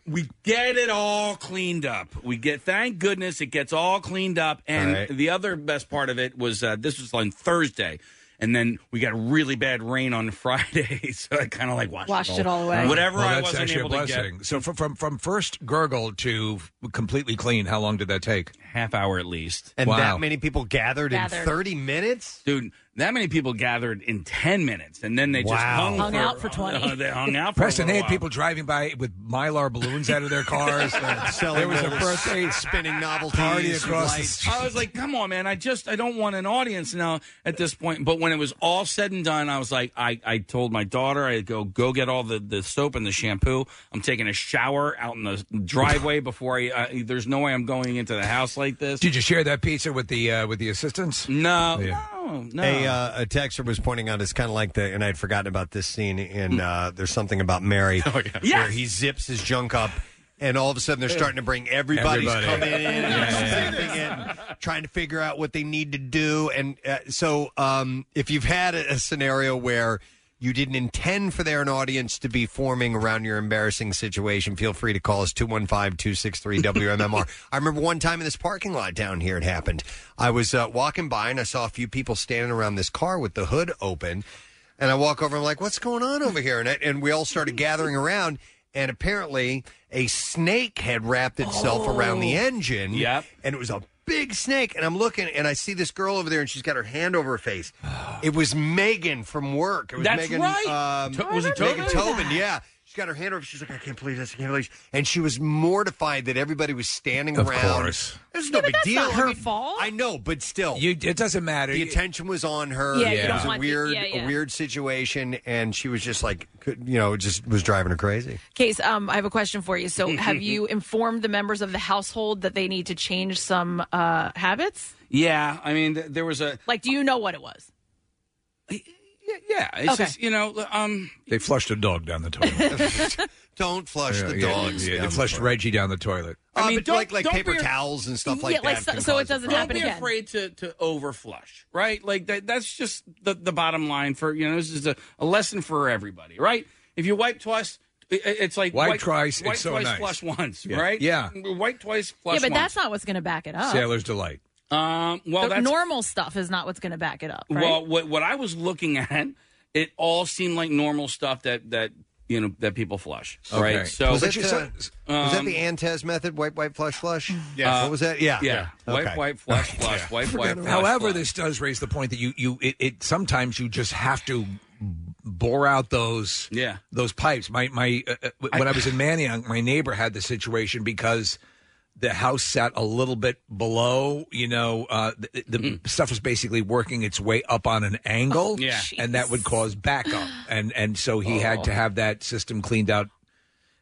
we get it all cleaned up. We get, thank goodness, it gets all cleaned up. And
All right.
the other best part of it was uh, this was on Thursday. And then we got really bad rain on Friday, so I kind of like washed,
Washed it all away.
Whatever
Well,
I
that's
wasn't
actually
able
a
to
blessing.
get,
So from, from from first gurgle to completely clean, how long did that take?
Half hour at least.
And that many people gathered, in
Gathered.
30 minutes?
dude, that many people gathered in ten minutes, and then they just
Wow.
hung,
Hung
for,
out for
20. Uh, they hung out for a
Preston,
little
they had
while.
people driving by with mylar balloons out of their cars. there was a birthday
spinning novelties.
party across the street.
I was like, come on, man. I just, I don't want an audience now at this point. But when it was all said and done, I was like, I, I told my daughter, I go, go get all the, the soap and the shampoo. I'm taking a shower out in the driveway before I, uh, there's no way I'm going into the house like this.
Did you share that pizza with the uh, with the assistants?
No,
Yeah.
no, Oh. no.
A, uh, a texter was pointing out it's kind of like the, and I'd forgotten about this scene in uh, There's Something About Mary, where
Hmm. Yes!
he zips his junk up, and all of a sudden they're starting to bring everybody's
Everybody.
coming in,
Yeah.
and zipping in, trying to figure out what they need to do. And uh, so um, if you've had a, a scenario where you didn't intend for there an audience to be forming around your embarrassing situation, feel free to call us 215-263-WMMR. I remember one time in this parking lot down here it happened. I was uh, walking by and I saw a few people standing around this car with the hood open. And I walk over. I'm like, "What's going on over here?" And I, and we all started gathering around. And apparently, a snake had wrapped itself around the engine. Yep. And it was a big snake. And I'm looking, and I see this girl over there, and she's got her hand over her face. It was Megan from work. It was
That's
Megan. um,
right. To- was it
Megan
Tobin?
Tobin? Yeah. She's got her hand over. She's like, "I can't believe this. I can't believe." This. And she was mortified that everybody was standing
Of
around.
course.
It's no
Yeah, but
big
that's
deal.
not
I
her
mean, I know, but still,
You, it doesn't matter.
the attention was on her.
Yeah, you
It
don't
was a
want
the-
weird,
yeah, yeah.
a weird situation, and she was just like, could- you know, just was driving her crazy.
Case, um, I have a question for you. So, have you informed the members of the household that they need to change some uh, habits?
yeah. I mean, th- there was a,
Like, do you know what it was?
yeah, it's
Okay.
just, you know, um,
They flushed a dog down the toilet.
Don't flush
Yeah,
the
yeah,
dogs.
yeah,
down
they
the
flushed
toilet.
Reggie down the toilet.
Uh,
I mean,
but
don't-
like like
don't
paper
be-
towels and stuff like
Yeah, like
that.
so-
can
so it
cause a
doesn't
problem.
happen
don't be
again.
afraid to to overflush, right? Like that. That's just the the bottom line for you know. This is a, a lesson for everybody, right? If you wipe twice, i- i- it's like
Wipe twice, it's
Wipe
so
twice,
nice.
flush once,
Yeah.
right?
Yeah.
Wipe twice, flush.
yeah, but
once.
that's not what's going to back it up.
Sailor's delight.
um. Well,
the
that's
normal stuff is not what's going to back it up. Right?
well. What what I was looking at, it all seemed like normal stuff that that you know that people flush, right? So
was that,
But
the,
you-
was that
um,
the Antez method? Wipe, wipe, flush, flush.
Uh,
Uh,
Yeah.
What was that? Yeah,
yeah. Wipe,
Okay.
wipe, flush, flush. Wipe, wipe, flush.
However, this does raise the point that you you it, it sometimes you just have to bore out those
Yeah.
those pipes. My my uh, uh, when I, was in Manayunk, my neighbor had the situation because the house sat a little bit below. You know, uh, the, the
Hmm.
stuff was basically working its way up on an angle,
Oh, Yeah.
and that would cause backup. And and so he had
Oh.
to have that system cleaned out.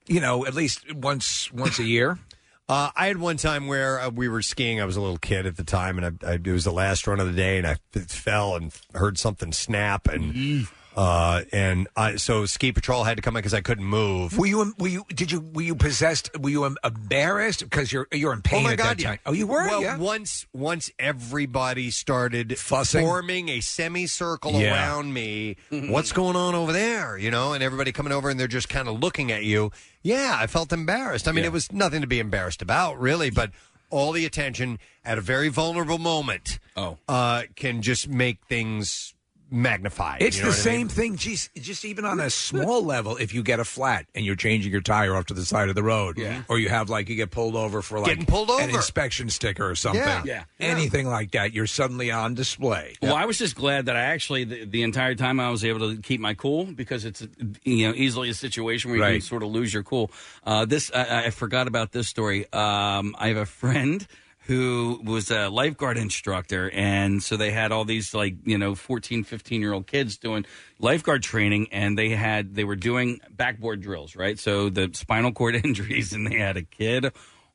You know, at least once once a year.
Uh, I had one time where uh, we were skiing. I was a little kid at the time, and I, I, it was the last run of the day, and I f- fell and heard something snap, and uh, and I, so ski patrol had to come in because I couldn't move.
Were you? Were you? Did you? Were you possessed? Were you em- embarrassed because you're you're in pain
oh my
at
God,
that
yeah.
time? Oh, you were.
Well,
yeah.
once once everybody started
Fussing.
forming a semicircle
Yeah.
around me,
Mm-hmm.
what's going on over there? You know, and everybody coming over and they're just kind of looking at you. Yeah, I felt embarrassed. I mean, it was nothing to be embarrassed about, really, but all the attention at a very vulnerable moment oh. uh, can just make things magnified.
It's
you know
the
what I mean?
same thing. Geez, just even on a small level, if you get a flat and you're changing your tire off to the side of the road, or you have like you get pulled over for like
Getting pulled
an
over.
inspection sticker or something,
Yeah. Yeah.
anything like that, you're suddenly on display.
Well, I was just glad that I actually the, the entire time I was able to keep my cool because it's you know easily a situation where you can
Right.
sort of lose your cool. Uh, this I, I forgot about this story. Um, I have a friend who was a lifeguard instructor and so they had all these like you know 14 15 year old kids doing lifeguard training and they had they were doing backboard drills right so the spinal cord injuries and they had a kid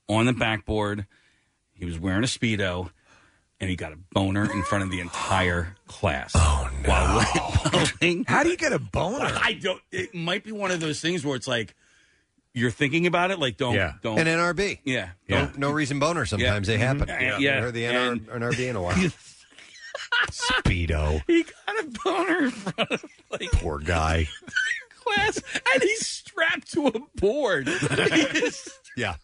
on the backboard he was wearing a speedo and he got a boner in front of the entire class. Oh no!
How do you get a boner?
I don't. It might be one of those things where it's like you're thinking about it, like don't, don't.
An NRB.
Yeah.
No, no reason boner sometimes. They happen.
Mhm.
I
Yeah.
haven't heard the NR,
And-
NRB in a while. Speedo.
He got a boner in front of like
Poor guy.
class, and he's strapped to a board.
Yeah.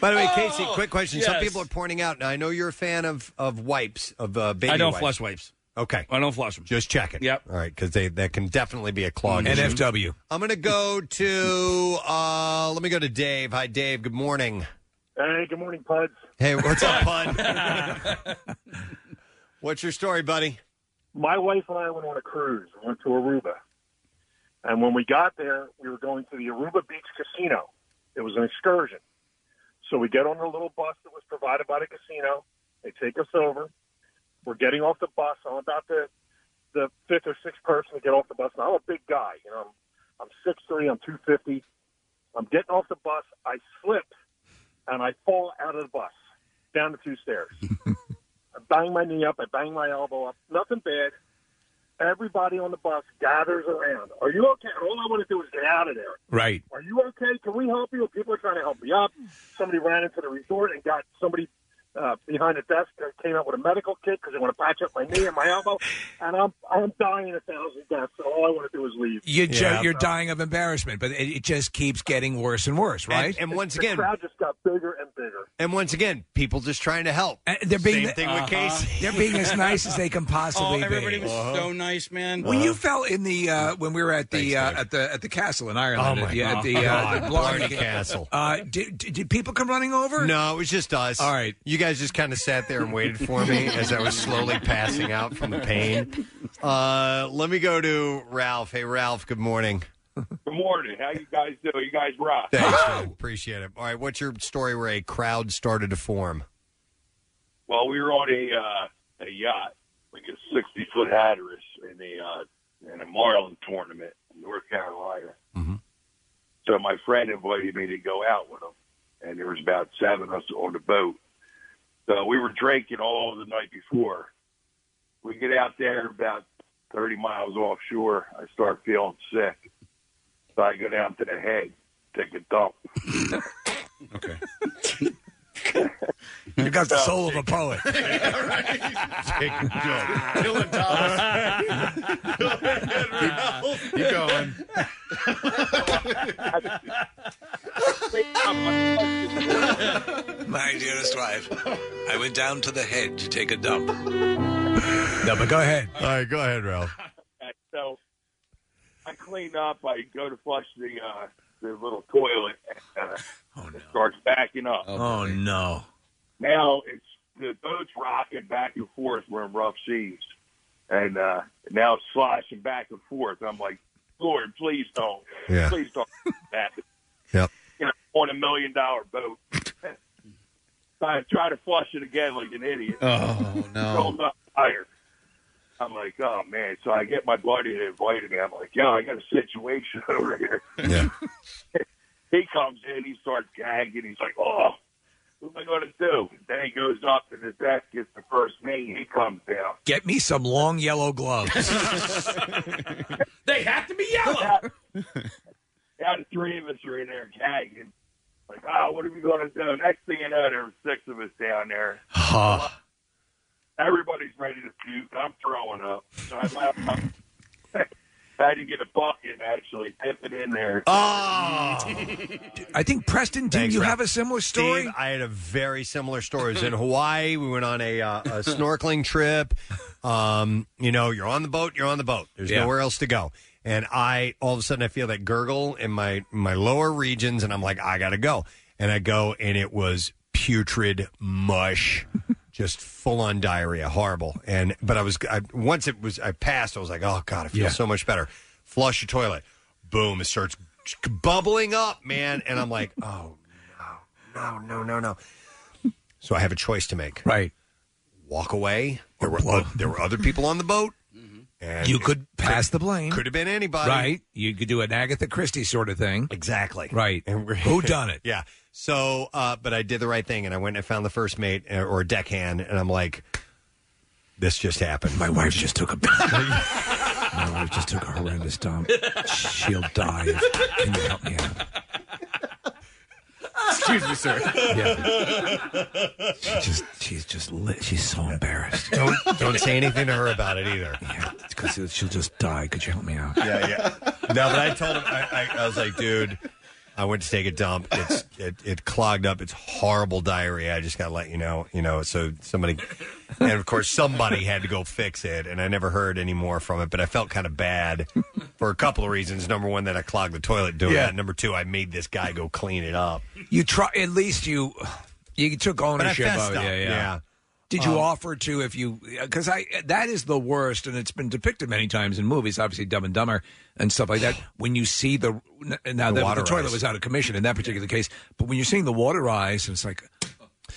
By the way, Casey,
Oh,
quick question. Some
yes.
people are pointing out. Now, I know you're a fan of of wipes of uh, baby.
I don't
wipes.
flush wipes.
Okay,
I don't flush them.
Just check it.
Yep. Mm-hmm.
All right, because they that can definitely be a clog. issue.
NFW.
I'm gonna go to. uh Let me go to Dave. Hi, Dave. Good morning.
Hey, good morning, Puds.
Hey, what's up, bud? What's your story, buddy?
My wife and I went on a cruise. We went to Aruba. And when we got there, we were going to the Aruba Beach Casino. It was an excursion. So we get on a little bus that was provided by the casino. They take us over. We're getting off the bus. I'm about the the fifth or sixth person to get off the bus. And I'm a big guy. You know, I'm, I'm 6'3", I'm 250. I'm getting off the bus. I slip, and I fall out of the bus, down the two stairs. I bang my knee up. I bang my elbow up. Nothing bad. Everybody on the bus gathers around. Are you okay? All I want to do is get out of there.
Right.
Are you okay? Can we help you? People are trying to help me up. Somebody ran into the resort and got somebody uh, behind the desk that came out with a medical kit because they want to patch up my knee and my elbow. And I'm I'm dying a thousand deaths. So all I want to do is leave.
You ju- you're
So
dying of embarrassment, but it, it just keeps getting worse and worse, right?
And, once
the
again,
crowd just got bigger and bigger.
and once again, people just trying to help.
they're being-
Same thing
Uh-huh.
with Casey.
They're being as nice as they can possibly
Oh, everybody
be.
was
Uh-huh.
so nice, man.
When you fell in the uh, when we were at the uh, at the at the castle in Ireland,
Oh, my
at the, at the,
God.
uh, the
Blarney Castle.
Uh, did, did did people come running over?
No, it was just us. All right. You guys just kind of sat there and waited for me as I was slowly passing out from the pain. Uh, let me go to Ralph. Hey, Ralph, good morning.
Good morning. How you guys do? You guys rock.
Thanks, man. Appreciate it. All right, what's your story where a crowd started to form?
Well, we were on a uh, a yacht, like a sixty foot Hatteras in the uh, in a Marlin tournament in North Carolina.
Mm-hmm.
So my friend invited me to go out with him, and there was about seven of us on the boat. So we were drinking all the night before. We get out there about thirty miles offshore. I start feeling sick, so I go down to the head, take a dump.
You
Oh,
got the soul of a poet.
Keep going.
My dearest wife, I went down to the head to take a dump.
No, but go ahead.
All right, go ahead, Ralph.
And so I clean up. I go to flush the uh, the little toilet, and uh, it starts backing up.
Oh no!
Now it's the boat's rocking back and forth. We're in rough seas, and uh, now it's sloshing back and forth. I'm like, Lord, please don't,
Yeah.
please don't that.
Yep.
You know, on a million dollar boat. I try to flush it again like an idiot
Oh
rolls up higher. I'm like, oh man. So I get my buddy that invited me. I'm like, yo, I got a situation over here. He comes in, he starts gagging. He's like, oh, what am I going to do? Then he goes up and his ass gets the first knee. He comes down.
Get me some long yellow gloves.
They have to be yellow. Now the three of us are in there gagging. Like, oh, what are we going to do? Next thing you know, there were six of us down there.
Huh.
Everybody's ready to puke. I'm throwing up. So I left. I'm- I had to get a bucket and actually dip it in there. Ah.
I think Preston, didn't
Thanks,
you
Rob.
have a similar story?
Steve, I had a very similar story. It was in Hawaii. We went on a, uh, a snorkeling trip. Um, you know, you're on the boat. You're on the boat. There's
Yeah.
nowhere else to go. And I all of a sudden I feel that gurgle in my my lower regions, and I'm like, I gotta go. And I go, and it was putrid mush. Just full on diarrhea, horrible. And but I was I, once it was I passed. I was like, oh god, I feel
Yeah.
so much better. Flush the toilet, boom, it starts bubbling up, man. And I'm like, oh no, no, no, no. So I have a choice to make.
Right.
Walk away. There were uh, there were other people on the boat. And
You could pass the blame.
Could have been anybody.
Right. You could do an Agatha Christie sort of thing.
Exactly.
Right.
And we're-
Who done it?
yeah. So, uh, but I did the right thing, and I went and I found the first mate uh, or deckhand, and I'm like, "This just happened.
My wife just took a. My wife just took a horrendous dump. She'll die. if- Can you help me out?
Excuse me, sir.
Yeah. She just, she's just lit. She's so embarrassed.
Don't don't say anything to her about it either.
because she'll just die. Could you help me out?
Yeah, yeah. No, but I told him. I, I, I was like, dude, I went to take a dump. It's it, it clogged up. It's horrible diarrhea. I just gotta let you know. You know, so somebody, and of course, somebody had to go fix it. And I never heard any more from it. But I felt kind of bad for a couple of reasons. Number one, that I clogged the toilet doing
Yeah.
that. Number two, I made this guy go clean it up.
You try. At least you you took
I
ownership
fessed
of it.
up,
Yeah, yeah.
yeah.
Did you
Um,
offer to if you? Because I that is the worst, and it's been depicted many times in movies. Obviously, Dumb and Dumber and stuff like that. When you see the n- now
The
the,
water
the toilet
rise.
was out of commission in that particular case, but when you're seeing the water rise, and it's like,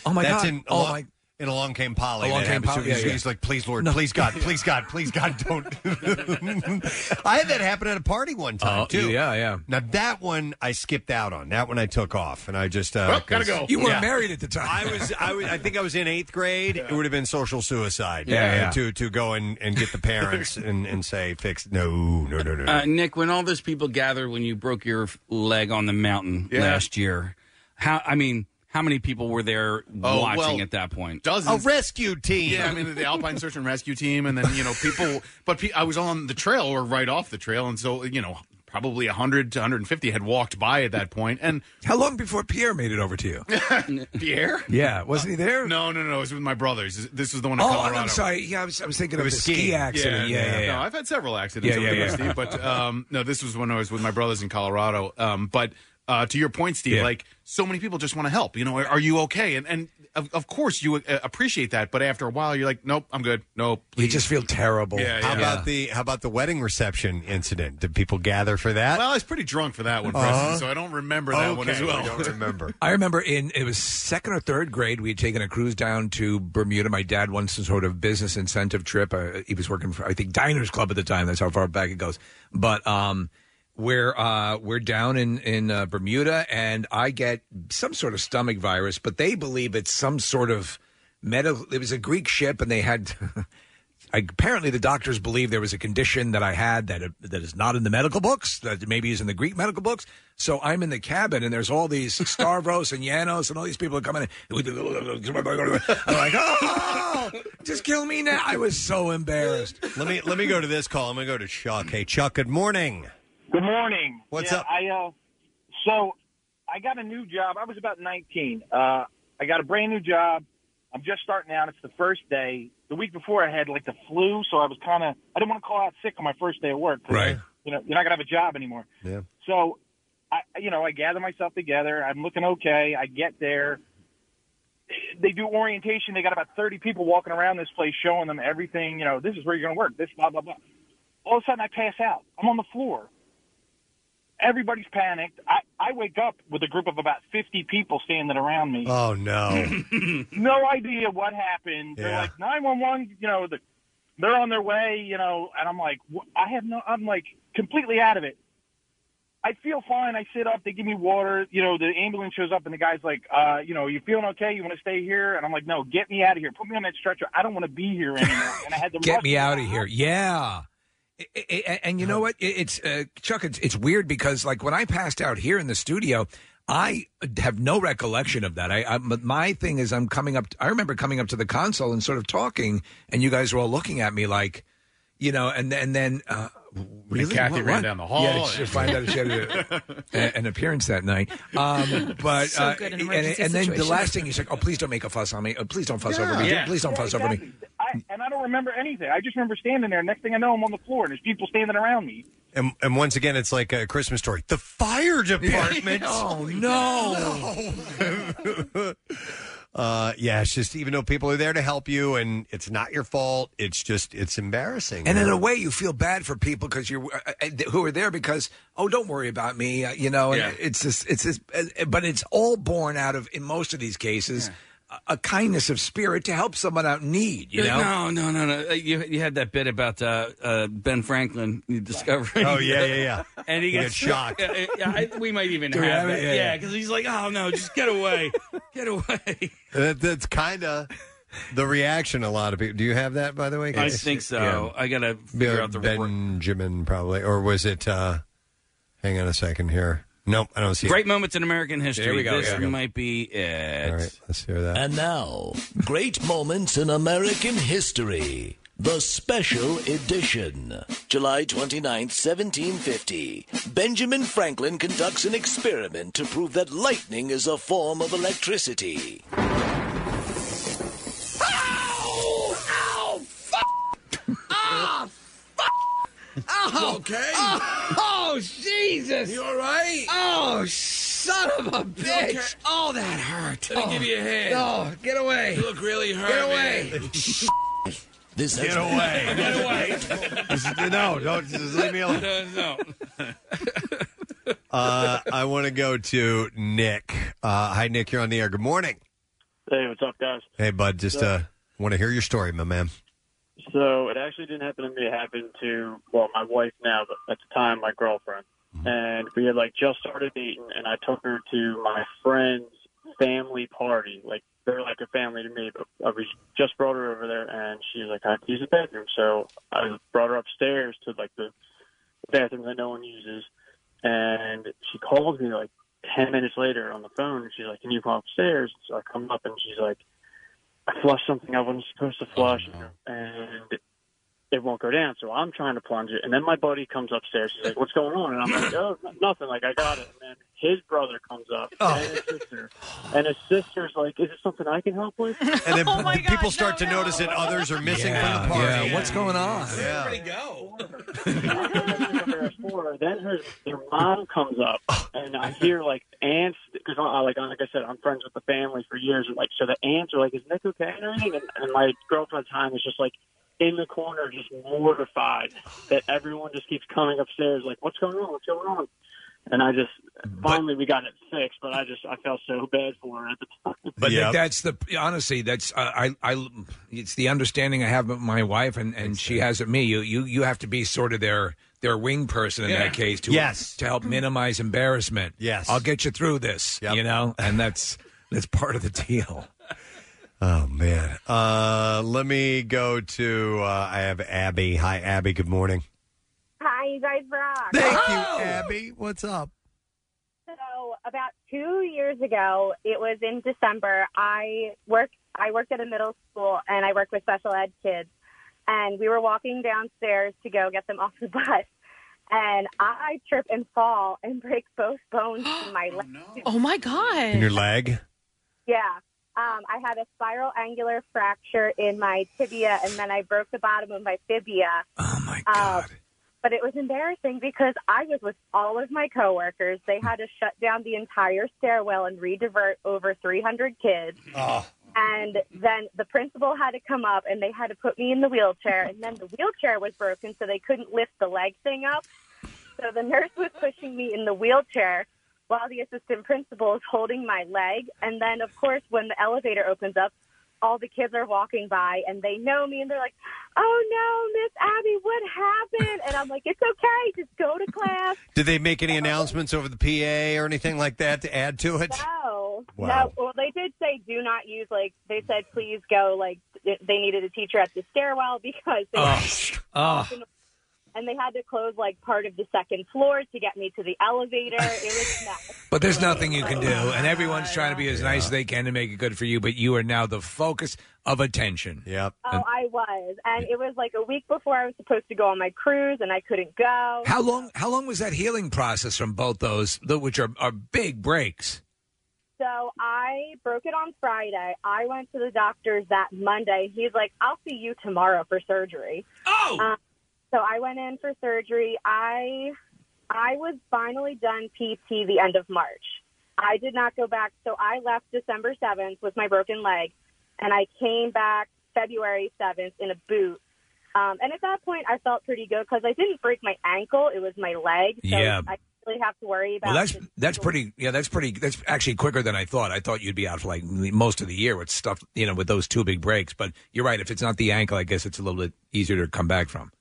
oh my
That's
god,
in
oh
Along-
my.
In Along Came Polly.
Along
that
Came
happens
Polly,
too.
yeah,
He's,
yeah.
he's like, please, Lord,
No.
please, God, please, God, please, God, don't. I had that happen at a party one time,
Oh,
too.
yeah, yeah.
Now, that one I skipped out on. That one I took off, and I just. Uh,
Well,
Oh,
gotta
'cause-
go. You were
Yeah.
married at the time.
I was, I was, I think I was in eighth grade. It would have been social suicide.
Yeah,
uh,
yeah.
To, to go and, and get the parents and, and say, fix. No, no, no, no. no.
Uh, Nick, when all those people gathered when you broke your f- leg on the mountain
Yeah.
last year, how I mean, how many people were there
Oh,
watching
well,
at that point?
Dozens.
rescue team.
Yeah, I mean the Alpine Search and Rescue team, and then you know people. But pe- I was on the trail or right off the trail, and so you know probably 100 to 150 had walked by at that point. And
how long before Pierre made it over to you?
Pierre?
Yeah, wasn't he there?
No, no, no. It was with my brothers. This was the one in
Oh,
Colorado.
I'm sorry. Yeah, I was, I was thinking
It
of the
was
ski,
skiing.
accident. Yeah, yeah, yeah.
No, I've had several accidents
Yeah,
over
yeah,
the
yeah.
Steve, but um, no, this was when I was with my brothers in Colorado. Um, but uh, to your point, Steve, like so many people just want to help. You know, are, are you okay? And and of, of course you uh, appreciate that, but after a while you're like, nope, I'm good. Nope.
You just feel terrible.
Yeah,
How
yeah.
about the how about the wedding reception incident? Did people gather for that?
Well, I was pretty drunk for that one,
Uh-huh.
Preston, so I don't remember that one as
Okay,
well.
I don't remember.
I remember in it was second or third grade. We had taken a cruise down to Bermuda. My dad won some sort of business incentive trip. Uh, he was working for I think Diners Club at the time. That's how far back it goes. But um, we're uh, we're down in in uh, Bermuda, and I get some sort of stomach virus, but they believe it's some sort of medical. It was a Greek ship, and they had. I, apparently, the doctors believe there was a condition that I had that that is not in the medical books, that maybe is in the Greek medical books. So I'm in the cabin, and there's all these Starvos and Yanos and all these people are coming in. I'm like, oh, just kill me now. I was so embarrassed.
Let me let me go to this call. I'm gonna go to Chuck. Hey, Chuck. Good morning.
Good morning.
What's
Yeah,
up?
I uh, so I got a new job. I was about 19. Uh, I got a brand new job. I'm just starting out. It's the first day. The week before, I had like the flu, so I was kind of I didn't want to call out sick on my first day at work. 'cause,
Right.
You know, you're not gonna have a job anymore.
Yeah.
So, I you know I gather myself together. I'm looking okay. I get there. They do orientation. They got about 30 people walking around this place, showing them everything. You know, this is where you're gonna work. This blah blah blah. All of a sudden, I pass out. I'm on the floor. Everybody's panicked. I, I wake up with a group of about 50 people standing around me.
Oh no.
no idea what happened. They're
Yeah.
like 911. You know, the, they're on their way. You know, and I'm like, wh- I have no. I'm like completely out of it. I feel fine. I sit up. They give me water. You know, the ambulance shows up and the guy's like, uh, you know, you feeling okay? You want to stay here? And I'm like, no, get me out of here. Put me on that stretcher. I don't want to be here anymore. And I had to
Get
rush
me out of here. Yeah. I- I- I- and you
Uh-huh.
know what? It- It's uh, Chuck. It's, it's weird because like when I passed out here in the studio, I have no recollection of that. I, I but my thing is I'm coming up. I remember coming up to the console and sort of talking, and you guys were all looking at me like, you know, and then- and then uh, really
Kathy
What-
ran
what?
down the hall
Yeah, to find out if she had a, a- an appearance that night. Um, but
So
uh,
good in
and,
emergency
and then the
situations.
last thing he's like, oh, please don't make a fuss on me. Oh, please don't fuss over me.
Yeah.
Please don't
Yeah,
fuss over me.
I, and I don't remember anything. I just remember standing there. Next thing I know, I'm on the floor and there's people standing around me.
And, and once again, it's like a Christmas story. The fire department.
Oh,
no. Uh, yeah, it's just even though people are there to help you and it's not your fault, it's just it's embarrassing.
And
you
in
know?
a way, you feel bad for people because you're uh, uh, who are there because oh, don't worry about me, uh, you know. And
Yeah.
it's just it's just, uh, but it's all born out of in most of these cases a, a kindness of spirit to help someone out in need. You
You're
know,
like, Uh, no, no, no, no. Uh, You, you had that bit about uh, uh, Ben Franklin discovering.
Oh, yeah, yeah, yeah.
and he,
He
gets
got shocked.
Yeah, yeah, yeah, I, we might even
Do
have,
we have
it.
it? Yeah,
Yeah,
yeah.
because he's like, oh no, just get away, get away.
Uh, That, that's kind of the reaction a lot of people. Do you have that, by the way?
I think so. I gotta figure out the
Benjamin probably, or was it? uh Hang on a second here. Nope, I don't see
Great
it.
moments in American history.
There we go,
This
yeah.
might be it.
All right, let's hear that.
And now, great moments in American history. The special edition. July 29th, 1750. Benjamin Franklin conducts an experiment to prove that lightning is a form of electricity.
Oh, fuck! Ah, fuck! Oh,
okay.
Oh, Jesus!
You all right?
Oh, son of a bitch! Oh, that hurt.
Let me give you a hand.
Oh, No, get away.
You look really hurt,
Get away.
This has-
Get away.
Get away.
no, don't just leave me alone.
No, no.
Uh, I want to go to Nick. Uh, hi, Nick. You're on the air. Good morning.
Hey, what's up, guys?
Hey, bud. Just
So-
uh, want to hear your story, my man.
So it actually didn't happen to me. It happened to well, my wife now, but at the time, my girlfriend. And we had like just started dating, and I took her to my friend's family party. Like they're like a family to me, but I was just brought her over there, and she was like, "I have to use the bathroom," so I brought her upstairs to like the bathroom that no one uses. And she calls me like ten minutes later on the phone, and she's like, "Can you come upstairs?" So I come up, and she's like, "I flushed something I wasn't supposed to flush." and it won't go down. So I'm trying to plunge it, and then my buddy comes upstairs. He's like, "What's going on?" And I'm like, "Oh, n- nothing. Like I got it." And then his brother comes up, and his sister, and his sister's like, "Is it something I can help with?"
And then people start to notice that others are missing from the party.
yeah. What's
going on?
Yeah.
Before, then her their mom comes up, and I hear like aunts because I like like I said, I'm friends with the family for years, and like so the aunts are like, "Is Nick okay?" and everything, and, and my girlfriend at the time was just like in the corner, just mortified that everyone just keeps coming upstairs, like, "What's going on? What's going on?" And I just finally we got it fixed, but I just I felt so bad for her at the
But
Yeah.
Nick, that's the honestly, that's uh, I, I, it's the understanding I have with my wife, and, and she has it me. You, you, you have to be sort of their their wing person in
Yeah.
that case to
Yes.
to help minimize embarrassment.
Yes.
I'll get you through this. You know, and that's that's part of the deal.
Oh man. Uh, let me go to. Uh, I have Abby. Hi, Abby. Good morning.
Hi, you guys rock.
Thank you, Abby. What's up?
So about two years ago, it was in December. I worked. I worked at a middle school, and I worked with special ed kids. And we were walking downstairs to go get them off the bus, and I trip and fall and break both bones in my leg.
Oh my god!
In your leg?
Yeah. Um, I had a spiral angular fracture in my tibia, and then I broke the bottom of my fibia. Oh my god! but it was embarrassing because I was with all of my coworkers. They had to shut down the entire stairwell and redivert over 300 kids.
Oh.
And then the principal had to come up, and they had to put me in the wheelchair. And then the wheelchair was broken, so they couldn't lift the leg thing up. So the nurse was pushing me in the wheelchair while the assistant principal is holding my leg. And then, of course, when the elevator opens up, all the kids are walking by and they know me and they're like, "Oh no, Miss Abby, what happened?" And I'm like, "It's okay, just go to class."
Did they make any announcements over the PA or anything like that to add to it?
No,
Wow.
no. Well, they did say do not use like they said please go like th- they needed a teacher at the stairwell because they
Oh.
and they had to close like part of the second floor to get me to the elevator. It was a mess.
But there's nothing you can do, and everyone's trying to be as nice as they can to make it good for you. But you are now the focus of attention.
Yep.
Oh, I was, and it was like a week before I was supposed to go on my cruise, and I couldn't go.
how long? How long was that healing process from both those, tho- which are, are big breaks?
So I broke it on Friday. I went to the doctor's that Monday. He's like, I'll see you tomorrow for surgery.
Oh!
Um, so I went in for surgery. I I was finally done PT the end of March. I did not go back. So I left December 7th with my broken leg, and I came back February 7th in a boot. Um, and at that point, I felt pretty good because I didn't break my ankle. It was my leg. So
Yeah.
I didn't really have to worry about
Well, that's
the-
that's pretty. Yeah, that's pretty. That's actually quicker than I thought. I thought you'd be out for like most of the year with stuff, you know, with those two big breaks. But you're right. If it's not the ankle, I guess it's a little bit easier to come back from.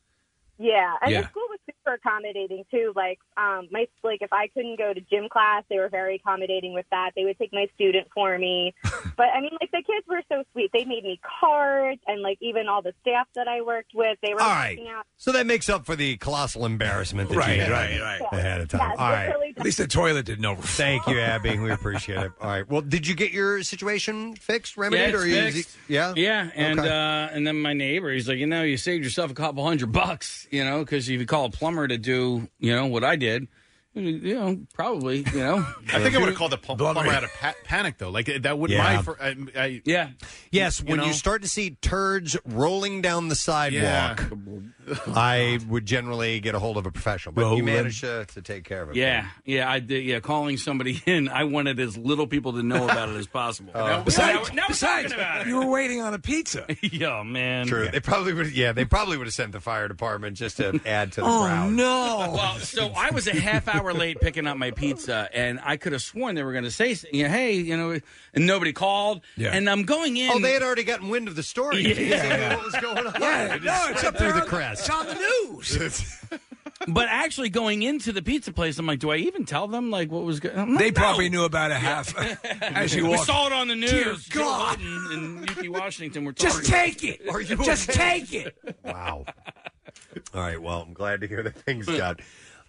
Yeah, and
Yeah.
the school was super accommodating too. Like, um, my like if I couldn't go to gym class, they were very accommodating with that. They would take my student for me. but I mean, like the kids were so sweet. They made me cards, and like even all the staff that I worked with, they were
All right.
hanging out.
So that makes up for the colossal embarrassment that
Right,
you had
right, right.
ahead of time.
Yes,
All right.
it really
At least the toilet didn't over.
Thank you, Abby. We appreciate it. All right. Well, did you get your situation fixed,
Yeah,
remedied,
it's
or you-
fixed.
yeah,
yeah, and
Okay.
uh, and then my neighbor, he's like, you know, you saved yourself a couple hundred bucks, you know, because if you call a plumber to do, you know, what I did, you know, probably, you know,
I think I would have called the pl- plumber out of pa- panic though. Like that would
Yeah.
my fir- I, I,
yeah.
Yes, when
know?
you start to see turds rolling down the sidewalk, I would generally get a hold of a professional. But you
Rolling.
managed uh, to take care of it.
Yeah, yeah, I did. Yeah, calling somebody in, I wanted as little people to know about it as
Oh.
possible. Now-
Besides,
now, now we're talking
besides,
about it.
you were waiting on a pizza.
Yo, man.
True. They probably would. Yeah, they probably would have sent the fire department just to add to the crowd.
Oh, no!
Well, so I was a half hour late picking up my pizza, and I could have sworn they were going to say, you know, "Hey, you know," and nobody called.
Yeah.
And I'm going in.
Oh, they had already gotten wind of the story.
Yeah.
They didn't know what was going on.
Yeah,
It
no,
just
it's
spread
up
through
there
the
on-
crest.
it's on the
Oh, news.
but actually, going into the pizza place, I'm like, "Do I even tell them like what was going?"
They probably knew about a half as you
we
walked.
saw it on the news.
Dear
Joe
God.
Biden and Yuki Washington were
Just
talking
take it.
about
Are you Just okay? take it.
Wow. All right. Well, I'm glad to hear that things got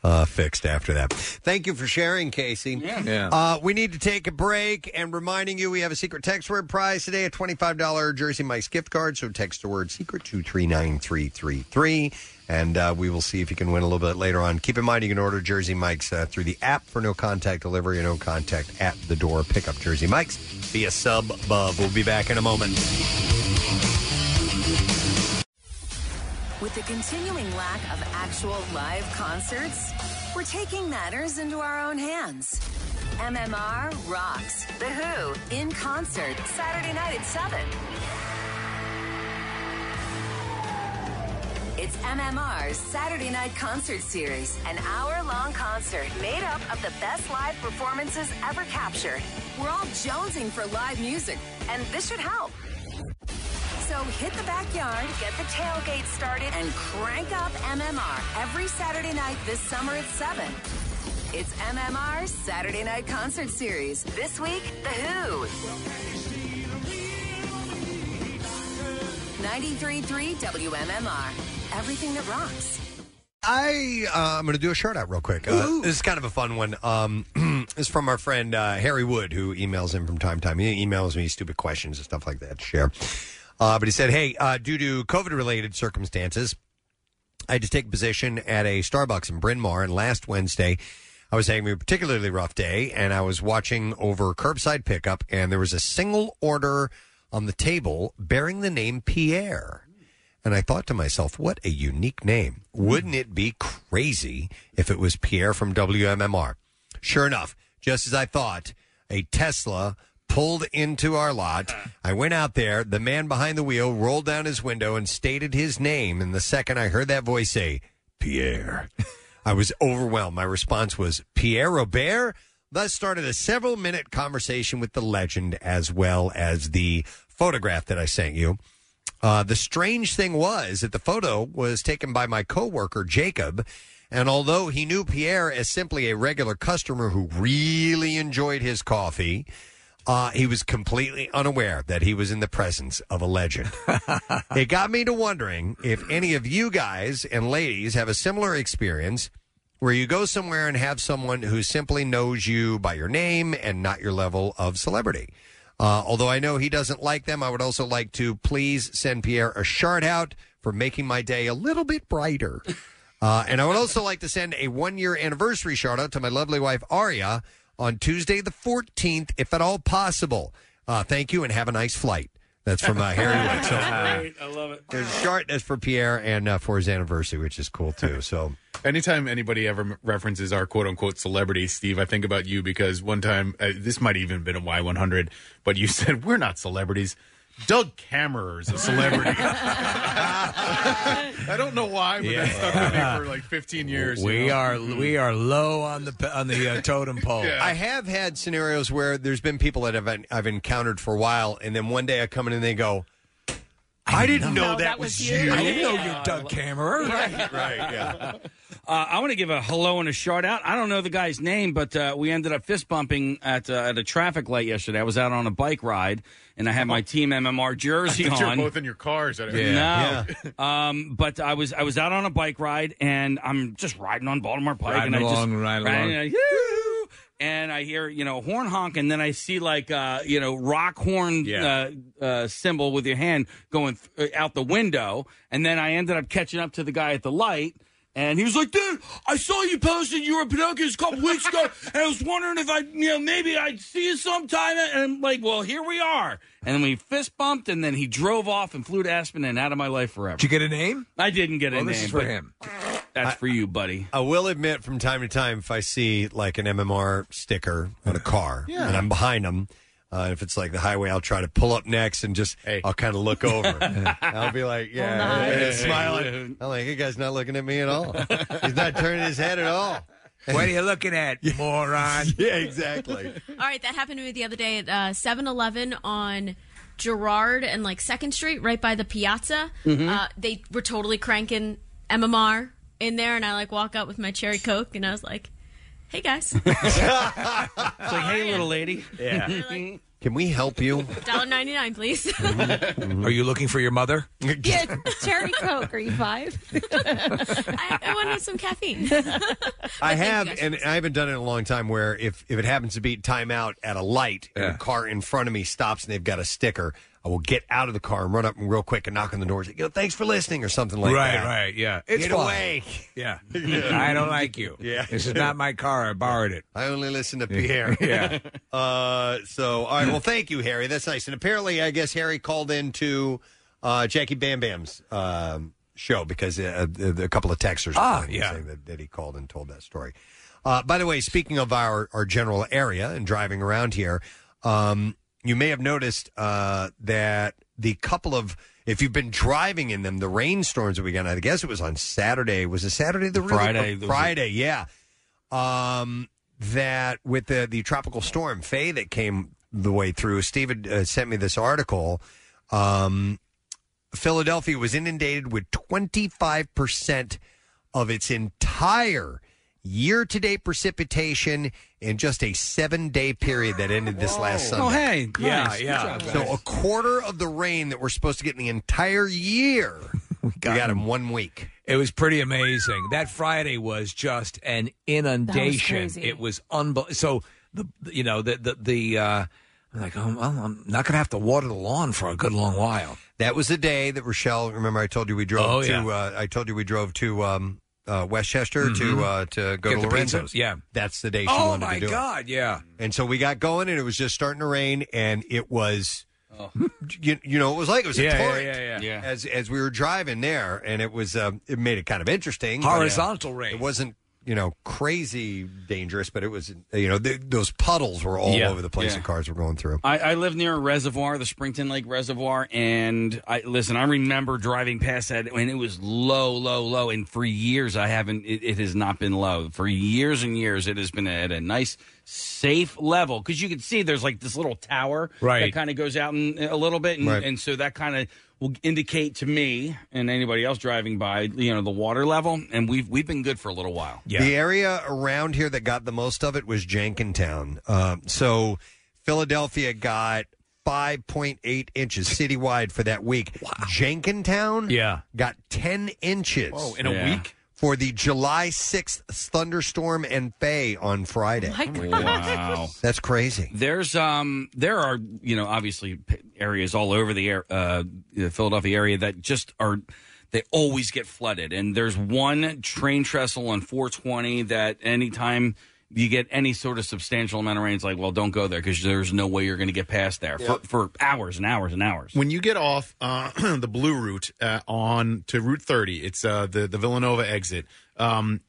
uh, fixed after that. Thank you for sharing, Casey.
Yeah. Yeah.
Uh, we need to take a break and reminding you we have a secret text word prize today a $25 Jersey Mike's gift card. So text the word secret to 39333. And uh, we will see if you can win a little bit later on. Keep in mind, you can order Jersey Mike's uh, through the app for no contact delivery and no contact at the door. Pick up Jersey Mike's. Be a sub bub. We'll be back in a moment.
With the continuing lack of actual live concerts, we're taking matters into our own hands. MMR rocks The Who in concert Saturday night at 7. It's MMR's Saturday Night Concert Series, an hour long concert made up of the best live performances ever captured. We're all jonesing for live music, and this should help. So hit the backyard, get the tailgate started, and crank up MMR every Saturday night this summer at 7. It's MMR's Saturday Night Concert Series. This week, The Who. 93.3 WMMR. Everything that rocks.
I uh, I'm going to do a shout out real quick. Uh, this is kind of a fun one. Um, it's from our friend uh, Harry Wood, who emails him from time to time. He emails me stupid questions and stuff like that to share. Uh, but he said, "Hey, uh, due to COVID related circumstances, I had to take a position at a Starbucks in Bryn Mawr, and last Wednesday." I was having a particularly rough day, and I was watching over curbside pickup, and there was a single order on the table bearing the name Pierre. And I thought to myself, what a unique name. Wouldn't it be crazy if it was Pierre from WMMR? Sure enough, just as I thought, a Tesla pulled into our lot. I went out there. The man behind the wheel rolled down his window and stated his name. And the second I heard that voice say, Pierre, I was overwhelmed. My response was, Pierre Robert? Thus started a several minute conversation with the legend as well as the photograph that I sent you. Uh, the strange thing was that the photo was taken by my coworker, Jacob. And although he knew Pierre as simply a regular customer who really enjoyed his coffee, uh, he was completely unaware that he was in the presence of a legend. it got me to wondering if any of you guys and ladies have a similar experience where you go somewhere and have someone who simply knows you by your name and not your level of celebrity. Uh, although I know he doesn't like them, I would also like to please send Pierre a shout out for making my day a little bit brighter. Uh, and I would also like to send a one year anniversary shout out to my lovely wife, Aria, on Tuesday the 14th, if at all possible. Uh, thank you and have a nice flight. That's from uh, Harry Wood. So, uh,
I love it.
there's a chart that's for Pierre and uh, for his anniversary, which is cool too. So
Anytime anybody ever m- references our quote unquote celebrity, Steve, I think about you because one time, uh, this might even have been a Y100, but you said, We're not celebrities. Doug Kammerer is a celebrity. I don't know why, but that stuck with me for like 15 years. you
We
know? Mm-hmm.
are we
Mm-hmm.
are low on the on the uh, totem pole.
I have had scenarios where there's been people that I've, I've encountered for a while, and then one day I come in and they go, I, didn't know, that, was you.
I didn't know you're Doug Cameron.
Right,
right,
yeah. Uh, I want to give a hello and a shout out. I don't know the guy's name, but uh, we ended up fist bumping at uh, at a traffic light yesterday. I was out on a bike ride, and I had my team MMR jersey
That You're
on.
both in your cars. I don't-
No. Um, but I was I was out on a bike ride and I'm just riding on Baltimore Pike
Riding
and I
along,
just
riding along.
right,
uh,
And I, "Yoo-hoo!" and I hear you know horn honk and then I see like uh, you know rock horn uh, uh, symbol with your hand going th- uh, out the window and then I ended up catching up to the guy at the light. And he was like, "Dude, I saw you posted you were at Pinocchio's a couple weeks ago, and I was wondering if I, you know, maybe I'd see you sometime." And I'm like, "Well, here we are." And then we fist bumped, and then he drove off and flew to Aspen and out of my life forever. Did
you get a name?
I didn't get a
Well,
name.
this is for
but
him.
That's for you, buddy.
I will admit from time to time if I see like an MMR sticker on a car
Yeah.
and I'm behind them, uh, if it's like the highway, I'll try to pull up next and just I'll kind of look over. I'll be like, yeah, and
nice.
smiling. I'm like, that guy's not looking at me at all. He's not turning his head at all.
What are you looking at, moron?
Yeah, exactly.
All right, that happened to me the other day at 7 Eleven on Gerard and like 2nd Street, right by the piazza.
Mhm.
Mm-hmm.
Uh, they were totally cranking MMR in there, and I like walk up with my Cherry Coke, and I was like, hey guys,
It's like, hey, little lady.
Yeah. Can we help you?
$1.99, please.
Are you looking for your mother?
yeah, Cherry Coke, are you five? I, I wanted some caffeine.
I have, and I haven't done it in a long time. Where if if it happens to be timeout at a light, and a car in front of me stops and they've got a sticker, I will get out of the car and run up and real quick and knock on the door. and say, Yo, thanks for listening, or something like
right,
that.
right, yeah. It's
get
fine.
away.
Yeah.
Yeah.
I don't like you.
Yeah.
This is not my car. I borrowed it.
I only listen to Pierre.
yeah.
Uh, so all right. Well, thank you, Harry. That's nice. And apparently, I guess Harry called into uh, Jackie Bam Bam's um, show because uh, a, a couple of texters
Ah,
were
yeah.
saying that, that he called and told that story. Uh, by the way, speaking of our, our general area and driving around here, um, you may have noticed uh, that the couple of if you've been driving in them, the rainstorms that we got. I guess it was on Saturday. Was it Saturday? The really-
Friday,
or
there was a-
Friday, yeah. Um, that with the the tropical storm Faye that came the way through. Steve had, uh, sent me this article. Um, Philadelphia was inundated with 25% of its entire year to date precipitation in just a seven day period that ended this last Sunday.
Oh, hey,
Yeah,
nice.
yeah.
Good job,
so
guys.
a quarter of the rain that we're supposed to get in the entire year, we got, in one week.
It was pretty amazing. That Friday was just an inundation.
crazy.
it was unbelievable. So the you know the the, the uh, I'm like oh, well, I'm not going to have to water the lawn for a good long while.
That was the day that Rochelle. Remember, I told you we drove
Oh,
to.
yeah.
Uh, I told you we drove to um, uh, Westchester to uh, to go to
Mm-hmm. Get the pizza.
Lorenzo's.
Yeah.
that's the day she
Oh
wanted
my
to do it.
God! Yeah.
And so we got going, and it was just starting to rain, and it was, you, you know, it was like it was
Yeah,
a
yeah,
torrent.
yeah, yeah.
As as we were driving there, and it was, um, it made it kind of interesting. but, uh,
Horizontal rain.
It wasn't you know crazy dangerous, but it was you know th- those puddles were all
Yeah,
over the place
yeah.
that cars were going through.
I, I live near a reservoir, the Springton Lake Reservoir, and I listen. I remember driving past that, and it was low, low, low. And for years, I haven't. It, it has not been low for years and years. It has been at a nice, safe level because you can see there's like this little tower
Right.
that kind of goes out in, a little bit, and,
Right.
and so that kind of will indicate to me and anybody else driving by, you know, the water level. And we've we've been good for a little while.
The area around here that got the most of it was Jenkintown. Um, so Philadelphia got 5.8 inches citywide for that week. Jenkintown
Yeah.
got 10 inches.
Whoa, in a Yeah. week?
For the July 6th thunderstorm and Fay on Friday.
my God. Wow.
That's crazy.
There's um there are you know obviously p- areas all over the air, uh, the Philadelphia area that just are they always get flooded and there's one train trestle on 420 that anytime you get any sort of substantial amount of rain it's like well don't go there because there's no way you're going to get past there for, for hours and hours and hours.
When you get off uh, the blue route uh, on to Route 30, it's uh, the the Villanova exit. Um,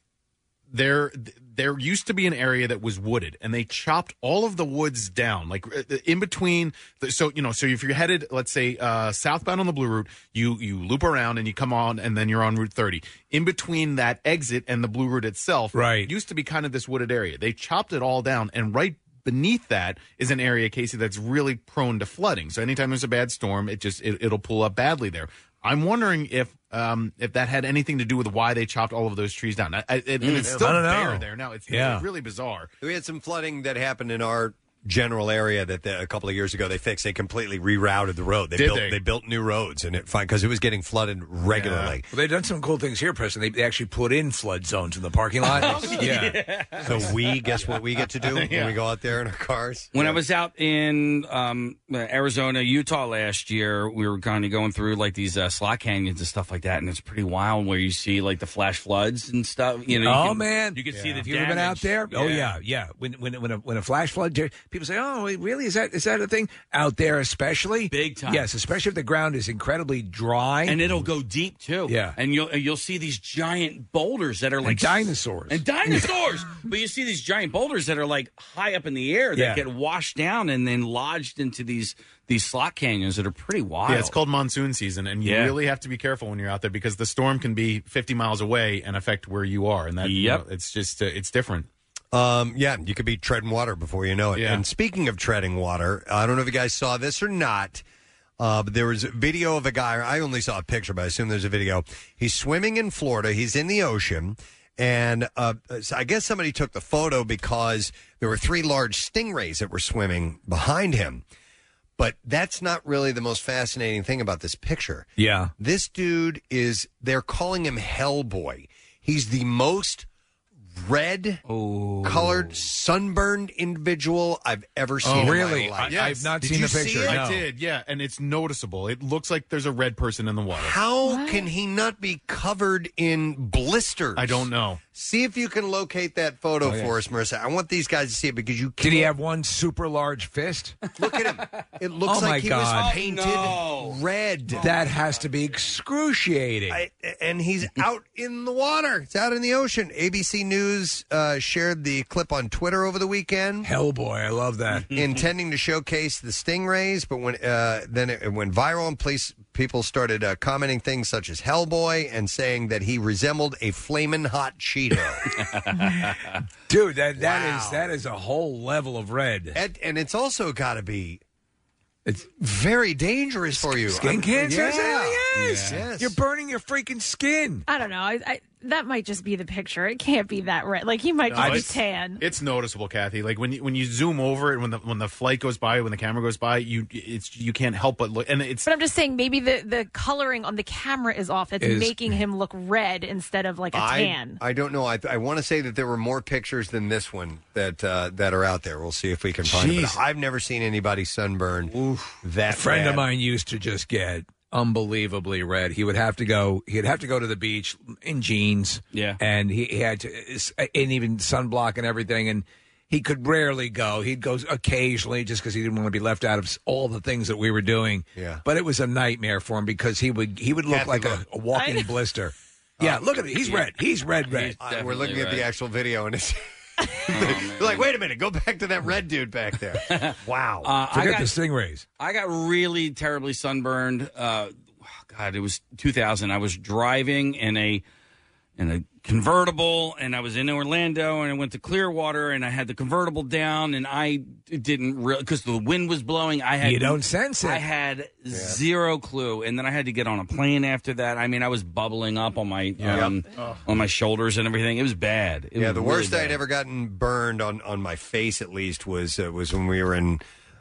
there th- there used to be an area that was wooded and they chopped all of the woods down like uh, in between the, so you know so if you're headed let's say uh, southbound on the blue route you you loop around and you come on and then you're on route 30 in between that exit and the blue route itself right used to be kind of this wooded area they chopped it all down and right beneath that is an area casey that's really prone to flooding so anytime there's a bad storm it just it, it'll pull up badly there i'm wondering if um, if that had anything to do with why they chopped all of those trees down, I, I, and
Mm.
it's
I
still
don't know.
bare there now. It's,
Yeah.
it's really bizarre.
We had some flooding that happened in our general area that the, a couple of years ago they fixed. They completely rerouted the road. They
Did
built
they?
built new roads and it fine because it was getting flooded regularly.
Well, they've done some cool things here, Preston. They, they actually put in flood zones in the parking
Oh,
lot.
So we guess what we get to do when we go out there in our cars.
When I was out in um, Arizona, Utah last year, we were kind of going through like these uh, slot canyons and stuff like that, and it's pretty wild where you see like the flash floods and stuff. You know, you
oh
can-
man,
you can see the
Have you ever been out there? Oh
damage.
yeah, yeah. When when when a, when a flash flood, people say, "Oh, wait, really? Is that is that a thing out there, especially big
time.
Yes, especially if the ground is incredibly dry
and it'll go deep too.
Yeah.
and you'll and you'll see these giant boulders that are like
and dinosaurs.
and dinosaurs. but you see these giant boulders that are like high up in the air that
Yeah.
get washed down and then lodged into these these slot canyons that are pretty wild.
Yeah, it's called monsoon season, and you
Yeah.
really have to be careful when you're out there because the storm can be 50 miles away and affect where you are, and that you
Yep.
know, it's just uh, it's different.
Um, yeah, you could be treading water before you know it.
Yeah.
And speaking of treading water, I don't know if you guys saw this or not, uh, but there was a video of a guy. I only saw a picture, but I assume there's a video. He's swimming in Florida. He's in the ocean. And uh, so I guess somebody took the photo because there were three large stingrays that were swimming behind him. But that's not really the most fascinating thing about this picture.
Yeah.
This dude is, they're calling him Hellboy. He's the most red
Oh.
colored, sunburned individual I've ever seen. In my life.
Did you see it? I did, yeah, and it's noticeable. It looks like there's a red person in the water.
How can he not be covered in blisters?
I don't know.
See if you can locate that photo
Oh, yeah.
for us, Marissa. I want these guys to see it because you
Did
can't.
he have one super large fist?
it looks
oh my
like he
God.
was painted
Oh,
red.
That has to be excruciating.
I- and he's out in the water. It's out in the ocean. ABC News uh, shared the clip on Twitter over the weekend.
Hellboy, I love that.
Intending to showcase the stingrays, but when uh, then it, it went viral, and police people started uh, commenting things such as Hellboy and saying that he resembled a flamin' hot Cheeto.
Dude, that that is that is a whole level of red.
And, and it's also got to be. It's very dangerous for you.
Skin
I'm-
cancer?
Yeah.
Yes.
Yes.
You're burning your freaking skin.
I don't know. I, I, that might just be the picture. It can't be that red. Like he might
No,
just be
it's-
tan.
It's noticeable, Kathy. Like when you, when you zoom over it, when the when the flight goes by, when the camera goes by, you it's you can't help but look, and it's
But I'm just saying, maybe the, the coloring on the camera is off. That's
Is-
making him look red instead of like a tan.
I, I don't know. I, I want to say that there were more pictures than this one that uh, that are out there. We'll see if we can find them.
Jeez.
But I've never seen anybody sunburned that
a friend of
bad.
mine used to just get unbelievably red. He would have to go. He'd have to go to the beach in jeans. Yeah, and he, he had to, and even sunblock and everything. And he could rarely go. He'd go occasionally just because he didn't want to be left out of s- all the things that we were doing.
Yeah.
but it was a nightmare for him because he would he would look
Kathy,
like a,
look.
a walking blister. Yeah, look at it. He's red. He's red, red.
Uh, we're looking at the actual video, and it's like, wait a minute, go back to that red dude back there. wow.
Uh, I got-
stingrays.
I got really terribly sunburned. Uh, God, it was 2000. I was driving in a in a convertible, and I was in Orlando, and I went to Clearwater, and I had the convertible down, and I didn't really because the wind was blowing. I had
You don't sense it.
I had zero clue, and then I had to get on a plane after that. I mean, I was bubbling up on my
Yeah.
um, on my shoulders and everything. It was bad. It
yeah,
was
the
really
worst
bad.
I'd ever gotten burned on, on my face, at least, was uh, was when we were in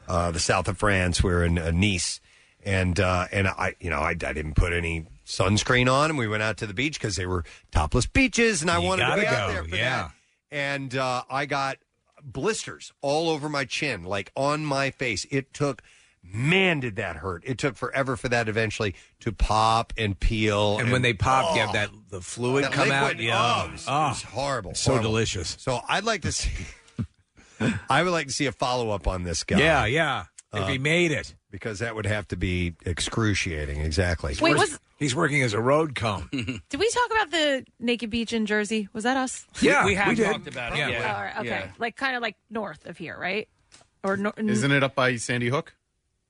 uh, the south of France. We were in uh, Nice, and uh, and I, you know, I, I didn't put any sunscreen on, and we went out to the beach because they were topless beaches, and I
You
wanted to
gotta
be
go,
out there for
yeah.
that. And uh, I got blisters all over my chin, like on my face. It took. Man, did that hurt! It took forever for that eventually to pop and peel.
And when they pop, you have that- the fluid
that
come out,
liquid,
yeah.
oh, it was- it was
Ah.
horrible.
So
horrible.
delicious.
So I'd like to see. I would like to see a follow up on this guy. Uh,
Yeah, yeah. If he made it,
because that would have to be excruciating. Exactly.
Wait, was-
He's working as a road cone.
Did we talk about the naked beach in Jersey? Was that us?
Yeah,
we have
we did.
talked about it.
Yeah.
Yeah.
All right, okay.
Yeah.
Like kind of like north of here, right? Or nor-
Isn't it up by Sandy Hook?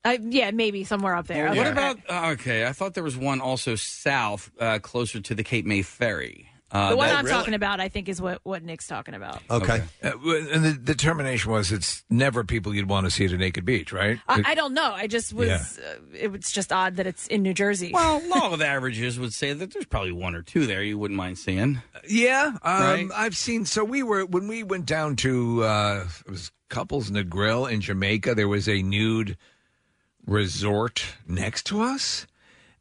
I, yeah, maybe somewhere up there.
What
Okay.
about? uh, okay, I thought there was one also south, uh, closer to the Cape May Ferry. Uh,
the one
that-
I'm talking about? I think is what what Nick's talking about.
Okay.
Uh, w- and the determination was it's never people you'd want to see at a naked beach, right?
I,
It-
I don't know. I just was.
Yeah.
Uh, it was just odd that it's in New Jersey.
Well, law of averages would say that there's probably one or two there you wouldn't mind seeing.
yeah, um,
Right.
I've seen. So we were when we went down to uh, it was Couples in the Grill in Jamaica. There was a nude resort next to us.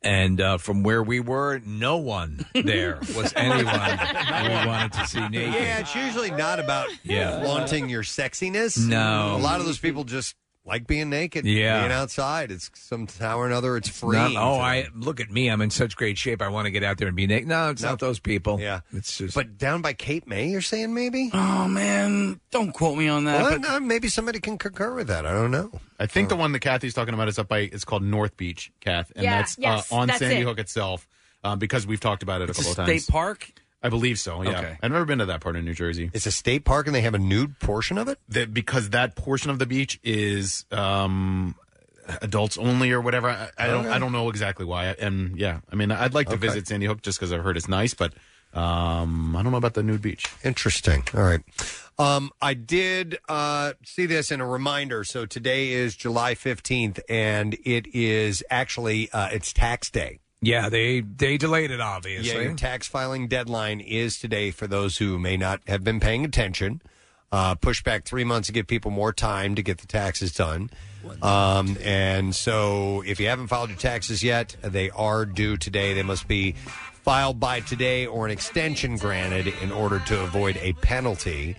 And uh, from where we were, no one there was anyone we wanted to see naked.
Yeah, it's usually not about
Yeah.
flaunting your sexiness.
No.
a lot of those people just like being naked.
Yeah.
being outside. It's somehow or another. It's free.
Not, oh, I look at me. I'm in such great shape. I want to get out there and be naked. No, it's not those people. Yeah, it's just.
But down by Cape May, you're saying maybe?
Oh man, don't quote me on
Well, no, uh, maybe somebody can concur with that. I don't know. Oh.
I think the one that Kathy's talking about is up by. It's called North Beach, Kath, and
Yeah,
that's
yes,
uh, on
that's
Sandy
it.
Hook itself uh, because we've talked about it
It's
a
a
couple of
state
times.
park.
I believe so. Yeah,
Okay.
I've never been to that part of New Jersey.
It's a state park, and they have a nude portion of it.
That because that portion of the beach is um, adults only or whatever. I, I don't.
Okay.
I don't know exactly why. And yeah, I mean, I'd like to
Okay.
visit Sandy Hook just because I've heard it's nice, but um, I don't know about the nude beach.
Interesting. All right. Um, I did uh, see this in a reminder. So today is July 15th, and it is actually uh, it's tax day.
yeah, they they delayed it
Yeah,
obviously.
your tax filing deadline is today for those who may not have been paying attention. Uh, push back three months to give people more time to get the taxes done. Um, and so if you haven't filed your taxes yet, they are due today. They must be filed by today or an extension granted in order to avoid a penalty.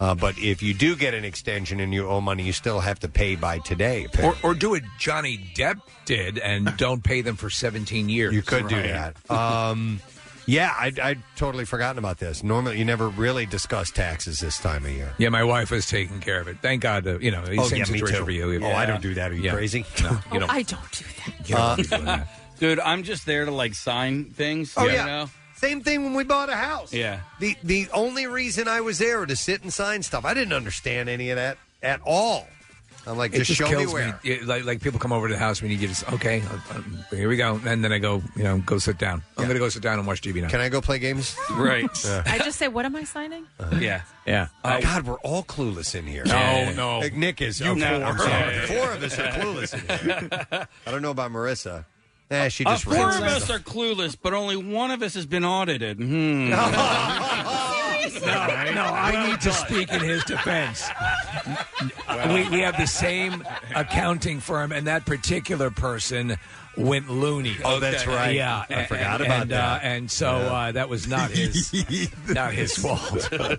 Uh, but if you do get an extension and you owe money, you still have to pay by today.
Or, or do what Johnny Depp did and don't pay them for 17 years.
You could do that. Um, yeah, I, I'd totally forgotten about this. Normally, you never really discuss taxes this time of year.
yeah, my wife was taking care of it. Thank God. Uh, you know, the
Oh,
same
yeah, me
situation
too.
for you.
Oh, I don't do that. Are you crazy? Uh,
No, you
Oh,
don't.
I Uh, don't do that.
Dude, I'm just there to like sign things.
Oh,
you
yeah.
know?
Same thing when we bought a house.
Yeah.
The the only reason I was there to sit and sign stuff. I didn't understand any of that at all. I'm like,
It
just,
just
show me
kills me.
where.
Yeah, like, like people come over to the house. We need you to. s- Okay, uh, um, here we go. And then I go. You know, go sit down. I'm going to go sit down and watch TV now.
Can I go play games?
Right.
I just say, what am I signing?
yeah. Uh,
Yeah.
God, we're all clueless in here.
No, Yeah. no.
Like, Nick is.
You
oh,
know.
four. I'm sorry.
Yeah.
Four of us are clueless in here. I don't know about Marissa. Eh, she
Uh,
just
four
reads
of
stuff.
us are clueless, but only one of us has been audited. Hmm.
No, no, I need to speak in his defense. we, we have the same accounting firm, and that particular person went loony.
Oh, that's right.
Yeah,
I forgot
and,
about
and,
that.
Uh, and so uh, that was not his, not his fault. yeah,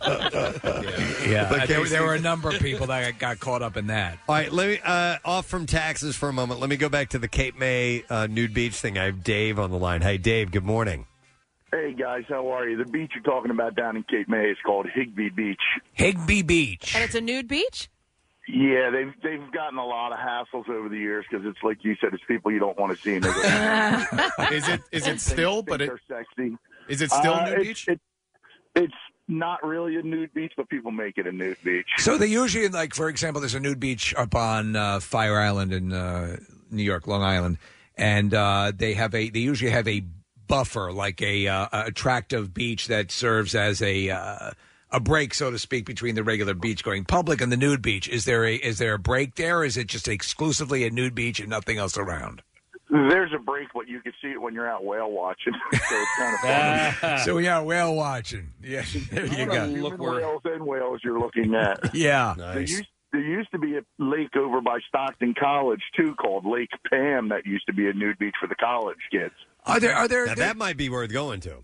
But
there,
Casey-
there were a number of people that got caught up in that.
All right, let me uh, off from taxes for a moment. Let me go back to the Cape May uh, nude beach thing. I have Dave on the line. Hey, Dave. Good morning.
Hey guys, how are you? The beach you're talking about down in Cape May is called Higby Beach.
Higby Beach.
And it's a nude beach.
Yeah, they've they've gotten a lot of hassles over the years because it's like you said, it's people you don't want to see. And they go-
Is it is it still? But it,
they're sexy.
Is it still Nude
Uh, it's-
Beach?
It, it's not really a nude beach, but people make it a nude beach.
So they usually like, for example, there's a nude beach up on uh, Fire Island in uh, New York, Long Island, and uh, they have a they usually have a buffer, like a uh, attractive beach that serves as a uh, a break, so to speak, between the regular beach going public and the nude beach. Is there a is there a break there? Or is it just exclusively a nude beach and nothing else around?
There's a break, but you can see it when you're out whale watching. so it's kind of fun.
Ah.
so we are whale watching. Yeah, there you
All
go.
right, human whales and whales you're looking at.
Yeah.
There
Nice.
used, there used to be a lake over by Stockton College too, called Lake Pam, that used to be a nude beach for the college kids.
Are there? Are there?
Now, that might be worth going to.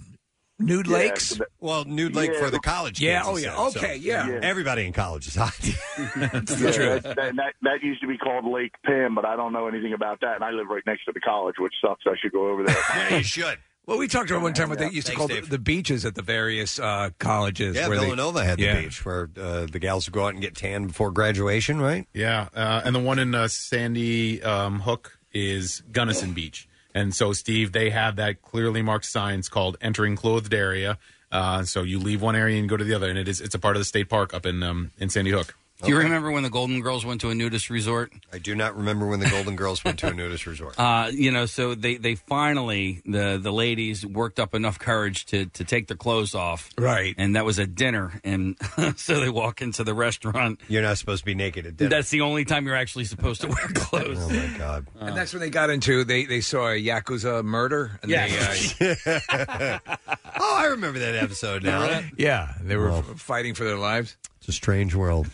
Nude
Yeah, lakes? so that-
well, nude lake
Yeah.
for the college.
Yeah,
kids, he
oh, yeah,
said,
okay, yeah. Yeah.
Everybody in college is hot. That's
Yeah, That, that, that, that used to be called Lake Pam, but I don't know anything about that, and I live right next to the college, which sucks. I should go over there.
yeah, you should.
Well, we talked about one time what they used to call the, the beaches at the various uh, colleges.
Yeah,
where they-
Villanova had
Yeah.
the beach where uh, the gals would go out and get tan before graduation, right?
Yeah, uh, and the one in uh, Sandy um, Hook is Gunnison Beach, and so Steve, they have that clearly marked signs called "Entering Clothed Area." Uh, so you leave one area and go to the other, and it is it's a part of the state park up in um, in Sandy Hook.
Do you remember when the Golden Girls went to a nudist resort?
I do not remember when the Golden Girls went to a nudist resort.
Uh, you know, so they, they finally the the ladies worked up enough courage to to take their clothes off,
right?
And that was a dinner, and so they walk into the restaurant.
You're not supposed to be naked at
dinner.
That's the only time you're actually supposed to wear clothes. Oh
my god!
and that's when they got into they they saw a yakuza murder. And
Yes.
They,
uh, oh, I remember that episode now.
yeah, they were
Well.
f- fighting for their lives.
It's a strange world.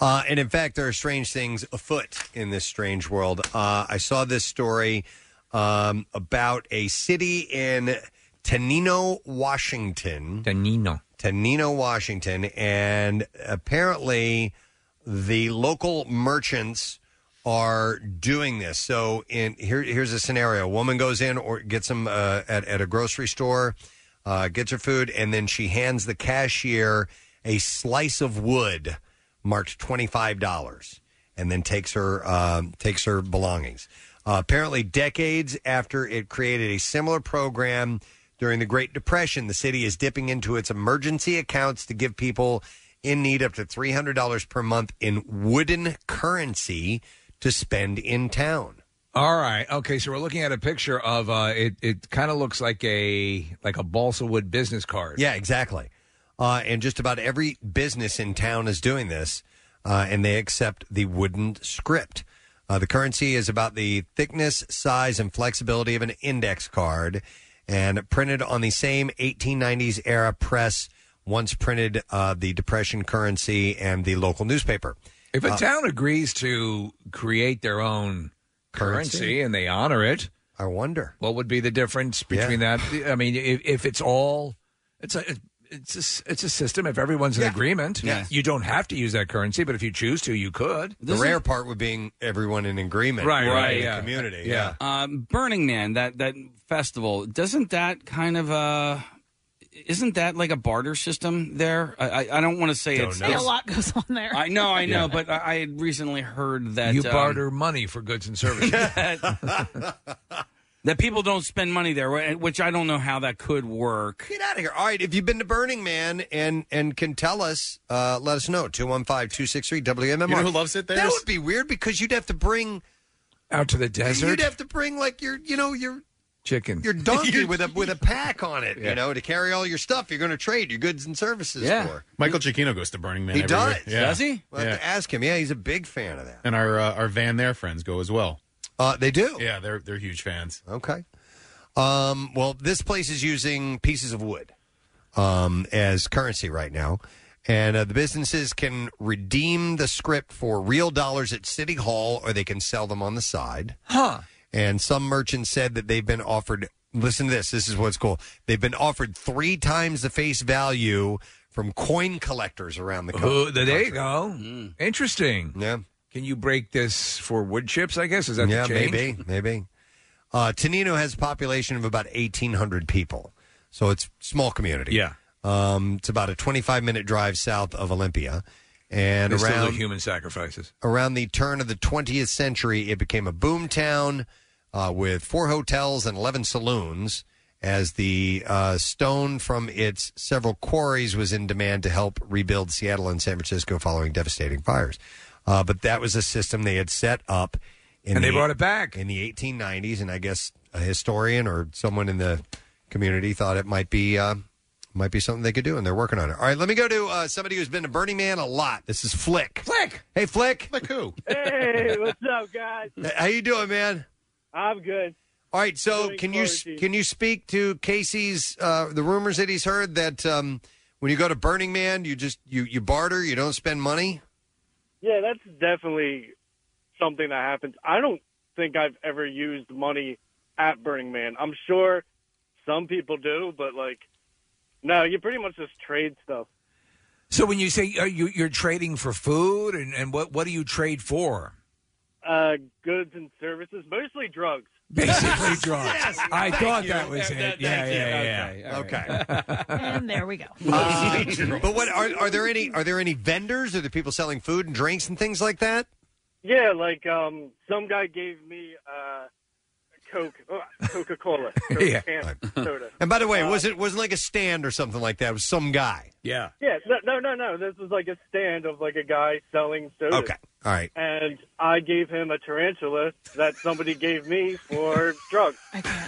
uh, and in fact, there are strange things afoot in this strange world. Uh, I saw this story um, about a city in Tenino, Washington.
Tenino.
Tenino, Washington. And apparently, the local merchants are doing this. So in here, here's a scenario: a woman goes in or gets them uh, at at a grocery store, uh, gets her food, and then she hands the cashier a slice of wood marked twenty five dollars, and then takes her um, takes her belongings. Uh, apparently, decades after it created a similar program during the Great Depression, the city is dipping into its emergency accounts to give people in need up to $300 per month in wooden currency to spend in town.
All right. Okay. So we're looking at a picture of uh, it. It kind of looks like a like a balsa wood business card.
Yeah, exactly. Uh, and just about every business in town is doing this, uh, and they accept the wooden script. Uh, the currency is about the thickness, size, and flexibility of an index card, and printed on the same 1890s era press once printed uh, the Depression currency and the local newspaper.
If a
Uh,
town agrees to create their own currency,
Currency?
and they honor it,
I wonder
what would be the difference between that. I mean, if, if it's all, it's a. It's a, s- it's a system. If everyone's in agreement,
Yeah.
you don't have to use that currency, but if you choose to, you could.
the rare part would being everyone in agreement,
Right, right,
in the
yeah.
community,
Yeah.
Um, Burning Man, that that festival, doesn't that kind of uh, isn't that like a barter system there? I, I, I don't want to say
Don't
it's
know. Yeah, a
lot goes on there.
I know, I know,
Yeah.
but I, I had recently heard that
you
um,
barter money for goods and services.
that people don't spend money there, wh- which I don't know how that could work.
Get out of here. All right, if you've been to Burning Man and and can tell us, uh, let us know. 215-263 WMMR.
You know who loves it there?
That would be weird because you'd have to bring
out to the desert.
you'd have to bring like your you know your
chicken.
your donkey with a with a pack on it,
Yeah.
you know, to carry all your stuff you're going to trade your goods and services for.
Michael Giacchino goes to Burning Man.
He
every year.
does.
Yeah.
We'll
yeah.
have to ask him. Yeah, he's a big fan of that.
And our uh, our Van There friends go as well.
Uh, they do.
Yeah, they're they're huge fans.
Okay. Um, well, this place is using pieces of wood um, as currency right now. And uh, the businesses can redeem the script for real dollars at City Hall or they can sell them on the side.
Huh.
And some merchants said that they've been offered, listen to this, this is what's cool. They've been offered three times the face value from coin collectors around the country.
Oh, there you go. Interesting.
Yeah.
Can you break this for wood chips? I guess is that
yeah,
the change?
maybe, maybe. Uh, Tenino has a population of about eighteen hundred people, so it's a small community.
Yeah.
um, it's about a twenty-five minute drive south of Olympia, and
They still do
around
human sacrifices.
around the turn of the twentieth century, it became a boom town uh, with four hotels and eleven saloons. as the uh, stone from its several quarries was in demand to help rebuild Seattle and San Francisco following devastating fires. Uh, but that was a system they had set up. In
And they
the-
brought it back.
in the 1890s, and I guess a historian or someone in the community thought it might be uh, might be something they could do, and they're working on it. All right, let me go to uh, somebody who's been to Burning Man a lot. This is Flick. Flick. Hey, Flick. Flick who?
Hey, what's up, guys?
How you doing, man?
I'm good.
All right, so
Doing
can you s-
quarantine.
can you speak to Casey's uh, the rumors that he's heard that um, when you go to Burning Man, you just you you barter, you don't spend money.
Yeah, that's definitely something that happens. I don't think I've ever used money at Burning Man. I'm sure some people do, but like, no, you pretty much just trade stuff.
So when you say uh, you, you're trading for food, and, and what what do you trade for?
Uh, goods and services, mostly drugs.
Basically drugs. I thought that was it. yeah,
thank you.
yeah, yeah,
Okay,
yeah.
and there we go.
Uh, but what are are there any are there any vendors? Are there people selling food and drinks and things like that?
Yeah, like um, some guy gave me uh, Coke, oh, Coca-Cola, Coke
Yeah.
can, soda.
And by the way, was it wasn't like a stand or something like that? It was some guy.
Uh, Yeah.
Yeah, no, no, no, no. This was like a stand of like a guy selling soda.
Okay. All right.
And I gave him a tarantula that somebody gave me for drugs.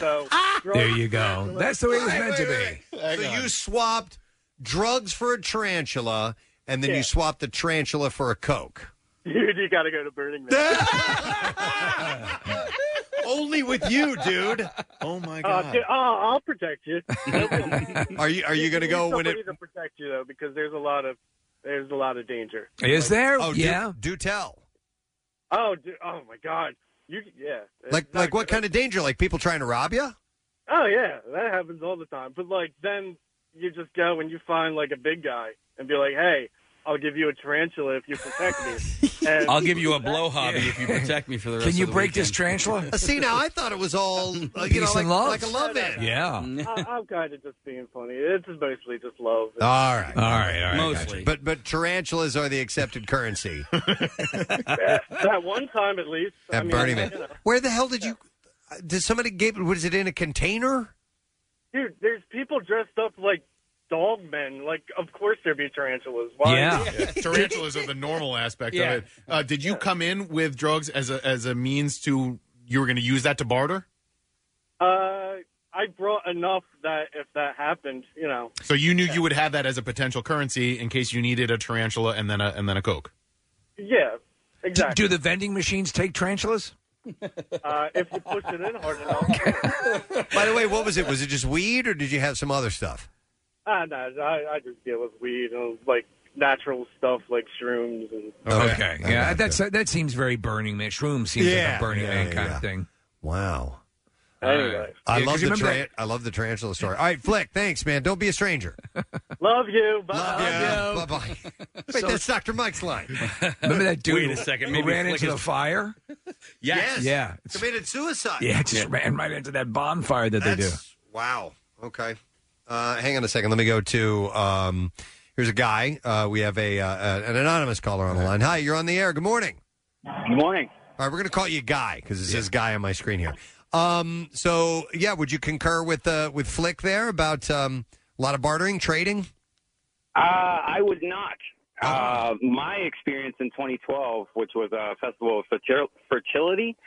So drugs,
There you go.
tarantula.
That's the way it was
Wait,
meant to
wait,
be.
wait. So you swapped drugs for a tarantula, and then you swapped the tarantula for a coke.
Dude, you gotta go to Burning Man.
Only with you, dude. Oh my
Uh, dude, oh, I'll protect you.
Are you are you going to go when it?
Somebody to protect you though, because there's a lot of there's a lot of danger.
Is there?
Oh, do-
yeah.
Do, tell.
Oh, dude, oh my God! You yeah. it's
Like
not
like what kind of danger? Like people trying to rob you?
Oh yeah, that happens all the time. But like then you just go and you find like a big guy and be like, "Hey, I'll give you a tarantula if you protect me." And
I'll give you a blow hobby if you protect me for the rest
Can you
of the
break
weekend.
this tarantula?
Uh, See, now I thought it was all uh, you know
Peace
like,
and love?
like a love it.
Yeah.
I, I'm kind of just being funny. It's just mostly just love.
All right. All
right. All right.
Mostly. But but tarantulas are the accepted currency
That one time at least. I
at
mean,
Burning
you
Man.
know.
Where the hell did you? uh, Did somebody give? Was it in a container?
Dude, there's people dressed up like dog men. Like, of course there'd be tarantulas. Why?
Tarantulas are the normal aspect
Yeah.
of it. Uh, did you come in with drugs as a as a means to you were going to use that to barter?
Uh, I brought enough that if that happened, you know.
So you knew you would have that as a potential currency in case you needed a tarantula and then a and then a coke.
Yeah, exactly.
Do the vending machines take tarantulas?
uh, if you push it in hard enough.
By the way, what was it? Was it just weed, or did you have some other stuff?
Ah, no, I, I just deal with weed and like natural stuff like shrooms and.
Okay. Yeah. That's that seems very Burning Man. Shroom seems like
Yeah.
a Burning
Yeah,
Man
yeah,
kind
yeah.
of thing.
Wow.
Anyway.
I
Yeah, 'cause
love the
remember
tran- I love the tarantula story. All right, Flick. Thanks, man. Don't be a stranger.
Love you. Bye.
Bye bye. Wait, that's Dr. Mike's line.
Remember that dude?
Wait a second,
who
maybe
ran
Flick
into
is-
the fire.
Yes.
Yeah.
Committed suicide.
Yeah. Just ran right into that bonfire that they do.
That's- Wow. Okay. Uh, hang on a second. Let me go to. Um, here's a guy. Uh, we have a uh, an anonymous caller on the line. Hi, you're on the air. Good morning.
Good morning.
All right, we're going to call you Guy because it says Guy on my screen here. Um, so yeah, would you concur with uh, with Flick there about um, a lot of bartering, trading?
Uh, I would not.
Ah.
Uh, my experience in 2012, which was a festival of fertil- fertility,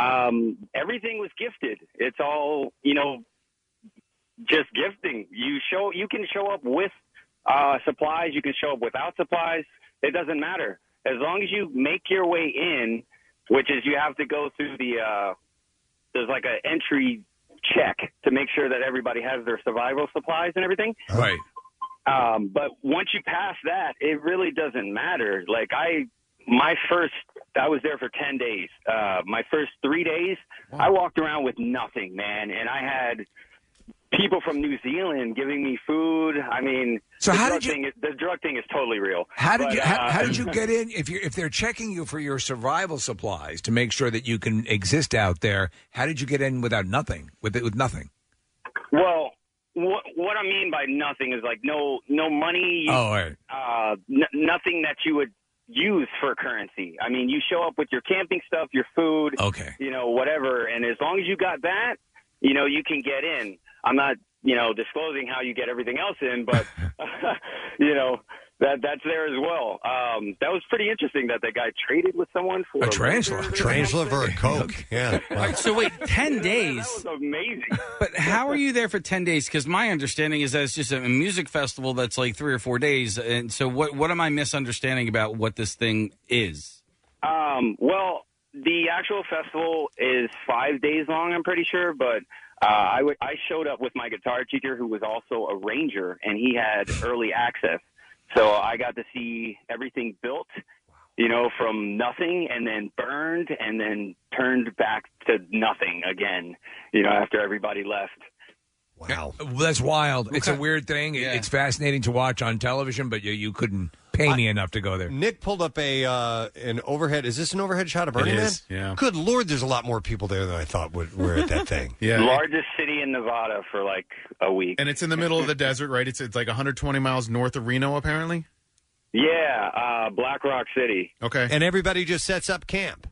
um, everything was gifted. It's all you know, just gifting. You show you can show up with uh, supplies. You can show up without supplies. It doesn't matter as long as you make your way in, which is you have to go through the uh, there's like an entry check to make sure that everybody has their survival supplies and everything.
Right.
Um, but once you pass that, it really doesn't matter. Like I, my first, I was there for ten days. Uh, my first three days, I walked around with nothing, man, and I had people from New Zealand giving me food. I mean,
So
the
how
drug
did you-
Thing is, the drug thing is totally real.
How did
But,
you how,
uh,
how did you get in if you are if they're checking you for your survival supplies to make sure that you can exist out there? How did you get in without nothing with it with nothing?
Well, what what I mean by nothing is like no no money.
Oh, all right.
Uh, n- nothing that you would use for currency. I mean, you show up with your camping stuff, your food,
okay,
you know, whatever, and as long as you got that, you know, you can get in.
I'm not, you know, disclosing how you get everything else in, but you know that that's there as well. Um, that was pretty interesting that that guy traded with someone for
A tarantula.
Tarantula for a Coke. Yeah.
so wait, ten days.
That was amazing.
But how are you there for ten days? Because my understanding is that it's just a music festival that's like three or four days. And so, what what am I misunderstanding about what this thing is?
Um, well, the actual festival is five days long, I'm pretty sure, but uh, I would- I showed up with my guitar teacher, who was also a ranger, and he had early access, so I got to see everything built, you know, from nothing and then burned and then turned back to nothing again, you know, after everybody left.
Wow,
that's wild. It's a
Okay.
weird thing. It- It's fascinating to watch on television, but you, you couldn't pay me enough to go there.
Nick pulled up a uh, an overhead. Is this an overhead shot of Burning
is,
Man?
yeah.
Good lord, there's a lot more people there than I thought would were at that thing.
largest city in Nevada for like a week.
And it's in the middle of the desert, right? It's, it's like 120 miles north of Reno, apparently.
Yeah, uh, Black Rock City.
Okay.
And everybody just sets up camp.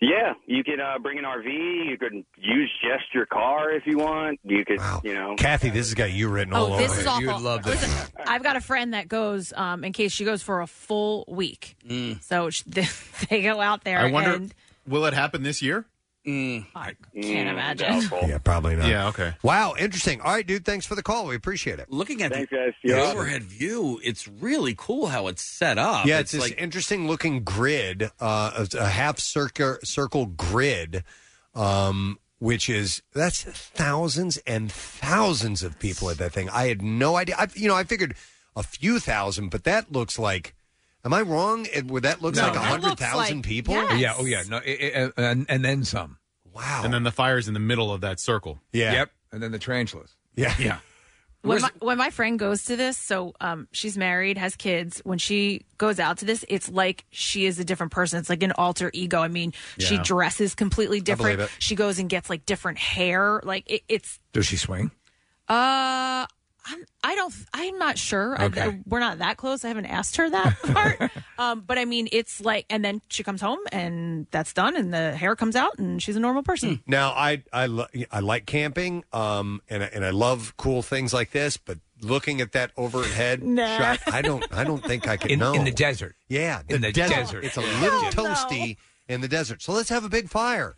Yeah, you can uh, bring an RV. You could use just your car if you want. You could, you know.
Kathy, this has got you written
Oh,
all over
this
it.
is awful. Listen, I've got a friend that goes um, in case she goes for a full week. So she, they go out there.
Mm. I wonder,
and
will it happen this year?
I
Mm,
can't imagine.
Yeah, probably not.
Yeah, okay.
Wow, interesting. All right, dude, thanks for the call. We appreciate it.
Looking at
Thanks,
the,
guys.
the
You're welcome.
overhead view, it's really cool how it's set up.
yeah, it's, this
like
interesting looking grid, uh, a, a half circle circle grid, um, which is that's thousands and thousands of people at that thing. I had no idea. I, you know, I figured a few thousand, but that looks like. Am I wrong? It, where that looks
No,
like a
no.
hundred thousand people.
Yeah. Oh, yeah. No, it, it, uh, and, and then some.
Wow.
And then the fire's in the middle of that circle.
Yeah.
Yep. And then the tarantulas.
Yeah.
Yeah.
When
Where's-
my, when my friend goes to this, so um, she's married, has kids. When she goes out to this, it's like she is a different person. It's like an alter ego. I mean, she
Yeah.
dresses completely different.
it.
She goes and gets like different hair. Like it, it's
Does she swing?
uh, I'm, I don't. I'm not sure. I,
Okay.
we're not that close. I haven't asked her that part. um, but I mean, it's like, and then she comes home and that's done, and the hair comes out, and she's a normal person.
Now I I lo- I like camping, um, and I, and I love cool things like this. But looking at that overhead
Nah.
shot, I don't I don't think I can
In-
know
in the desert.
Yeah,
In the desert.
It's a
Yeah.
little
Hell no.
toasty in the desert. So let's have a big fire.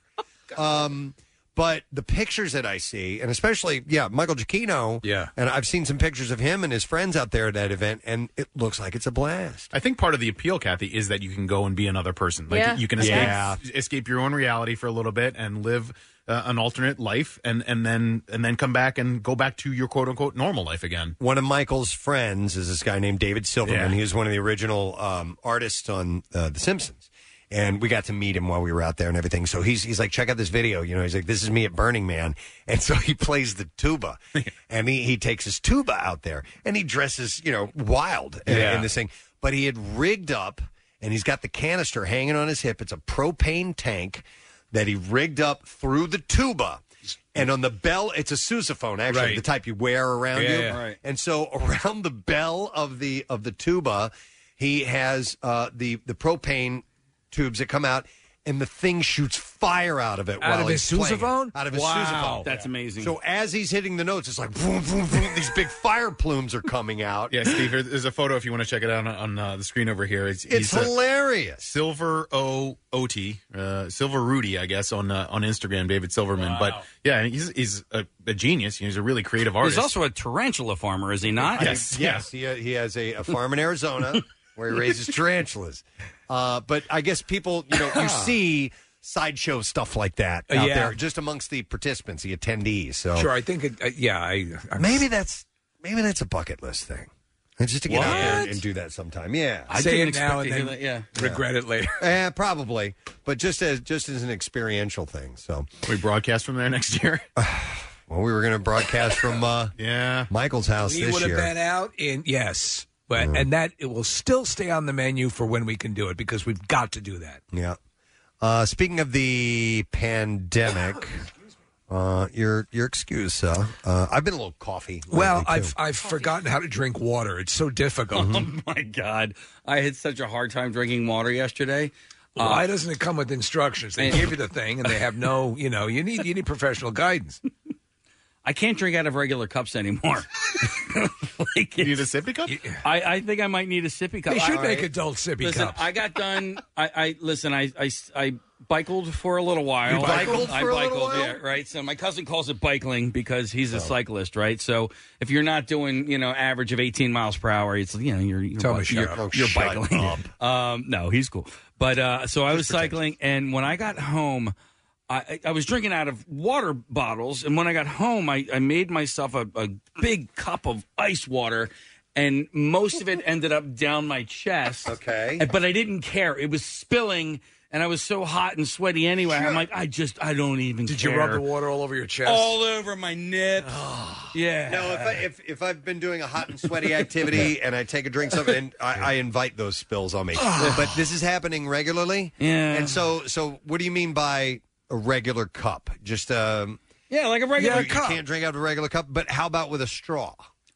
um, but the pictures that I see, and especially yeah, Michael Giacchino.
Yeah.
and I've seen some pictures of him and his friends out there at that event, and it looks like it's a blast.
I think part of the appeal, Kathy, is that you can go and be another person. Like
Yeah.
you can escape,
Yeah.
escape your own reality for a little bit and live uh, an alternate life, and and then and then come back and go back to your quote unquote normal life again.
One of Michael's friends is this guy named David Silverman.
Yeah.
He was one of the original um, artists on uh, The Simpsons. And we got to meet him while we were out there and everything. So he's he's like, check out this video. You know, he's like, this is me at Burning Man. And so he plays the tuba, and he, he takes his tuba out there, and he dresses, you know, wild in-
Yeah.
in this thing. But he had rigged up, and he's got the canister hanging on his hip. It's a propane tank that he rigged up through the tuba. And on the bell, it's a sousaphone, actually,
Right.
the type you wear around
Yeah,
you.
yeah. Right.
And so around the bell of the of the tuba, he has uh, the the propane tubes that come out, and the thing shoots fire out of it.
Out
while
of his
he's playing it.
sousaphone?
Out of his
Wow.
sousaphone.
That's amazing.
So as he's hitting the notes, it's like boom, boom, boom. These big fire plumes are coming out.
Yeah, Steve. here- There's a photo if you want to check it out on, on uh, the screen over here. It's,
It's
he's, uh,
hilarious.
Silver O O T, uh, Silver Rudy, I guess on uh, on Instagram, David Silverman. But yeah, he's he's a, a genius. He's a really creative artist.
he's also a tarantula farmer, is he not?
Yes, yes. He, uh, he has a, a farm in Arizona where he raises tarantulas. Uh, but I guess people, you know, you see sideshow stuff like that out
Ah. Uh, Yeah.
there just amongst the participants, the attendees. So
Sure. I think. It, uh, yeah. I, I
maybe that's maybe that's a bucket list thing. And just to get out there and, and do that sometime. Yeah,
say it now and then regret it later.
Eh, probably, but just as just as an experiential thing. So
we broadcast from there next year.
well, we were going to broadcast from uh,
yeah
Michael's house
We
this
would have
year.
been out in yes, but and that it will still stay on the menu for when we can do it because we've got to do that.
Yeah. Uh, speaking of the pandemic, uh, your your excuse, sir. Uh, I've been a little coffee. lately,
Well,
too. Mm-hmm.
I've I've forgotten how to drink water. It's so difficult.
Oh my god, I had such a hard time drinking water yesterday. Uh,
Why doesn't it come with instructions? They give you the thing, and they have no. You know, you need you need professional guidance.
I can't drink out of regular cups anymore. you need a sippy cup? I, I think I might need a sippy cup.
They should
I-
make adult sippy
listen,
cups.
I got done. I, I listen. I I I bicycled for a little while.
You bicycled
I
for a little
bicycled,
while? Oh.
yeah, right. So my cousin calls it bicycling because he's a cyclist, right? So if you're not doing you know average of 18 miles per hour, it's you know you're you're
Tell me
bi-
shut
you're,
up. Oh,
you're
shut
bicycling. Um, no, he's cool. But uh, so I was cycling, and when I got home. I, I was drinking out of water bottles, and when I got home, I, I made myself a, a big cup of ice water, and most of it ended up down my chest. Okay. But I didn't care. It was spilling, and I was so hot and sweaty anyway. I'm like, I just, I don't even
Did
care.
you rub the water all over your chest?
All over my nips. yeah.
No, if, I, if if I've been doing a hot and sweaty activity and I take a drink something, and I, I invite those spills on me. uh, but this is happening regularly.
Yeah.
And so, so what do you mean by a regular cup? Just um.
Yeah, like a regular
you, you
cup.
can't drink out of a regular cup, but how about with a straw?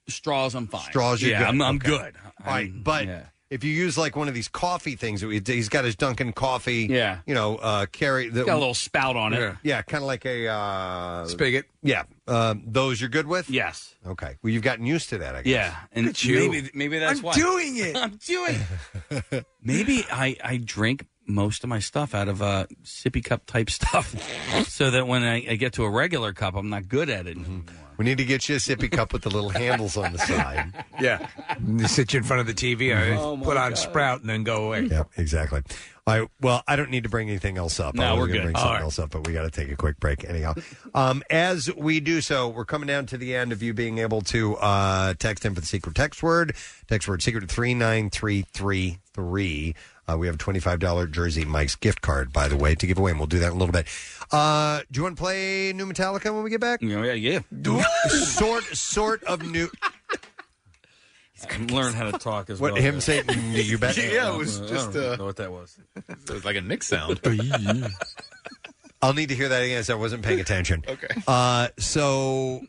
Straws, I'm fine.
Straws, you're
Yeah,
good.
I'm- I'm good.
All right, but if you use like one of these coffee things, that we- he's got his Dunkin' coffee.
Yeah.
You know, uh, carry the,
Got a little spout on it.
Yeah, kind of like a uh,
spigot.
Yeah, um, those you're good with.
Yes.
Okay. Well, you've gotten used to that, I guess.
Yeah, and
Look at you.
maybe maybe that's
I'm
why
doing it. I'm
doing. Maybe I, I drink most of my stuff out of uh, sippy cup type stuff so that when I, I get to a regular cup, I'm not good at it.
Mm-hmm. We need to get you a sippy cup with the little handles on the side.
Yeah. They sit you in front of the TV, I
Oh, my
put on
God.
Sprout, and then go away.
Yep, exactly. All right. Well, I don't need to bring anything else up.
No,
I was
we're
gonna
good.
Bring
All
something
right.
else up, but we got to take a quick break anyhow. Um, as we do so, we're coming down to the end of you being able to uh, text in for the secret text word. Text word secret three nine three three three. Uh, we have a twenty five dollar Jersey Mike's gift card, by the way, to give away, and we'll do that in a little bit. Uh, do you want to play new Metallica when we get back?
Yeah, yeah.
sort sort of new.
Learn how to talk as
What
well.
him saying? "Mm, You bet.
Yeah, it was I don't just, uh, know what that was.
It was like a Nick sound.
I'll need to hear that again. So I wasn't paying attention. okay. Uh, so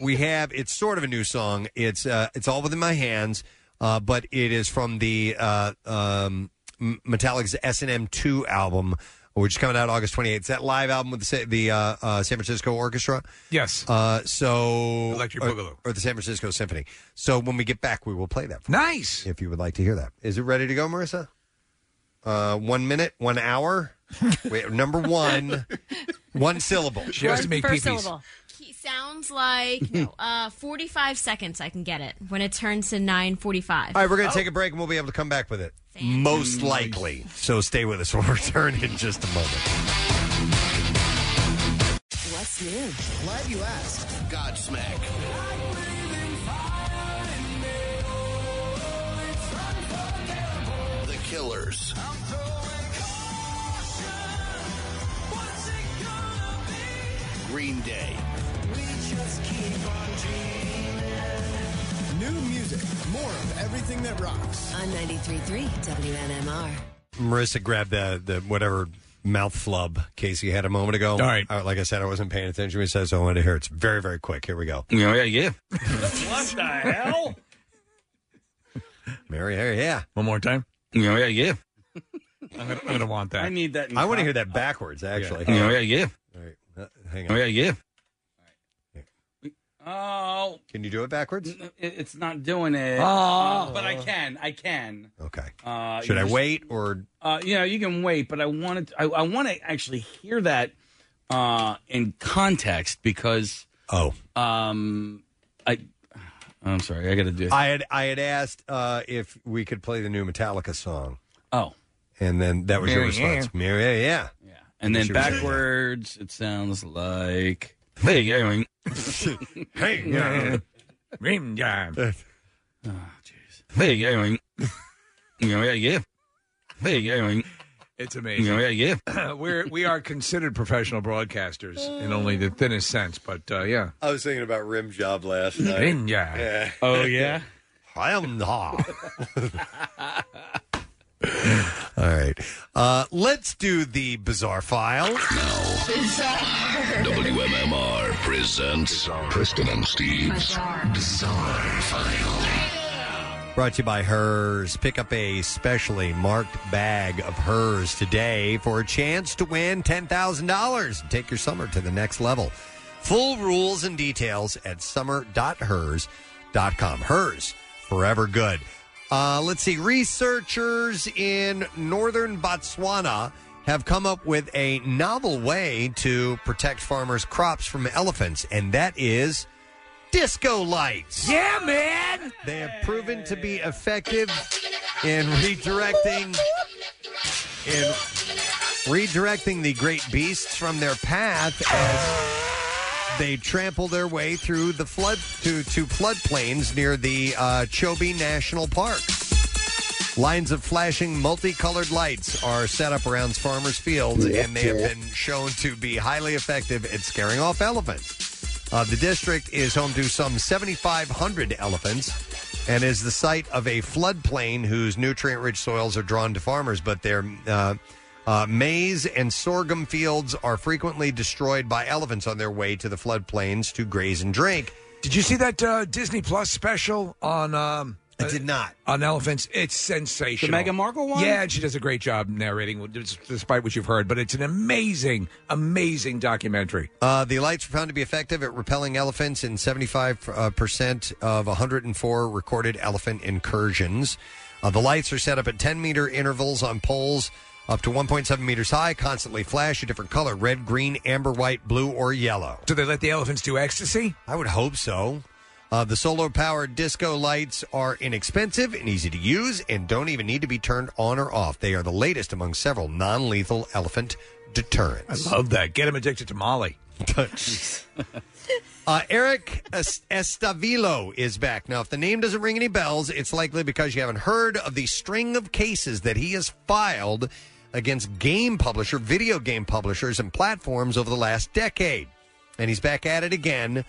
we have it's sort of a new song. It's uh, it's all within my hands, uh, but it is from the uh, um, M- Metallica's S and M two album, which is coming out August twenty eighth. It's that live album with the Sa- the uh, uh, San Francisco Orchestra.
Yes.
Uh, so
Electric
or-
Boogaloo.
or the San Francisco Symphony. So when we get back, we will play that. For
nice.
If you would like to hear that, is it ready to go, Marissa? Uh, one minute, one hour. Wait, number one, one syllable.
She has to make
First syllable. He sounds like uh, 45 seconds. I can get it when it turns to 9:45.
All right, we're going to take a break and we'll be able to come back with it. Most likely. So stay with us. We'll return in just a moment.
What's new? Glad you asked. Godsmack.
The Killers. Green Day.
New music. More of everything that rocks. On 93.3 WNMR.
Marissa grabbed the, the whatever mouth flub Casey had a moment ago. All right. like I said, I wasn't paying attention. He says, I wanted to hear it. It's very, very quick. Here we go.
Yeah, yeah, yeah. what the hell?
Mary, yeah, yeah.
One more time.
Yeah, yeah, yeah.
I'm going to want that.
I need that. in
I want to
co-
hear that backwards, actually.
Yeah, yeah, yeah.
All right. Uh, hang
Oh
on.
yeah, yeah. Oh,
Can you do it backwards?
it- it's not doing it.
Oh.
Uh, but I can. I can.
Okay.
Uh,
Should I
you-
wait or
Uh, you know, you can wait, but I wanted I, I want to actually hear that uh, in context because
oh,
um, I I'm sorry, I got to do. it.
I had I had asked uh, if we could play the new Metallica song.
Oh.
And then that was your
Mary, yeah.
response. Mary, yeah, yeah.
Yeah. And then
She was-
backwards, it sounds like hey, yeah, I mean-
Hey,
yeah. Rim job.
hey, yeah, I mean- yeah, yeah, yeah, hey, yeah, I mean-
It's amazing.
yeah, Oh, yeah.
We're we are considered professional broadcasters in only the thinnest sense, but uh, yeah.
I was thinking about rim job last night.
Rim job.
Oh, yeah?
I am not. All right. Uh, let's do the bizarre file.
WMMR presents Kristen and Steve's Bizarre File.
Brought to you by Hers. Pick up a specially marked bag of Hers today for a chance to win $10,000 and take your summer to the next level. Full rules and details at summer.hers.com. Hers, forever good. Uh, let's see. Researchers in northern Botswana have come up with a novel way to protect farmers' crops from elephants, and that is disco lights.
Yeah, man.
They have proven to be effective in redirecting in redirecting the great beasts from their path as they trample their way through the flood to to floodplains near the uh, Chobe National Park. Lines of flashing multicolored lights are set up around farmers' fields, and they have been shown to be highly effective at scaring off elephants. Uh, the district is home to some 7,500 elephants and is the site of a floodplain whose nutrient rich soils are drawn to farmers, but their uh, uh, maize and sorghum fields are frequently destroyed by elephants on their way to the floodplains to graze and drink.
Did you see that uh, Disney Plus special on? Um,
I did not
on elephants. It's sensational.
The Meghan Markle one?
Yeah, and she does a great job narrating, despite what you've heard. But it's an amazing, amazing documentary.
Uh, the lights were found to be effective at repelling elephants in 75% of 104 recorded elephant incursions. Uh, the lights are set up at 10 meter intervals on poles up to 1.7 meters high, constantly flash a different color red, green, amber, white, blue, or yellow.
Do they let the elephants do ecstasy?
I would hope so. Uh, the solar powered disco lights are inexpensive and easy to use and don't even need to be turned on or off. They are the latest among several non lethal elephant deterrents.
I love that. Get them addicted to Molly.
Uh, Eric Es- Estavilo is back. Now, if the name doesn't ring any bells, it's likely because you haven't heard of the string of cases that he has filed against game publisher, video game publishers, and platforms over the last decade. And he's back at it again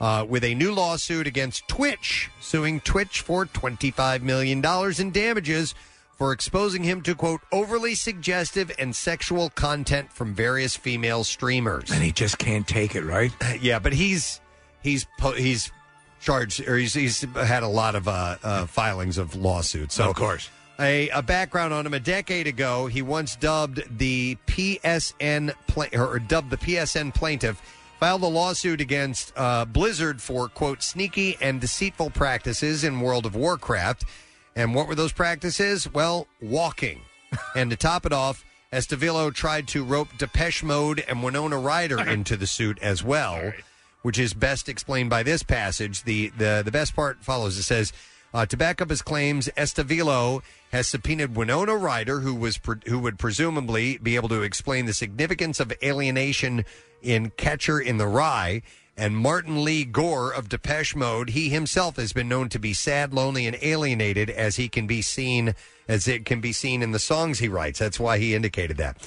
uh, with a new lawsuit against Twitch, suing Twitch for $25 million in damages for exposing him to, quote, overly suggestive and sexual content from various female streamers.
And he just can't take it, right?
yeah, but he's he's po- he's charged or he's he's had a lot of uh, uh, filings of lawsuits. So
Of course.
a, a background on him a decade ago. He once dubbed the PSN pla- or dubbed the PSN plaintiff filed a lawsuit against uh, Blizzard for quote sneaky and deceitful practices in World of Warcraft. And what were those practices? Well, walking. and to top it off, Estevillo tried to rope Depeche Mode and Winona Ryder into the suit as well which is best explained by this passage. The the, the best part follows. It says, uh, to back up his claims, Estevilo has subpoenaed Winona Ryder, who was pre- who would presumably be able to explain the significance of alienation in Catcher in the Rye. And Martin Lee Gore of Depeche Mode, he himself has been known to be sad, lonely, and alienated, as he can be seen as it can be seen in the songs he writes. That's why he indicated that.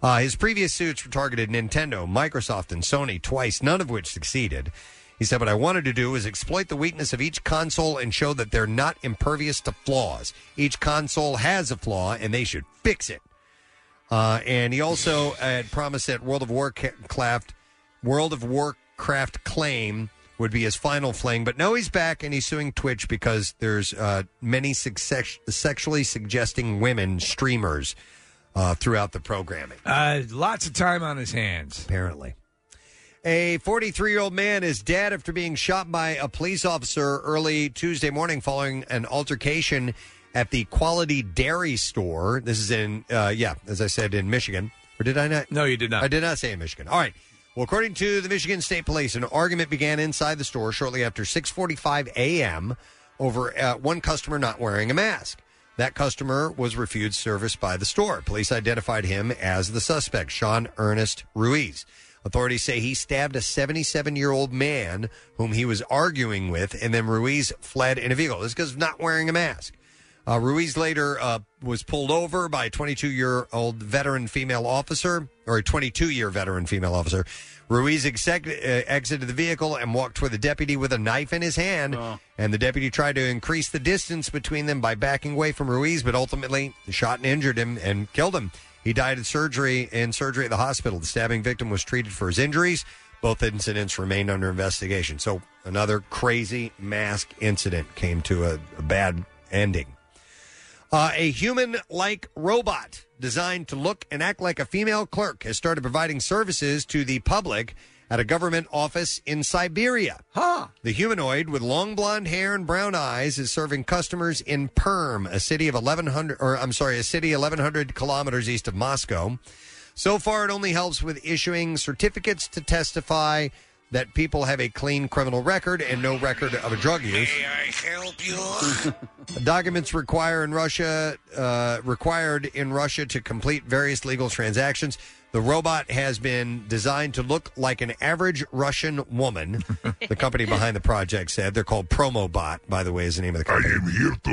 Uh, his previous suits were targeted Nintendo, Microsoft, and Sony twice, none of which succeeded. He said, What I wanted to do is exploit the weakness of each console and show that they're not impervious to flaws. Each console has a flaw, and they should fix it. Uh, and he also had promised that World of Warcraft, World of Warcraft claim would be his final fling. But no, he's back and he's suing Twitch because there's uh, many success- sexually suggesting women streamers uh, throughout the programming.
Uh, lots of time on his hands.
Apparently. A 43 year old man is dead after being shot by a police officer early Tuesday morning following an altercation at the Quality Dairy Store. This is in, uh, yeah, as I said, in Michigan. Or did I not?
No, you did not.
I did not say in Michigan. All right. Well, according to the Michigan State Police, an argument began inside the store shortly after 6:45 a.m. over uh, one customer not wearing a mask. That customer was refused service by the store. Police identified him as the suspect, Sean Ernest Ruiz. Authorities say he stabbed a 77 year old man whom he was arguing with, and then Ruiz fled in a vehicle. This because of not wearing a mask. Uh, Ruiz later uh, was pulled over by a 22 year old veteran female officer, or a 22 year veteran female officer. Ruiz exec- uh, exited the vehicle and walked toward the deputy with a knife in his hand. And the deputy tried to increase the distance between them by backing away from Ruiz, but ultimately shot and injured him and killed him. He died in surgery in surgery at the hospital. The stabbing victim was treated for his injuries. Both incidents remain under investigation. So another crazy mask incident came to a, a bad ending. Uh, a human like robot designed to look and act like a female clerk has started providing services to the public at a government office in Siberia. The humanoid with long blonde hair and brown eyes is serving customers in Perm, a city of 1100 or I'm sorry, a city 1100 kilometers east of Moscow. So far it only helps with issuing certificates to testify that people have a clean criminal record and no record of a drug use. Documents require in Russia uh, required in Russia to complete various legal transactions. The robot has been designed to look like an average Russian woman. the company behind the project said they're called Promobot. By the way, is the name of the company. I am here to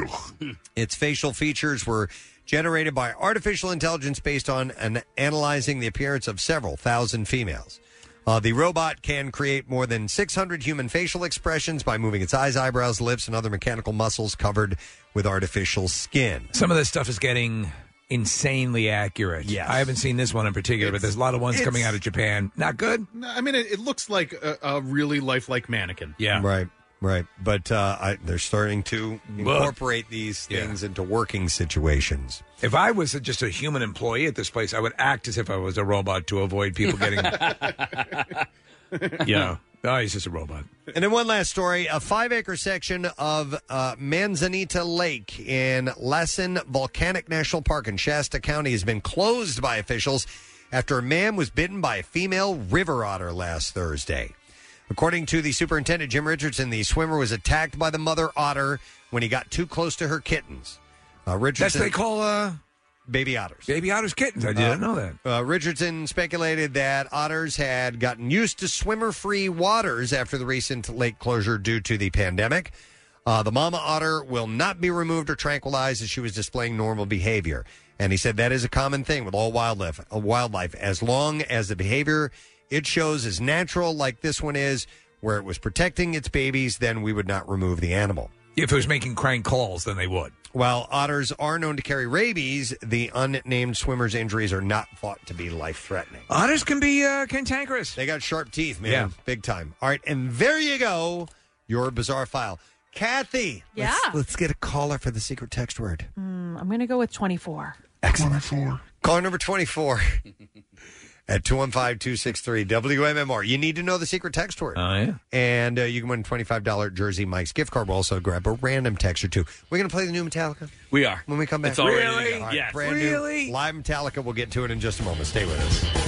help you. Its facial features were generated by artificial intelligence based on an analyzing the appearance of several thousand females. Uh, the robot can create more than 600 human facial expressions by moving its eyes, eyebrows, lips, and other mechanical muscles covered with artificial skin.
Some of this stuff is getting insanely accurate. Yeah, I haven't seen this one in particular, but there's a lot of ones
it's-
coming out of Japan. Not good.
No, I mean, it, it looks like a, a really lifelike mannequin.
Yeah.
Right. Right. But uh, I, they're starting to incorporate these things into working situations.
If I was just a human employee at this place, I would act as if I was a robot to avoid people getting. yeah. Oh, he's just a robot.
And then one last story: a five-acre section of uh, Manzanita Lake in Lassen Volcanic National Park in Shasta County has been closed by officials after a man was bitten by a female river otter last Thursday. According to the superintendent Jim Richardson, the swimmer was attacked by the mother otter when he got too close to her kittens. Uh, Richardson,
That's what they call uh,
baby otters.
Baby otters kittens. I did not
Uh,
know that.
Uh, Richardson speculated that otters had gotten used to swimmer free waters after the recent lake closure due to the pandemic. Uh, the mama otter will not be removed or tranquilized as she was displaying normal behavior. And he said that is a common thing with all wildlife. uh, wildlife, as long as the behavior it shows is natural, like this one is, where it was protecting its babies, then we would not remove the animal.
If it was making crank calls, then they would.
While otters are known to carry rabies, the unnamed swimmer's injuries are not thought to be life threatening.
Otters can be uh, cantankerous.
They got sharp teeth, man.
Yeah.
Big time. All right. And there you go. Your bizarre file. Kathy. let's-
Yeah.
Let's, get a caller for the secret text word.
Hmm.
Mm, I'm going to go with 24.
Excellent. 24. Caller number 24 at 215 263 WMMR. You need to know the secret text word.
Oh, yeah.
And uh, you can win $25 Jersey Mike's gift card. We'll also grab a random text or two. We're going to play the new Metallica.
We are.
When we come back.
It's all ready to go.
All right,
Yes.
brand
Really?
new live Metallica. We'll get to it in just a moment. Stay with us.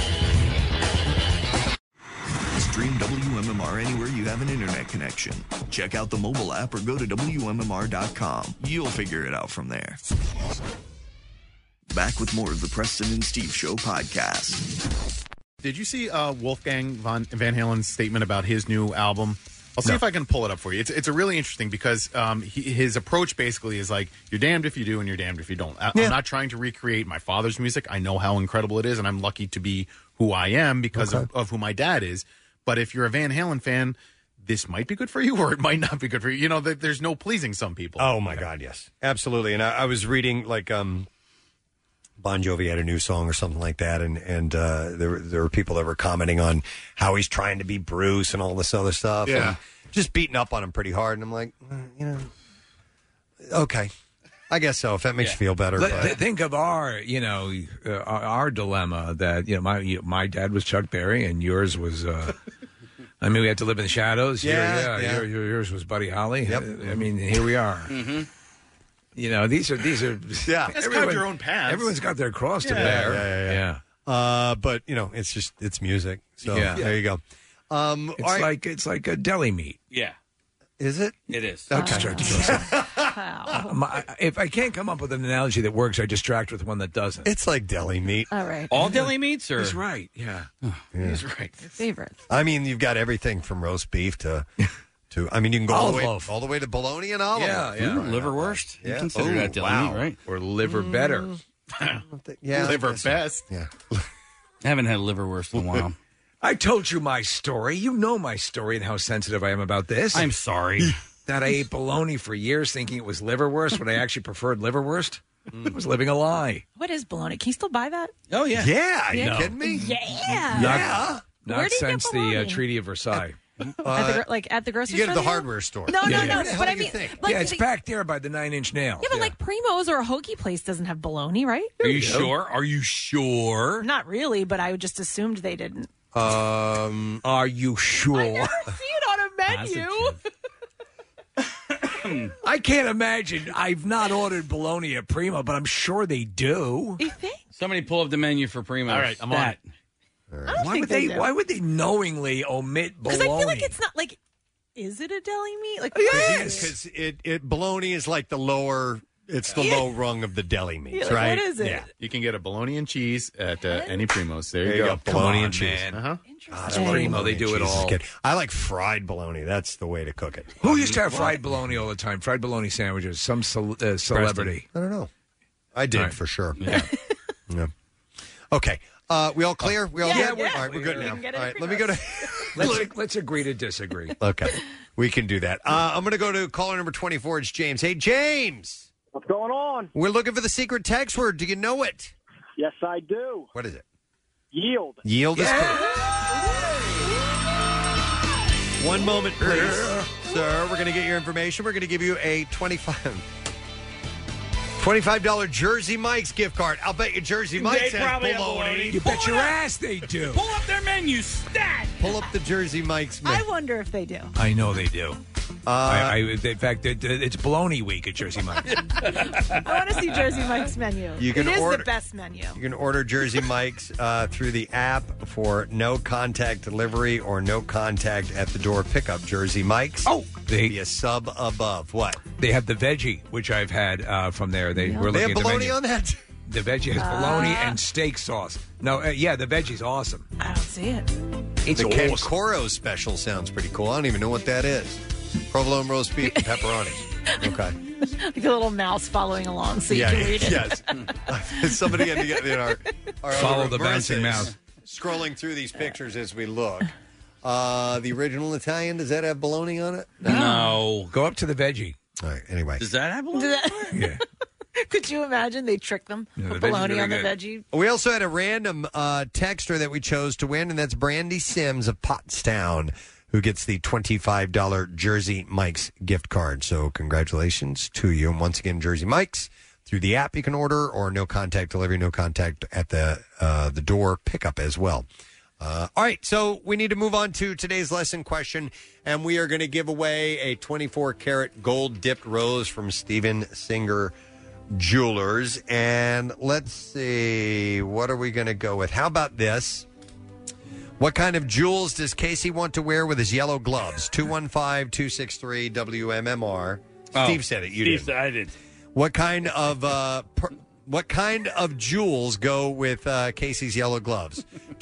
Stream WMMR anywhere you have an internet connection. Check out the mobile app or go to WMMR.com. You'll figure it out from there. Back with more of the Preston and Steve Show podcast.
Did you see uh, Wolfgang von Van Halen's statement about his new album? I'll see if I can pull it up for you. It's it's a really interesting because um, he, his approach basically is like you're damned if you do and you're damned if you don't. I, I'm not trying to recreate my father's music. I know how incredible it is, and I'm lucky to be who I am because of, of who my dad is. But if you're a Van Halen fan, this might be good for you, or it might not be good for you. You know, there- there's no pleasing some people.
Oh my God, yes, absolutely. And I, I was reading like um, Bon Jovi had a new song or something like that, and and uh, there were- there were people that were commenting on how he's trying to be Bruce and all this other stuff.
Yeah.
and just beating up on him pretty hard, and I'm like, uh, you know, okay, I guess so. If that makes you feel better,
Let-
but-
th- think of our, you know, uh, our, our dilemma that you know my you, my dad was Chuck Berry and yours was. Uh, I mean, we had to live in the shadows. Your-
Yeah,
yeah.
yeah.
your- your- yours was Buddy Holly. Uh, I mean, here we are.
Mm-hmm.
You know, these are these are.
Yeah. Guys carved your own paths.
Everyone's got their cross to
Yeah,
bear.
yeah, yeah, yeah. Uh, but you know, it's just it's music. So
Yeah.
there you go. Um,
It's like it's like a deli meat.
Yeah.
Is it?
It is.
I'll distract you. Uh, My- if I can't come up with an analogy that works, I distract with one that doesn't.
It's like deli meat.
Uh,
All right.
All deli meats are.
He's right. Yeah.
Yeah.
He's right.
Your favorite.
I mean, you've got everything from roast beef to to. I mean, you can go all
Olive
the way
loaf.
all the way to bologna and olive.
Yeah,
loaf.
yeah. Ooh, liverwurst. You consider that deli meat, right?
Or liver better.
Yeah,
Liver
best. Yeah.
I haven't had liverwurst in a while.
I told you my story. You know my story and how sensitive I am about this.
I'm sorry.
that I ate bologna for years thinking it was liverwurst when I actually preferred liverwurst.
Mm.
I was living a lie.
What is bologna? Can you still buy that?
Oh, yeah.
Yeah, are you kidding
me?
Yeah.
Not, not
Where do you get
since the uh,
bologna?
Treaty of Versailles.
at the, gro- like at the grocery
Uh, you
store?
get it at the
they have-
hardware store.
No, no,
Yeah.
no.
Where the hell
But
do
I
you
mean,
think?
like,
yeah, it's
the-
back there by the nine inch nail.
Yeah, but like Primo's or a hoagie place doesn't have bologna, right?
Are you sure? Are you sure?
Not really, but I just assumed they didn't.
Um,
Are you sure?
See it on a menu.
I can't imagine. I've not ordered bologna at Prima, but I'm sure they do.
You think?
Somebody pull up the menu for Primo.
All right, I'm on
That.
don't
Why
think
would
they
they?
do.
why would they knowingly omit
Because I
bologna?
feel like it's not like, is it a deli meat? Like,
because it, it bologna is like the lower. It's the
Yeah.
low rung of the deli meats,
Yeah, like,
right?
what is it?
You can get a bologna and cheese at uh, any Primos. There you,
There you
go.
go, bologna and cheese.
Uh-huh.
That's
Dang.
what
Primo, they do it
Jesus
all.
kid. I like fried bologna. That's the way to cook it.
Who used to have fried bologna all the time? Fried bologna sandwiches. Some cel- uh, celebrity.
I don't know. I did
All right.
for sure. Yeah. Okay. Uh, we all clear? We all
Yeah,
good?
we're
all right, we're good
clear.
now.
We can get
all
it
right, let me go to.
Let's, let's agree to disagree.
Okay. We can do that. Uh, I'm going to go to caller number 24. It's James. Hey, James.
What's going on?
We're looking for the secret text word. Do you know it?
Yes, I do.
What is it?
Yield.
Yield is correct. One moment, please. Sir, we're going to get your information. We're going to give you a 25 $25 Jersey Mike's gift card. I'll bet you Jersey Mike's
They
has
probably have bologna.
You bet your ass they do.
Pull up their menu stat.
Pull up the Jersey Mike's
I wonder if they do.
I know they do.
Uh,
I, I, in fact, it, it's bologna week at Jersey Mike's.
I want to see Jersey Mike's menu.
You can
it is
order-
the best menu.
You can order Jersey Mike's uh, through the app for no contact delivery or no contact at the door pickup. Jersey Mike's. Oh,
they
be a sub above what?
They have the veggie, which I've had uh, from there. They were
They
looking
have
at the
bologna
menu.
on that.
The veggie has
Uh,
bologna and steak sauce. No, uh, yeah, the veggie's awesome.
I don't see it.
It's
the Ken
awesome.
Coro special sounds pretty cool. I don't even know what that is. Provolone roast beef and pepperoni. Okay.
like a little mouse following along so you
Yeah,
can read it.
yes. Somebody had to get in our, our
Follow
our-
the
Marissa's
bouncing mouse.
Scrolling through these pictures as we look. Uh, the original Italian, does that have bologna on it?
No.
Go up to the veggie.
Oh. All right, anyway.
Does that happen?
Do that- Could you imagine they trick them?
Yeah, the
Put
veggie's
bologna
really
on the
good.
veggie.
We also had a random uh, texter that we chose to win, and that's Brandy Sims of Pottstown, who gets the $25 Jersey Mike's gift card. So, congratulations to you. And once again, Jersey Mike's through the app you can order, or no contact delivery, no contact at the, uh, the door pickup as well. Uh, all right, so we need to move on to today's lesson question, and we are going to give away a 24 karat gold dipped rose from Steven Singer Jewelers. And let's see, what are we going to go with? How about this? What kind of jewels does Casey want to wear with his yellow gloves? 215 263 WMMR. Steve said it. You
Steve
did.
said- I did.
What kind of uh, per, what kind of jewels go with uh, Casey's yellow gloves?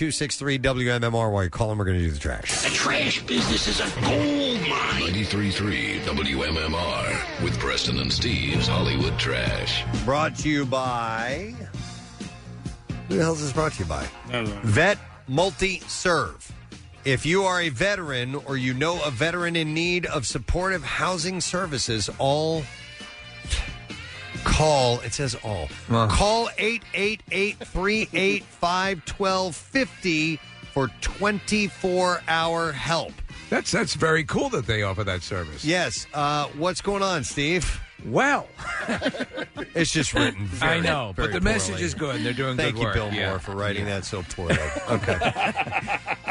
215-263-WMMR. While you call him, we're going to do the trash.
The trash business is a gold mine. 93.3 WMMR with Preston and Steve's Hollywood Trash.
Brought to you by... Who the hell is this brought to you by? Vet Multi Serve. If you are a veteran or you know a veteran in need of supportive housing services, all call, it says all, call 888 385 1250 for 24 hour help.
That's that's very cool that they offer that service.
Yes. Uh, what's going on, Steve?
Well,
it's just written. Very,
I know, but
very
the message
poorly.
is good. and They're doing
Thank
good work.
you, Bill
Yeah.
Moore, for writing that so poorly. Okay.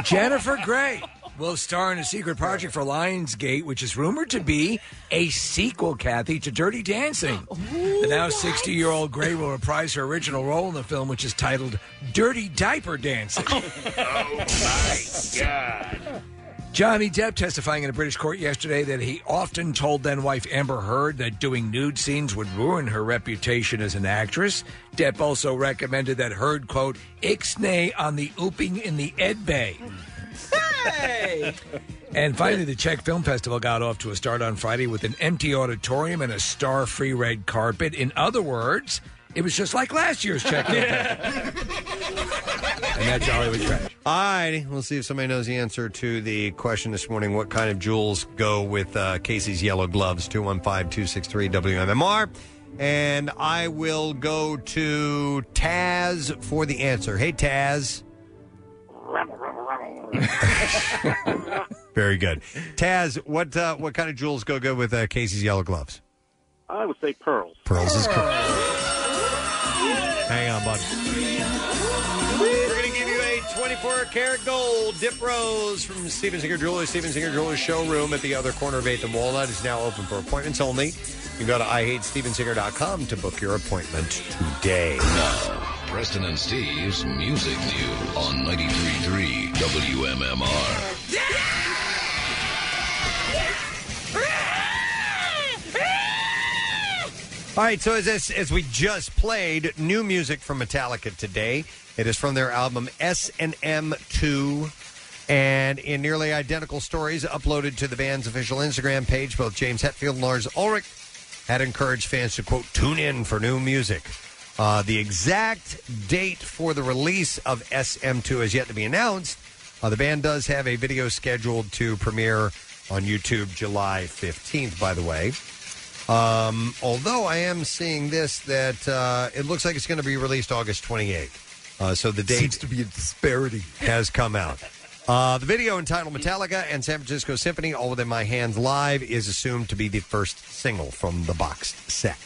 Jennifer Grey will star in a secret project for Lionsgate, which is rumored to be a sequel, Kathy, to Dirty Dancing. the now 60 year old Grey will reprise her original role in the film, which is titled Dirty Diaper Dancing.
Oh,
God.
Johnny Depp testifying in a British court yesterday that he often told then wife Amber Heard that doing nude scenes would ruin her reputation as an actress. Depp also recommended that Heard, quote, ixnay on the ooping in the Ed Bay.
Hey!
And finally, the Czech Film Festival got off to a start on Friday with an empty auditorium and a star free red carpet. In other words, it was just like last year's Czech Film Festival. And that's Hollywood Trash.
All right, we'll see if somebody knows the answer to the question this morning. What kind of jewels go with uh, Casey's yellow gloves? 215 263 WMMR. And I will go to Taz for the answer. Hey, Taz. Very good. Taz, what uh, what kind of jewels go good with uh, Casey's yellow gloves?
I would say pearls.
Pearls is correct. Hang on, bud. We're going to give you a 24 karat gold dip rose from Steven Singer Jewelers. Steven Singer Jewelers showroom at the other corner of 8th and Walnut is now open for appointments only. You can go to IHateStevenSinger.com to book your appointment today.
Preston and Steve's Music News on 93.3 WMMR.
All right, so as, as, as we just played, new music from Metallica today. It is from their album S and M Two, and in nearly identical stories uploaded to the band's official Instagram page, both James Hetfield and Lars Ulrich had encouraged fans to quote tune in for new music. Uh, the exact date for the release of SM2 is yet to be announced. Uh, the band does have a video scheduled to premiere on YouTube July 15th, by the way. Um, although I am seeing this that uh, it looks like it's going to be released August 28th. Uh, so the date seems to be a disparity has come out. Uh, the video entitled Metallica and San Francisco Symphony All Within My Hands Live is assumed to be the first single from the boxed set.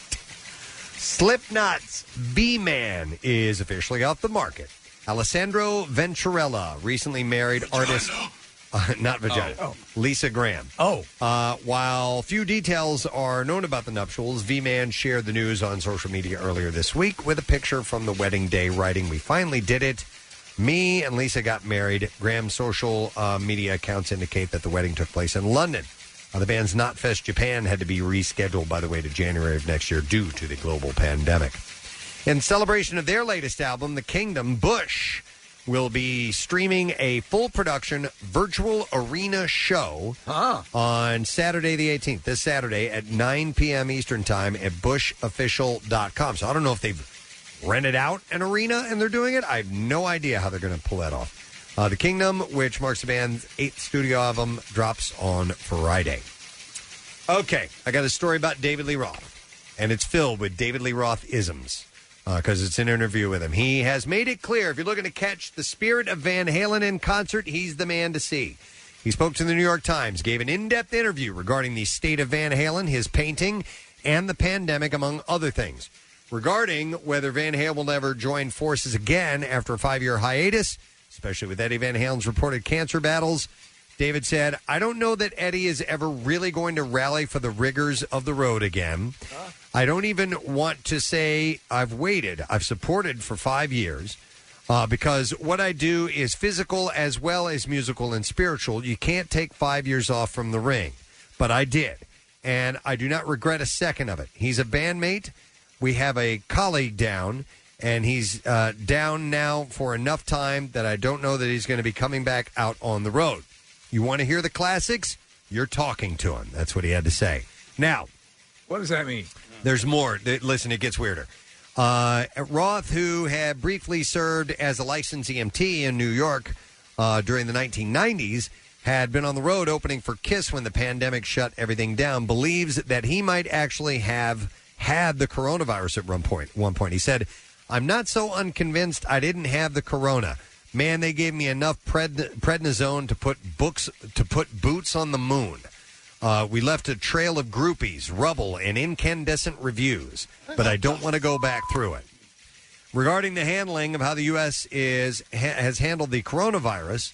Slipknot's B Man is officially off the market. Alessandro Venturella recently married artist. Uh, not vagina.
Oh.
Lisa Graham. Oh. Uh, while few details are known about the nuptials, V Man shared the news on social media earlier this week with a picture from the wedding day, writing, We finally did it. Me and Lisa got married. Graham's social uh, media accounts indicate that the wedding took place in London. Uh, the band's Knotfest Japan had to be rescheduled, by the way, to January of next year due to the global pandemic. In celebration of their latest album, The Kingdom, Bush will be streaming a full production virtual arena show on Saturday the 18th, this Saturday at 9 p.m. Eastern Time at bushofficial.com. So I don't know if they've rented out an arena and they're doing it. I have no idea how they're going to pull that off. Uh, the Kingdom, which marks the band's eighth studio album, drops on Friday. Okay, I got a story about David Lee Roth, and it's filled with David Lee Roth isms because it's an interview with him. He has made it clear if you're looking to catch the spirit of Van Halen in concert, he's the man to see. He spoke to the New York Times, gave an in depth interview regarding the state of Van Halen, his painting, and the pandemic, among other things. Regarding whether Van Halen will ever join forces again after a five year hiatus, especially with Eddie Van Halen's reported cancer battles, David said, I don't know that Eddie is ever really going to rally for the rigors of the road again. I don't even want to say I've waited. I've supported for five years uh, because what I do is physical as well as musical and spiritual. You can't take five years off from the ring, but I did. And I do not regret a second of it. He's a bandmate. We have a colleague down, and he's uh, down now for enough time that I don't know that he's going to be coming back out on the road. You want to hear the classics? You're talking to him. That's what he had to say. Now,
What does that mean?
there's more. Th- Listen, it gets weirder. Uh, Roth, who had briefly served as a licensed EMT in New York uh, during the 1990s, had been on the road opening for Kiss when the pandemic shut everything down, believes that he might actually have had the coronavirus at one point. One point, he said, "I'm not so unconvinced. I didn't have the corona. Man, they gave me enough pred- prednisone to put books to put boots on the moon." Uh, we left a trail of groupies, rubble, and incandescent reviews, but I don't want to go back through it. Regarding the handling of how the U.S. is ha- has handled the coronavirus,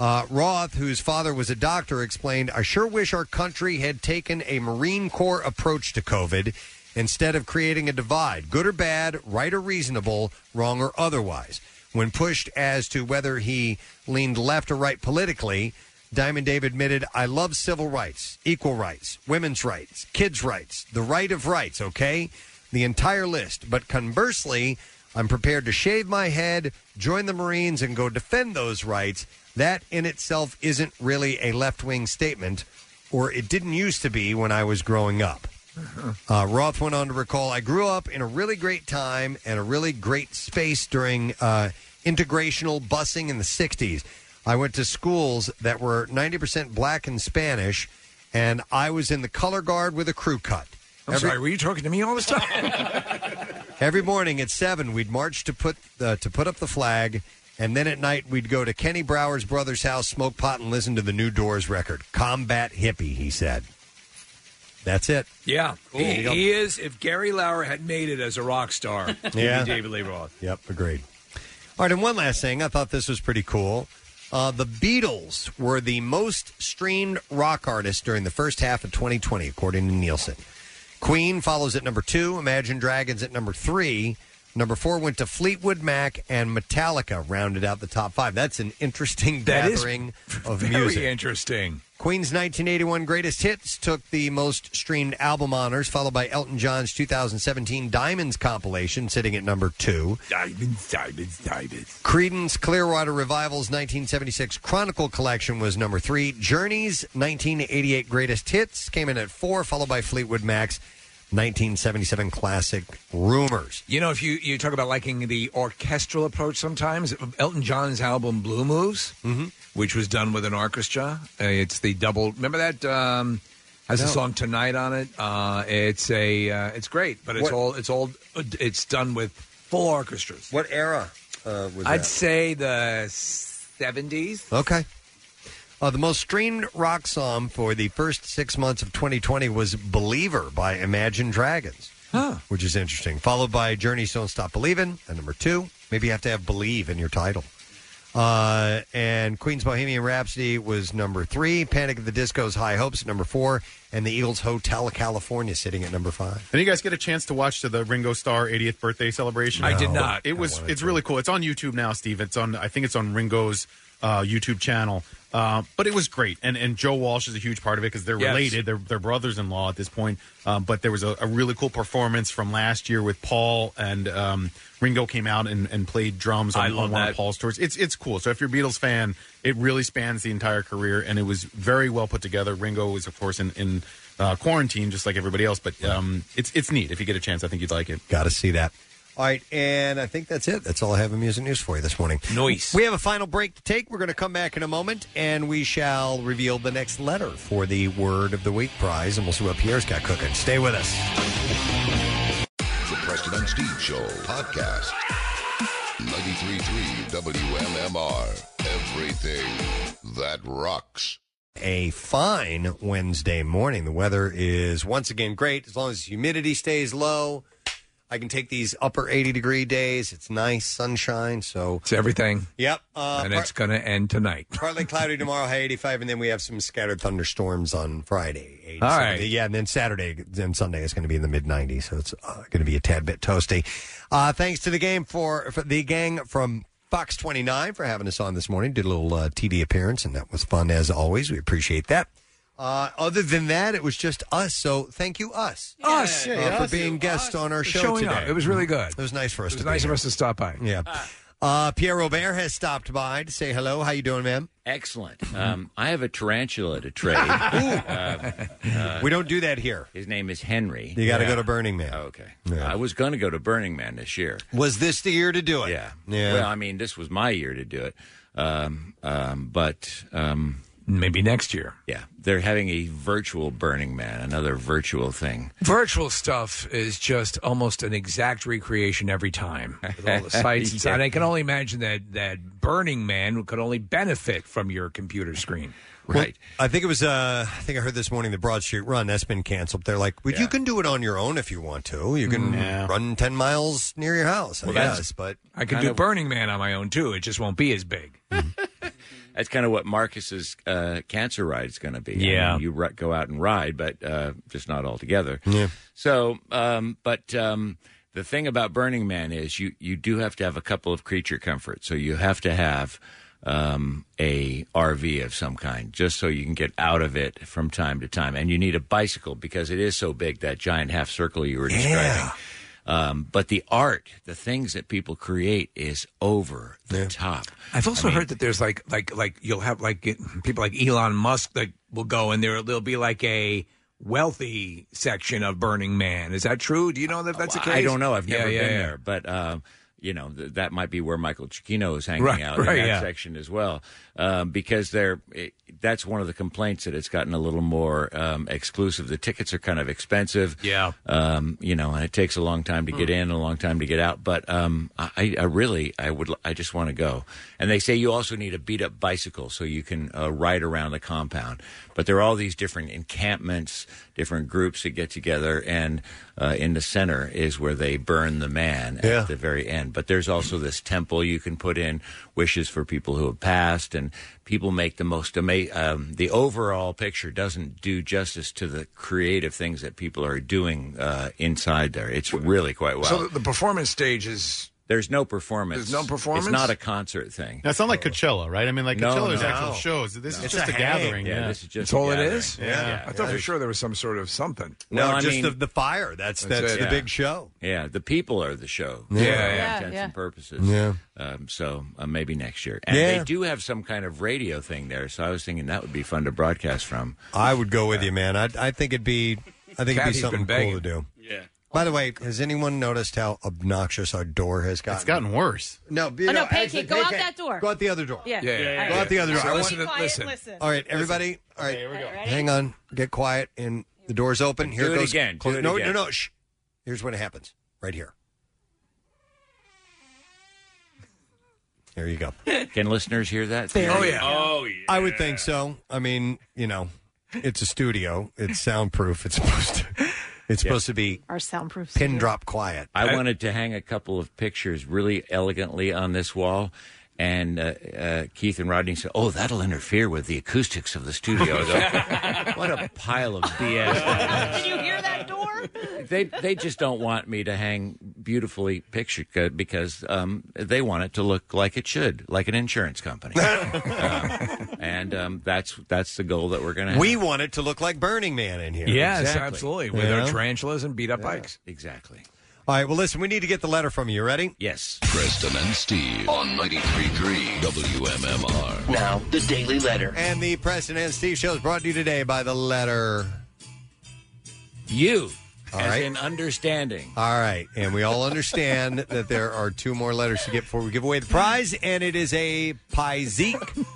uh, Roth, whose father was a doctor, explained, "I sure wish our country had taken a Marine Corps approach to COVID instead of creating a divide, good or bad, right or reasonable, wrong or otherwise." When pushed as to whether he leaned left or right politically, Diamond Dave admitted, I love civil rights, equal rights, women's rights, kids' rights, the right of rights, okay? The entire list. But conversely, I'm prepared to shave my head, join the Marines, and go defend those rights. That in itself isn't really a left wing statement, or it didn't used to be when I was growing up. Uh, Roth went on to recall, I grew up in a really great time and a really great space during uh, integrational busing in the 60s. I went to schools that were 90% black and Spanish, and I was in the color guard with a crew cut.
I'm
Every-
sorry, were you talking to me all this time?
Every morning at seven, we'd march to put uh, to put up the flag, and then at night we'd go to Kenny Brower's brother's house, smoke pot, and listen to the New Doors record. Combat hippie, he said. That's it.
yeah. He,
Cool.
he is, if Gary Lauer had made it as a rock star, he'd be
Yeah.
David Lee Roth.
Yep, agreed. All right, and one last thing. I thought this was pretty cool. Uh, the Beatles were the most streamed rock artist during the first half of 2020, according to Nielsen. Queen follows at number two, Imagine Dragons at number three. Number four went to Fleetwood Mac and Metallica rounded out the top five. That's an interesting
That is
gathering of
very
music.
interesting.
Queen's 1981 Greatest Hits took the most streamed album honors, followed by Elton John's 2017 Diamonds compilation, sitting at number two.
Diamonds, diamonds, diamonds.
Credence Clearwater Revival's 1976 Chronicle collection was number three. Journey's 1988 Greatest Hits came in at four, followed by Fleetwood Mac's 1977 classic Rumors.
You know, if you, you talk about liking the orchestral approach sometimes, Elton John's album Blue Moves,
Mm-hmm.
which was done with an orchestra, uh, it's the double. Remember that? Um, has a
No.
song tonight on it. Uh, it's a uh, it's great, but it's
What-
all it's all it's done with full orchestras.
What era uh, was
I'd
that?
say the seventies.
Okay. Uh, the most streamed rock song for the first six months of 2020 was Believer by Imagine Dragons, which is interesting. Followed by Journey's Don't Stop Believin' at number two. Maybe you have to have Believe in your title. Uh, and Queen's Bohemian Rhapsody was number three. Panic at the Disco's High Hopes at number four. And the Eagles Hotel California sitting at number five.
Did you guys get a chance to watch the Ringo Starr 80th birthday celebration?
I did No. not.
It was it's really cool. It's on YouTube now, Steve. It's on I think it's on Ringo's uh, YouTube channel. Uh, but it was great, and and Joe Walsh is a huge part of it because they're
Yes.
related. They're they're brothers-in-law at this point. Um, but there was a, a really cool performance from last year with Paul and um, Ringo came out and, and played drums on,
I
on
love
one of
that.
Paul's tours. It's it's cool. So if you're a Beatles fan, it really spans the entire career, and it was very well put together. Ringo was, of course, in, in uh, quarantine just like everybody else, but um, it's it's neat. If you get a chance, I think you'd like it.
Got to see that. All right, and I think that's it. That's all I have in music news for you this morning. Noise. We have a final break to take. We're going to come back in a moment, and we shall reveal the next letter for the Word of the Week prize, and we'll see what Pierre's got cooking. Stay with us.
The Preston and Steve Show podcast. 93.3 WMMR. Everything that rocks.
A fine Wednesday morning. The weather is once again great as long as humidity stays low. I can take these upper 80 degree days. It's nice sunshine, so
It's everything.
Yep. Uh,
and
part-
it's going to end tonight.
Partly cloudy tomorrow, high 85, and then we have some scattered thunderstorms on Friday. 80,
All right.
Yeah, and then Saturday and Sunday is going to be in the mid 90s, so it's uh, going to be a tad bit toasty. Uh, thanks to the game for, for the gang from Fox 29 for having us on this morning. Did a little uh, TV appearance, and that was fun as always. We appreciate that. Uh, other than that, it was just us. So thank you, us,
Us.
uh,
Yeah, Oh, us.
for being guests on our
For
show
showing
today. Mm-hmm.
up. It was really good.
It was nice for us.
It was
to be
nice of
here.
us to stop by.
Yeah. Uh, Pierre Robert has stopped by to say hello. How you doing, ma'am?
Excellent.
Mm-hmm.
Um, I have a tarantula to trade. Uh, uh,
we don't do that here.
His name is Henry. Oh,
You got to go to Burning Man.
Okay. I was going to go to Burning Man this year.
Was this the year to do it?
Yeah.
Yeah.
Well, I mean, this was my year to do it. Um, um, but um,
maybe next year.
Yeah. They're having a virtual Burning Man, another virtual thing.
Virtual stuff is just almost an exact recreation every time with all the sites. and stuff.
Yeah.
And I can only imagine that that Burning Man could only benefit from your computer screen.
Right. I think it was. Uh, I think I heard this morning the Broad Street Run that's been canceled. They're like, well, you can do it on your own if you want to. You
Mm.
can run ten miles near your house. I
Well, that's-
guess, but
I could
Kind
do
of-
Burning Man on my own too. It just won't be as big.
That's kind of what Marcus's uh, cancer ride is going to be. I
Yeah.
mean, you ri- go out and ride, but uh, just not all together.
Yeah.
So, um, but um, the thing about Burning Man is you you do have to have a couple of creature comforts. So you have to have um, a RV of some kind, just so you can get out of it from time to time, and you need a bicycle because it is so big that giant half circle you were describing. Um, but the art, the things that people create, is over the top.
I've also heard that there's like like like you'll have like people like Elon Musk that will go and there there'll be like a wealthy section of Burning Man. Is that true? Do you know that that's the case?
I don't know. I've
Yeah,
never
yeah,
been
yeah.
there, but um, you know th- that might be where Michael Chiquino is hanging
Right,
out
right,
in that
yeah.
section as well, um, because they're it, that's one of the complaints that it's gotten a little more um, exclusive. The tickets are kind of expensive,
yeah, Hmm.
um, you know, and it takes a long time to get in, and a long time to get out. But um, I, I really, I would, l- I just want to go. And they say you also need a beat up bicycle so you can uh, ride around the compound. But there are all these different encampments, different groups that get together, and uh, in the center is where they burn the man
Yeah.
at the very end. But there's also this temple you can put in wishes for people who have passed, and people make the most amazing. Um, the overall picture doesn't do justice to the creative things that people are doing uh, inside there. It's really quite wild.
So the performance stage is
there's no performance.
There's no performance?
It's not a concert thing.
That's not like Coachella, right? I mean, like
No,
Coachella's
no.
actual
Oh.
No.
shows. This
No.
is
It's
just
a
a,
hang.
gathering.
Yeah,
Yeah,
this is just
That's all it is.
Yeah.
I thought for sure there was some sort of something.
No, just the, the fire. That's that's,
That's it.
the
Yeah.
big show.
Yeah, the people are the show.
Yeah,
for
yeah.
all
Yeah,
intents
yeah.
and purposes.
Yeah.
Um, so uh, maybe next year. And
Yeah.
they do have some kind of radio thing there, so I was thinking that would be fun to broadcast from.
I would go with you, man. I I think it'd be I think it'd be
Kathy's
something
been
cool
begging.
to do.
Yeah.
By the way, has anyone noticed how obnoxious our door has gotten? It's
gotten worse.
No, you
Oh,
know,
no, Pancake,
actually,
go out
Pancake,
that door.
Go out the other door.
Yeah. Yeah, yeah, yeah.
Go out the other door.
So
I
listen
want-
to- Quiet, listen. listen.
All right, everybody. All right. Hang on. Get quiet. And the door's open. Here
Do it
goes.
again. Do
close-
it
no,
again.
no, no. Shh. Here's what happens. Right here. There you go.
Can listeners hear that?
I would think so. I mean, you know, it's a studio. It's soundproof. It's supposed to. It's
Yeah.
supposed to be
Our soundproof.
pin drop quiet.
I wanted to hang a couple of pictures really elegantly on this wall. And uh, uh, Keith and Rodney said, "Oh, that'll interfere with the acoustics of the studio." I go, what a pile of BS! that
Did you hear that door?
is." They they just don't want me to hang beautifully pictured uh, because um, they want it to look like it should, like an insurance company. Um, and um, that's that's the goal that we're going to.
We want it to look like Burning Man in here.
Yes, absolutely. With
You
their
know?
tarantulas and beat up bikes.
Exactly.
All right. Well, listen. We need to get the letter from you. Ready?
Yes.
Preston and Steve on 93.3 WMMR.
Now, the Daily Letter.
And the Preston and Steve show is brought to you today by the letter
You.
All
as
right.
in understanding.
All right. And we all understand that there are two more letters to get before we give away the prize, and it is a Piezeek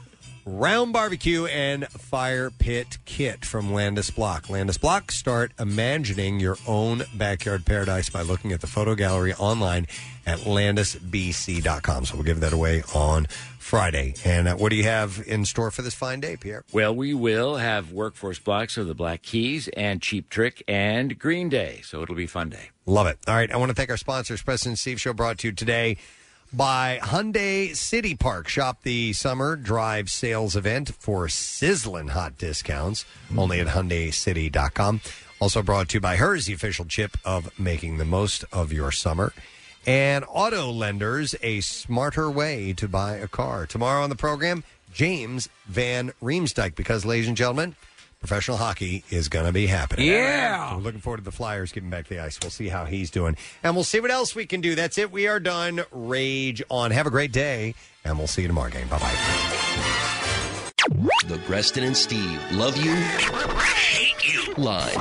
round barbecue and fire pit kit from Landis Block. Landis Block, start imagining your own backyard paradise by looking at the photo gallery online at landisbc.com. So we'll give that away on Friday. And uh, what do you have in store for this fine day, Pierre?
Well, we will have workforce blocks of the Black Keys and Cheap Trick and Green Day, so it'll be fun day.
Love it. All right. I want to thank our sponsors, Preston and Steve Show, brought to you today by Hyundai City Park. Shop the summer drive sales event for sizzling hot discounts only at HyundaiCity.com. Also brought to you by Hers, the official chip of making the most of your summer. And auto lenders, a smarter way to buy a car. Tomorrow on the program, James Van Riemsdyk, because, ladies and gentlemen, professional hockey is going to be happening.
Yeah.
So we're looking forward to the Flyers getting back to the ice. We'll see how he's doing. And we'll see what else we can do. That's it. We are done. Rage on. Have a great day. And we'll see you tomorrow game. Bye bye.
The Preston and Steve love you, hate you line.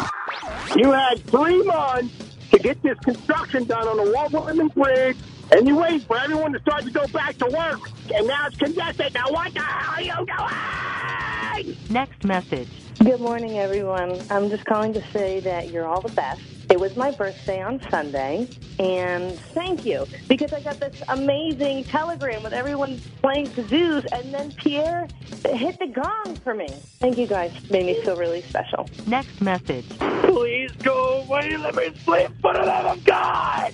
You had three months to get this construction done on the Walt Whitman Bridge, and you wait for everyone to start to go back to work, and now it's congested. Now what the hell are you doing?
Next message.
Good morning, everyone. I'm just calling to say that you're all the best. It was my birthday on Sunday, and thank you because I got this amazing telegram with everyone playing kazoos, and then Pierre hit the gong for me. Thank you guys. Made me feel really special.
Next message.
Please go away. Let me sleep for the love of God.